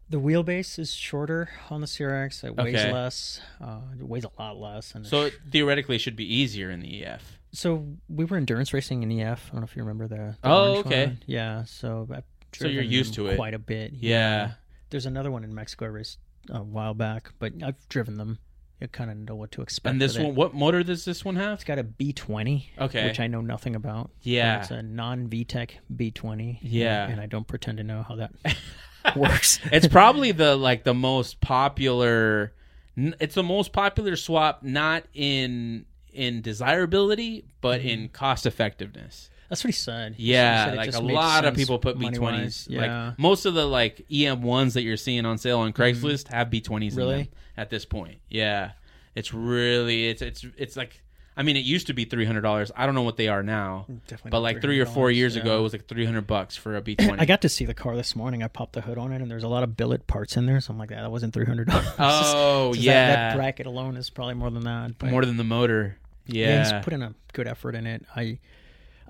Speaker 2: The wheelbase is shorter on the CRX. It weighs
Speaker 1: Okay.
Speaker 2: less. Uh, it weighs a lot less. And
Speaker 1: So
Speaker 2: it's-
Speaker 1: it theoretically it should be easier in the E EF.
Speaker 2: so we were endurance racing in EF. I don't know if you remember the. the
Speaker 1: Oh,
Speaker 2: orange
Speaker 1: okay.
Speaker 2: one. Yeah. So I've
Speaker 1: So you're
Speaker 2: driven
Speaker 1: used
Speaker 2: them
Speaker 1: to it.
Speaker 2: quite a bit.
Speaker 1: Yeah.
Speaker 2: There's another one in Mexico I raced a while back, but I've driven them. You kind of know what to expect.
Speaker 1: And this
Speaker 2: with it.
Speaker 1: one what motor does this one have?
Speaker 2: it's got a B20.
Speaker 1: Okay.
Speaker 2: Which I know nothing about.
Speaker 1: Yeah.
Speaker 2: It's a non VTEC B20.
Speaker 1: Yeah.
Speaker 2: And, I don't pretend to know how that works.
Speaker 1: it's probably the like the most popular n- it's the most popular swap not in in desirability but in cost effectiveness
Speaker 2: That's what he said. He
Speaker 1: yeah
Speaker 2: Mm-hmm. said it
Speaker 1: like
Speaker 2: just
Speaker 1: a
Speaker 2: made
Speaker 1: lot of
Speaker 2: sense
Speaker 1: people put
Speaker 2: money-wise.
Speaker 1: b20s
Speaker 2: Yeah. Mm-hmm.
Speaker 1: like most of the like em1s that you're seeing on sale on craigslist have b20s in
Speaker 2: Really?
Speaker 1: them at this point yeah it's really it's it's it's like i mean it used to be $300 i don't know what they are now
Speaker 2: Definitely
Speaker 1: but
Speaker 2: not
Speaker 1: like three or four
Speaker 2: $300,
Speaker 1: years
Speaker 2: yeah.
Speaker 1: ago it was like 300 bucks for a b20
Speaker 2: I got to see the car this morning. I popped the hood on it, and there's a lot of billet parts in there. So I'm like, "Ah, that wasn't three hundred dollars.
Speaker 1: oh
Speaker 2: that,
Speaker 1: yeah
Speaker 2: bracket alone is probably more than that. But
Speaker 1: more than the motor
Speaker 2: yeah,
Speaker 1: yeah
Speaker 2: he's put in a good effort in it. I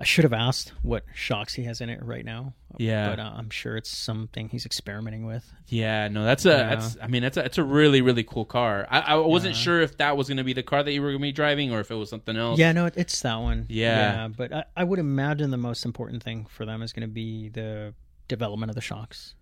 Speaker 2: I should have asked what shocks he has in it right now.
Speaker 1: Yeah.
Speaker 2: but uh, I'm sure it's something he's experimenting with.
Speaker 1: Yeah, no, that's a
Speaker 2: Yeah.
Speaker 1: that's I mean that's a it's a really really cool car. I, I wasn't sure if that was going to be the car that you were going to be driving or if it was something else.
Speaker 2: Yeah, no, it- it's that one.
Speaker 1: Yeah.
Speaker 2: but I, I would imagine the most important thing for them is going to be the development of the shocks.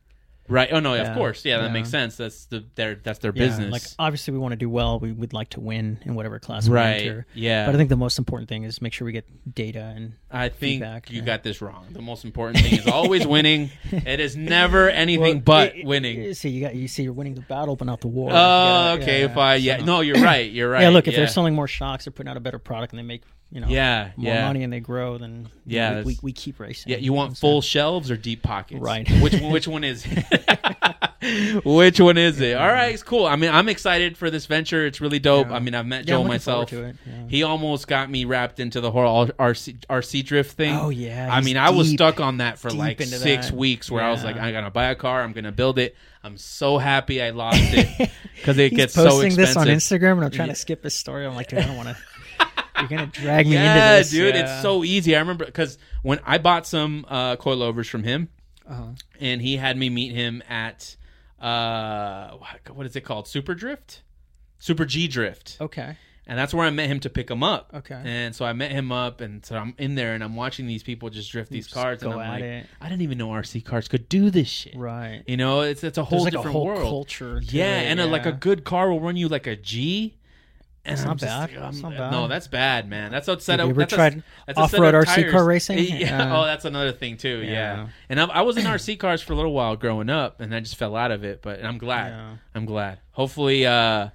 Speaker 1: right. Oh no,
Speaker 2: Yeah.
Speaker 1: of course. Yeah, that
Speaker 2: Yeah.
Speaker 1: makes sense. That's the their that's their
Speaker 2: Yeah,
Speaker 1: business.
Speaker 2: Like obviously we want to do well. We would like to win in whatever class
Speaker 1: right.
Speaker 2: we enter.
Speaker 1: Yeah.
Speaker 2: But I think the most important thing is make sure we get data and
Speaker 1: I think
Speaker 2: feedback,
Speaker 1: you
Speaker 2: yeah.
Speaker 1: got this wrong. The most important thing is always winning. It is never anything but winning.
Speaker 2: See, you got you see, you're winning the battle, but not the war.
Speaker 1: oh,
Speaker 2: You gotta-
Speaker 1: okay,
Speaker 2: yeah,
Speaker 1: if I yeah.
Speaker 2: so-
Speaker 1: No, you're right. You're right.
Speaker 2: yeah, look, if they're selling more shocks, they're putting out a better product, and they make you know
Speaker 1: Yeah,
Speaker 2: more
Speaker 1: yeah.
Speaker 2: money, and they grow, then
Speaker 1: Yeah,
Speaker 2: we, we,
Speaker 1: that's-
Speaker 2: we keep racing.
Speaker 1: Yeah, you want
Speaker 2: So-
Speaker 1: full shelves or deep pockets?
Speaker 2: Right.
Speaker 1: Which one- which one is? it? Which one is it? All right, it's cool. I mean, I'm excited for this venture. It's really dope. I mean, I've met
Speaker 2: Yeah, I'm
Speaker 1: Joel
Speaker 2: looking forward
Speaker 1: myself.
Speaker 2: to it, yeah.
Speaker 1: He almost got me wrapped into the whole RC, RC drift thing.
Speaker 2: Oh, yeah,
Speaker 1: I
Speaker 2: he's
Speaker 1: mean, I was
Speaker 2: deep-
Speaker 1: stuck on that for
Speaker 2: deep
Speaker 1: like
Speaker 2: into
Speaker 1: six
Speaker 2: that.
Speaker 1: weeks, where I was
Speaker 2: Yeah.
Speaker 1: like, I'm gonna buy a car. I'm gonna buld it. I'm so happy I lost it because it
Speaker 2: He's
Speaker 1: gets so
Speaker 2: posting
Speaker 1: expensive.
Speaker 2: this on Instagram, and I'm trying
Speaker 1: Yeah.
Speaker 2: to skip his story. I'm like, dude, I don't want to. You're gonna drag me
Speaker 1: yeah,
Speaker 2: into this,
Speaker 1: dude,
Speaker 2: Yeah.
Speaker 1: it's so easy. I remember because when I bought some uh, coilovers from him,
Speaker 2: Uh-huh.
Speaker 1: and he had me meet him at uh, what- what is it called? Super Drift, Super G Drift,
Speaker 2: okay.
Speaker 1: and that's where I met him to pick him up.
Speaker 2: Okay.
Speaker 1: and so I met him up, and so I'm in there, and I'm watching these people just drift these cars, and
Speaker 2: go
Speaker 1: I'm
Speaker 2: at
Speaker 1: like,
Speaker 2: it.
Speaker 1: I didn't even know RC cars could do this shit.
Speaker 2: Right.
Speaker 1: You know, it's it's a whole
Speaker 2: There's like a
Speaker 1: different
Speaker 2: whole
Speaker 1: world.
Speaker 2: culture. to
Speaker 1: Yeah,
Speaker 2: it,
Speaker 1: and A, like a
Speaker 2: yeah.
Speaker 1: good car will run you like a G. And
Speaker 2: That's
Speaker 1: I'm
Speaker 2: not
Speaker 1: just
Speaker 2: bad.
Speaker 1: like, I'm-
Speaker 2: That's not bad.
Speaker 1: No, that's bad, man. That's outside
Speaker 2: Have
Speaker 1: of
Speaker 2: you ever
Speaker 1: that's a-
Speaker 2: tried
Speaker 1: that's a set
Speaker 2: off-road
Speaker 1: of
Speaker 2: RC car
Speaker 1: tires.
Speaker 2: racing?
Speaker 1: Yeah.
Speaker 2: Uh,
Speaker 1: oh, that's another thing too. Yeah.
Speaker 2: yeah.
Speaker 1: And I, I was in RC cars for a little while growing up, and I just fell out of it. But I'm glad.
Speaker 2: Yeah.
Speaker 1: I'm glad. Hopefully, uh,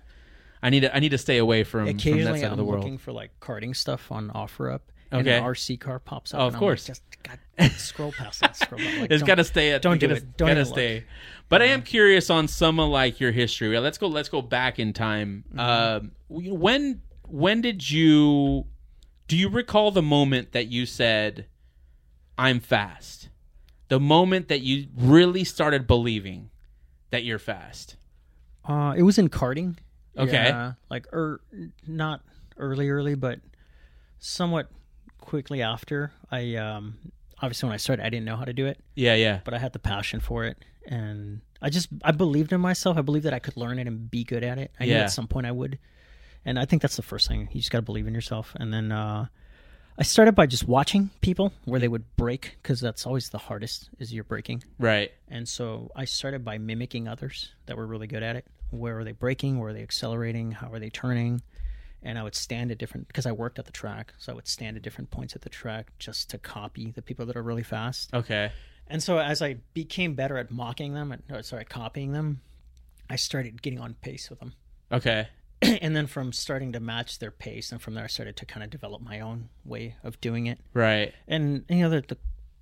Speaker 1: I need to, I need to stay away from, from that
Speaker 2: Occasionally,
Speaker 1: side
Speaker 2: I'm
Speaker 1: of the world.
Speaker 2: looking for like karting stuff on OfferUp, and
Speaker 1: Okay.
Speaker 2: an RC car pops up.
Speaker 1: Oh,
Speaker 2: and
Speaker 1: of
Speaker 2: I'm
Speaker 1: course.
Speaker 2: Like, just, God, scroll past that. Scroll. Past. Like,
Speaker 1: it's
Speaker 2: don't-
Speaker 1: got to stay at.
Speaker 2: don't
Speaker 1: you
Speaker 2: do
Speaker 1: gotta,
Speaker 2: it. Don't
Speaker 1: gotta
Speaker 2: even look.
Speaker 1: stay. But I am curious on some of like your history. Let's go. Let's go back in time.
Speaker 2: Mm-hmm.
Speaker 1: Um, when when did you? Do you recall the moment that you said, "I'm fast"? The moment that you really started believing that you're fast.
Speaker 2: Uh, it was in karting.
Speaker 1: Okay.
Speaker 2: Yeah, like er, not early, early, but somewhat quickly after. I um, obviously when I started, I didn't know how to do it,
Speaker 1: Yeah, yeah.
Speaker 2: but I had the passion for it, and I just I believed in myself. I believed that I could learn it and be good at it. I knew
Speaker 1: Yeah.
Speaker 2: at some point I would, and I think that's the first thing. You just got to believe in yourself, and then. uh I started by just watching people where they would break because that's always the hardest is your breaking.
Speaker 1: Right.
Speaker 2: And so I started by mimicking others that were really good at it. Where are they braking? Where are they accelerating? How are they turning? And I would stand at different because I worked at the track, so I would stand at different points at the track just to copy the people that are really fast.
Speaker 1: Okay.
Speaker 2: And so as I became better at mocking them, at, or sorry, copying them, I started getting on pace with them.
Speaker 1: Okay.
Speaker 2: and then from starting to match their pace, and from there I started to kind of develop my own way of doing it
Speaker 1: Right.
Speaker 2: and you know the, the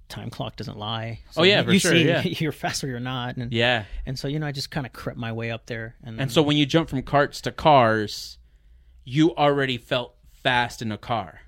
Speaker 2: time clock doesn't lie. So
Speaker 1: Oh, yeah,
Speaker 2: you,
Speaker 1: for
Speaker 2: you
Speaker 1: sure,
Speaker 2: See,
Speaker 1: yeah.
Speaker 2: you're fast or you're not, and
Speaker 1: Yeah.
Speaker 2: and so you know I just kind of crept my way up there, and,
Speaker 1: And so when you jump from carts to cars, you already felt fast in a car.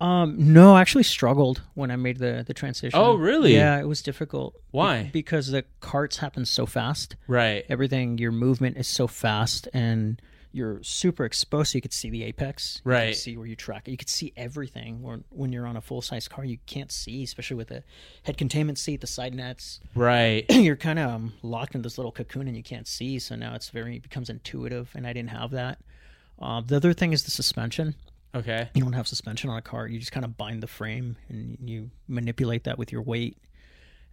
Speaker 2: um no, I actually struggled when I made the the transition.
Speaker 1: Oh, really?
Speaker 2: Yeah, it was difficult. Be-
Speaker 1: Why?
Speaker 2: because the carts happen so fast.
Speaker 1: Right.
Speaker 2: Everything, your movement is so fast, and you're super exposed. So you could see the apex, You
Speaker 1: Right.
Speaker 2: could see where you track. it. You could see everything. When when you're on a full size car, you can't see, especially with the head containment seat, the side nets.
Speaker 1: Right.
Speaker 2: you're kind of um, locked in this little cocoon and you can't see. So now it's very it becomes intuitive, and I didn't have that. Uh, the other thing is the suspension.
Speaker 1: Okay.
Speaker 2: You don't have suspension on a car. You just kind of bind the frame and you manipulate that with your weight.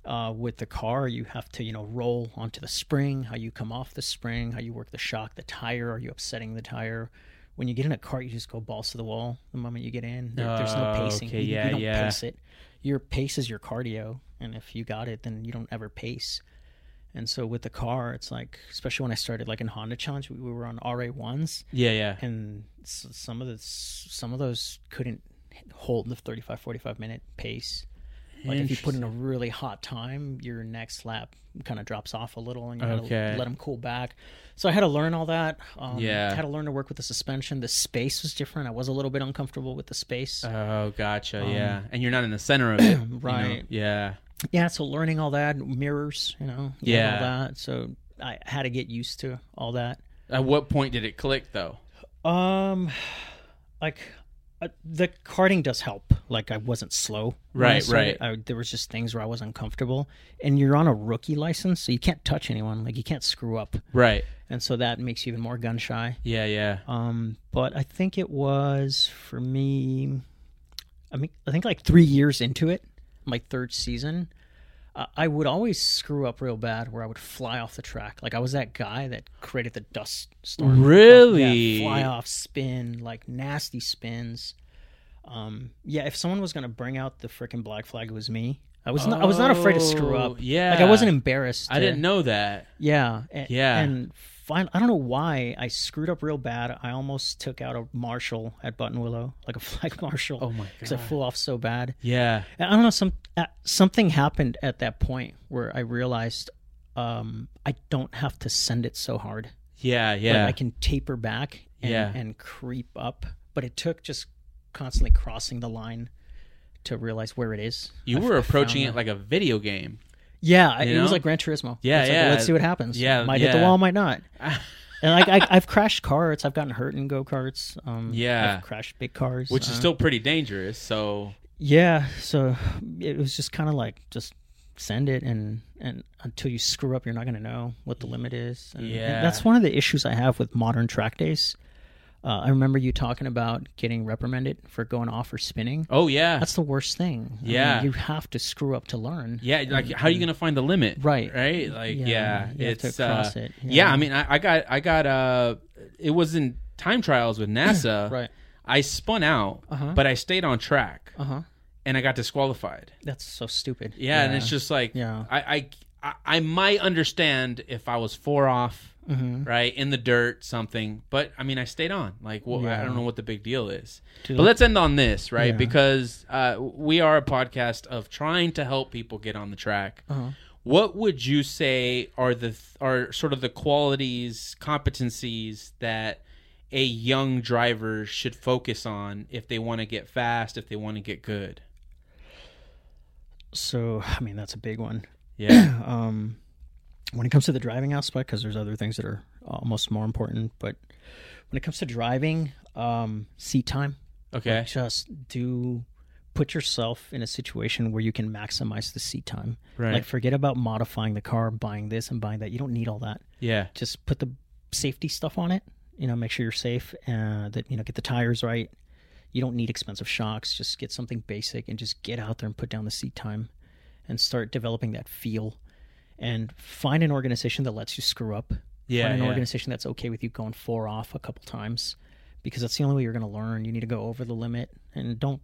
Speaker 2: Uh, with the car, you have to you know roll onto the spring, how you come off the spring, how you work the shock, the tire. Are you upsetting the tire? When you get in a cart, you just go balls to the wall the moment you get in. There, there's no
Speaker 1: Oh,
Speaker 2: pacing.
Speaker 1: okay,
Speaker 2: You- you,
Speaker 1: yeah,
Speaker 2: don't
Speaker 1: yeah.
Speaker 2: pace it. Your pace is your cardio, and if you got it, then you don't ever pace. And so with the car, it's like, especially when I started like in Honda Challenge, we we were on RA ones,
Speaker 1: Yeah, yeah.
Speaker 2: and s- some of the some of those couldn't hold the 35 45 minute pace like if you put in a really hot time your next lap kind of drops off a little and you gotta
Speaker 1: Okay.
Speaker 2: let them cool back so i had to learn all that um,
Speaker 1: Yeah.
Speaker 2: had to learn to work with the suspension the space was different i was a little bit uncomfortable with the space
Speaker 1: Oh, gotcha. yeah, and you're not in the center of it, you know?
Speaker 2: Um, Right.
Speaker 1: Yeah.
Speaker 2: yeah so learning all that mirrors you know learn
Speaker 1: Yeah.
Speaker 2: all that so i had to get used to all that
Speaker 1: At what point did it click though?
Speaker 2: Um, like uh, the karting does help. Like I wasn't slow. when I
Speaker 1: Right,
Speaker 2: started. I, there was just things where I was uncomfortable, and you're on a rookie license, so you can't touch anyone. Like you can't screw up,
Speaker 1: Right.
Speaker 2: and so that makes you even more gun shy.
Speaker 1: Yeah, yeah.
Speaker 2: Um, but I think it was for me. I mean, I think like three years into it, my third season, uh, I would always screw up real bad, where I would fly off the track. Like I was that guy that created the dust storm.
Speaker 1: Really?
Speaker 2: Yeah, fly off spin, like nasty spins. Um, yeah, if someone was gonna bring out the freaking black flag, it was me. I was not. I was not afraid to screw
Speaker 1: Oh,
Speaker 2: up.
Speaker 1: yeah.
Speaker 2: like I wasn't embarrassed.
Speaker 1: I
Speaker 2: to-
Speaker 1: didn't know that.
Speaker 2: Yeah, and,
Speaker 1: Yeah.
Speaker 2: And fin- I don't know why I screwed up real bad. I almost took out a marshal at Button Willow, like a flag marshal.
Speaker 1: Oh, my
Speaker 2: Because I flew off so bad.
Speaker 1: Yeah.
Speaker 2: And I don't know. Some uh, something happened at that point where I realized um, I don't have to send it so hard.
Speaker 1: Yeah,
Speaker 2: Like,
Speaker 1: yeah.
Speaker 2: I can taper back and,
Speaker 1: Yeah.
Speaker 2: and creep up. But it took just constantly crossing the line to realize where it is.
Speaker 1: you
Speaker 2: I f-
Speaker 1: were
Speaker 2: I found
Speaker 1: approaching it
Speaker 2: that.
Speaker 1: like a video game.
Speaker 2: yeah, I-
Speaker 1: you
Speaker 2: it was
Speaker 1: know?
Speaker 2: like Gran Turismo.
Speaker 1: Yeah,
Speaker 2: It's like,
Speaker 1: yeah.
Speaker 2: well, let's see what happens.
Speaker 1: Yeah,
Speaker 2: might hit the
Speaker 1: yeah.
Speaker 2: wall, might not. and like I, I've crashed carts. I've gotten hurt in go karts. Um,
Speaker 1: Yeah.
Speaker 2: I've crashed big cars,
Speaker 1: which is
Speaker 2: uh,
Speaker 1: still pretty dangerous. So
Speaker 2: yeah. So it was just kind of like just send it and and until you screw up, you're not gonna know what the limit is. And, and
Speaker 1: Yeah.
Speaker 2: that's one of the issues I have with modern track days. Uh, I remember you talking about getting reprimanded for going off or spinning.
Speaker 1: oh yeah,
Speaker 2: That's the worst thing. I mean,
Speaker 1: Yeah.
Speaker 2: you have to screw up to learn.
Speaker 1: yeah. Like how are you gonna find the limit?
Speaker 2: Right.
Speaker 1: right. Like
Speaker 2: Yeah,
Speaker 1: yeah,
Speaker 2: you have
Speaker 1: it's
Speaker 2: to cross
Speaker 1: uh,
Speaker 2: it,
Speaker 1: Yeah.
Speaker 2: yeah.
Speaker 1: I mean, I, I got I got uh, it was in time trials with NASA.
Speaker 2: Right.
Speaker 1: I spun out,
Speaker 2: Uh-huh.
Speaker 1: but I stayed on track,
Speaker 2: Uh huh.
Speaker 1: and I got disqualified.
Speaker 2: That's so stupid.
Speaker 1: Yeah, and it's just like
Speaker 2: Yeah.
Speaker 1: I, I I I might understand if I was four off,
Speaker 2: Mm-hmm.
Speaker 1: right in the dirt something, but I mean I stayed on. Like well, I
Speaker 2: Yeah.
Speaker 1: don't know what the big deal is.
Speaker 2: Dude,
Speaker 1: but let's end on this right
Speaker 2: Yeah.
Speaker 1: because uh, we are a podcast of trying to help people get on the track.
Speaker 2: Uh-huh.
Speaker 1: What would you say are the are sort of the qualities competencies that a young driver should focus on if they want to get fast, if they want to get good?
Speaker 2: So I mean that's a big one.
Speaker 1: Yeah,
Speaker 2: um, when it comes to the driving aspect, because there's other things that are almost more important, but when it comes to driving, um, seat time,
Speaker 1: okay.
Speaker 2: just do put yourself in a situation where you can maximize the seat time.
Speaker 1: Right.
Speaker 2: Like forget about modifying the car, buying this and buying that. You don't need all that.
Speaker 1: Yeah.
Speaker 2: Just put the safety stuff on it. You know, make sure you're safe. Uh, that you know, get the tires right. You don't need expensive shocks. Just get something basic and just get out there and put down the seat time, and start developing that feel. And find an organization that lets you screw up.
Speaker 1: Yeah,
Speaker 2: Find an
Speaker 1: yeah.
Speaker 2: organization that's okay with you going four off a couple times, because that's the only way you're going to learn. You need to go over the limit and don't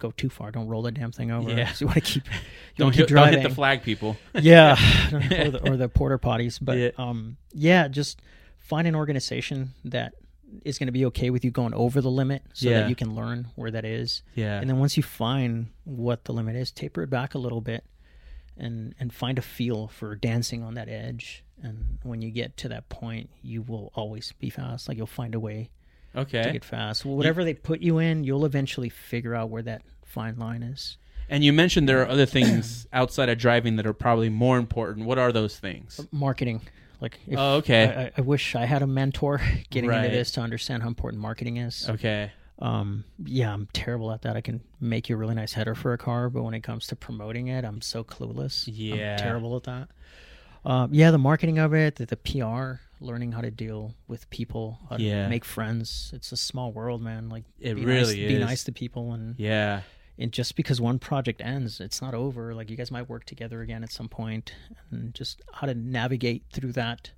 Speaker 2: go too far. Don't roll the damn thing over.
Speaker 1: Yeah.
Speaker 2: 'cause You want to keep. You
Speaker 1: Don't
Speaker 2: wanna
Speaker 1: hit,
Speaker 2: keep
Speaker 1: don't hit the
Speaker 2: driving
Speaker 1: flag, people.
Speaker 2: yeah or, the, or the porter potties but
Speaker 1: Yeah.
Speaker 2: um yeah just find an organization that is going to be okay with you going over the limit so
Speaker 1: Yeah.
Speaker 2: that you can learn where that is
Speaker 1: Yeah.
Speaker 2: and then once you find what the limit is taper it back a little bit and and find a feel for dancing on that edge and when you get to that point you will always be fast like you'll find a way to
Speaker 1: okay.
Speaker 2: get fast whatever they put you in you'll eventually figure out where that fine line is
Speaker 1: And you mentioned there are other things outside of driving that are probably more important. What are those things?
Speaker 2: marketing. Like, if,
Speaker 1: Oh, okay.
Speaker 2: I- I, I wish I had a mentor getting
Speaker 1: Right.
Speaker 2: into this to understand how important marketing is.
Speaker 1: Okay.
Speaker 2: Um, yeah, I'm terrible at that. I can make you a really nice header for a car, but when it comes to promoting it, I'm so clueless.
Speaker 1: Yeah.
Speaker 2: I'm terrible at that. Um, yeah, the marketing of it, the, the PR, learning how to deal with people, how to
Speaker 1: Yeah.
Speaker 2: make friends. It's a small world, man. Like,
Speaker 1: It
Speaker 2: be nice,
Speaker 1: really
Speaker 2: be
Speaker 1: is.
Speaker 2: nice to people and
Speaker 1: Yeah.
Speaker 2: and just because one project ends it's not over like you guys might work together again at some point and just how to navigate through that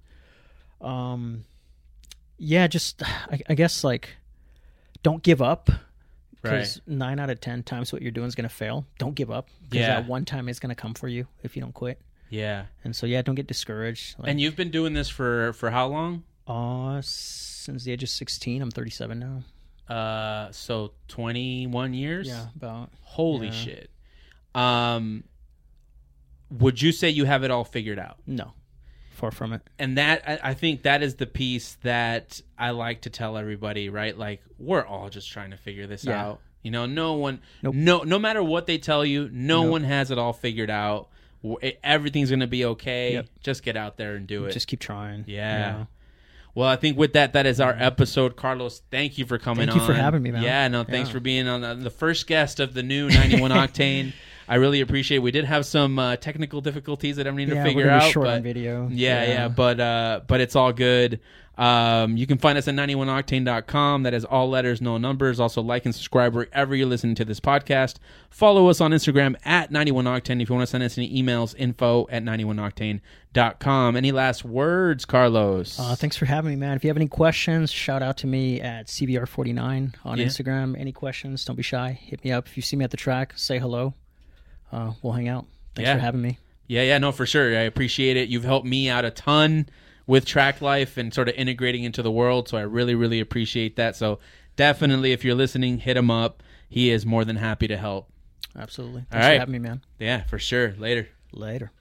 Speaker 2: um yeah just i, I guess like don't give up because nine out of ten times what you're doing is going to fail don't give up because
Speaker 1: Yeah.
Speaker 2: that one time is going to come for you if you don't quit
Speaker 1: Yeah.
Speaker 2: and so yeah don't get discouraged like
Speaker 1: And you've been doing this for for how long?
Speaker 2: uh, since the age of 16 i'm 37 now
Speaker 1: Uh, so twenty one years.
Speaker 2: yeah about
Speaker 1: Holy
Speaker 2: Yeah.
Speaker 1: shit. Um, would you say you have it all figured out?
Speaker 2: no far from it
Speaker 1: and that I, I think that is the piece that I like to tell everybody, right? Like we're all just trying to figure this
Speaker 2: Yeah.
Speaker 1: out. You know, no one,
Speaker 2: Nope.
Speaker 1: no, no matter what they tell you, no
Speaker 2: Nope.
Speaker 1: one has it all figured out. W- e- Everything's gonna be okay.
Speaker 2: Yep.
Speaker 1: Just get out there and do it.
Speaker 2: just keep trying
Speaker 1: yeah. Well, I think with that, that is our episode. Carlos, thank you for coming
Speaker 2: Thank you for
Speaker 1: on.
Speaker 2: having me, man.
Speaker 1: Yeah, no, thanks
Speaker 2: Yeah.
Speaker 1: for being on the, the first guest of the new 91 Octane. I really appreciate it. We did have some uh, technical difficulties that I'm needing
Speaker 2: yeah,
Speaker 1: to
Speaker 2: we're
Speaker 1: figure
Speaker 2: gonna be
Speaker 1: out.
Speaker 2: short
Speaker 1: but,
Speaker 2: on video.
Speaker 1: yeah, yeah, but uh, but it's all good. Um, you can find us at 91octane.com. That is all letters, no numbers. Also, like and subscribe wherever you're listening to this podcast. Follow us on Instagram at 91octane. If you want to send us any emails, info at 91octane.com. Any last words, Carlos?
Speaker 2: Uh, thanks for having me, man. If you have any questions, shout out to me at CBR49 on
Speaker 1: Yeah.
Speaker 2: Instagram. Any questions, don't be shy. Hit me up. If you see me at the track, say hello. Uh, we'll hang out. Thanks
Speaker 1: Yeah.
Speaker 2: for having me.
Speaker 1: Yeah, yeah, no, for sure. I appreciate it. You've helped me out a ton with track life and sort of integrating into the world. So I really, really appreciate that. So definitely, if you're listening, hit him up. He is more than happy to help.
Speaker 2: Absolutely. Thanks
Speaker 1: right.
Speaker 2: for having me, man.
Speaker 1: Yeah, for sure. Later.
Speaker 2: Later.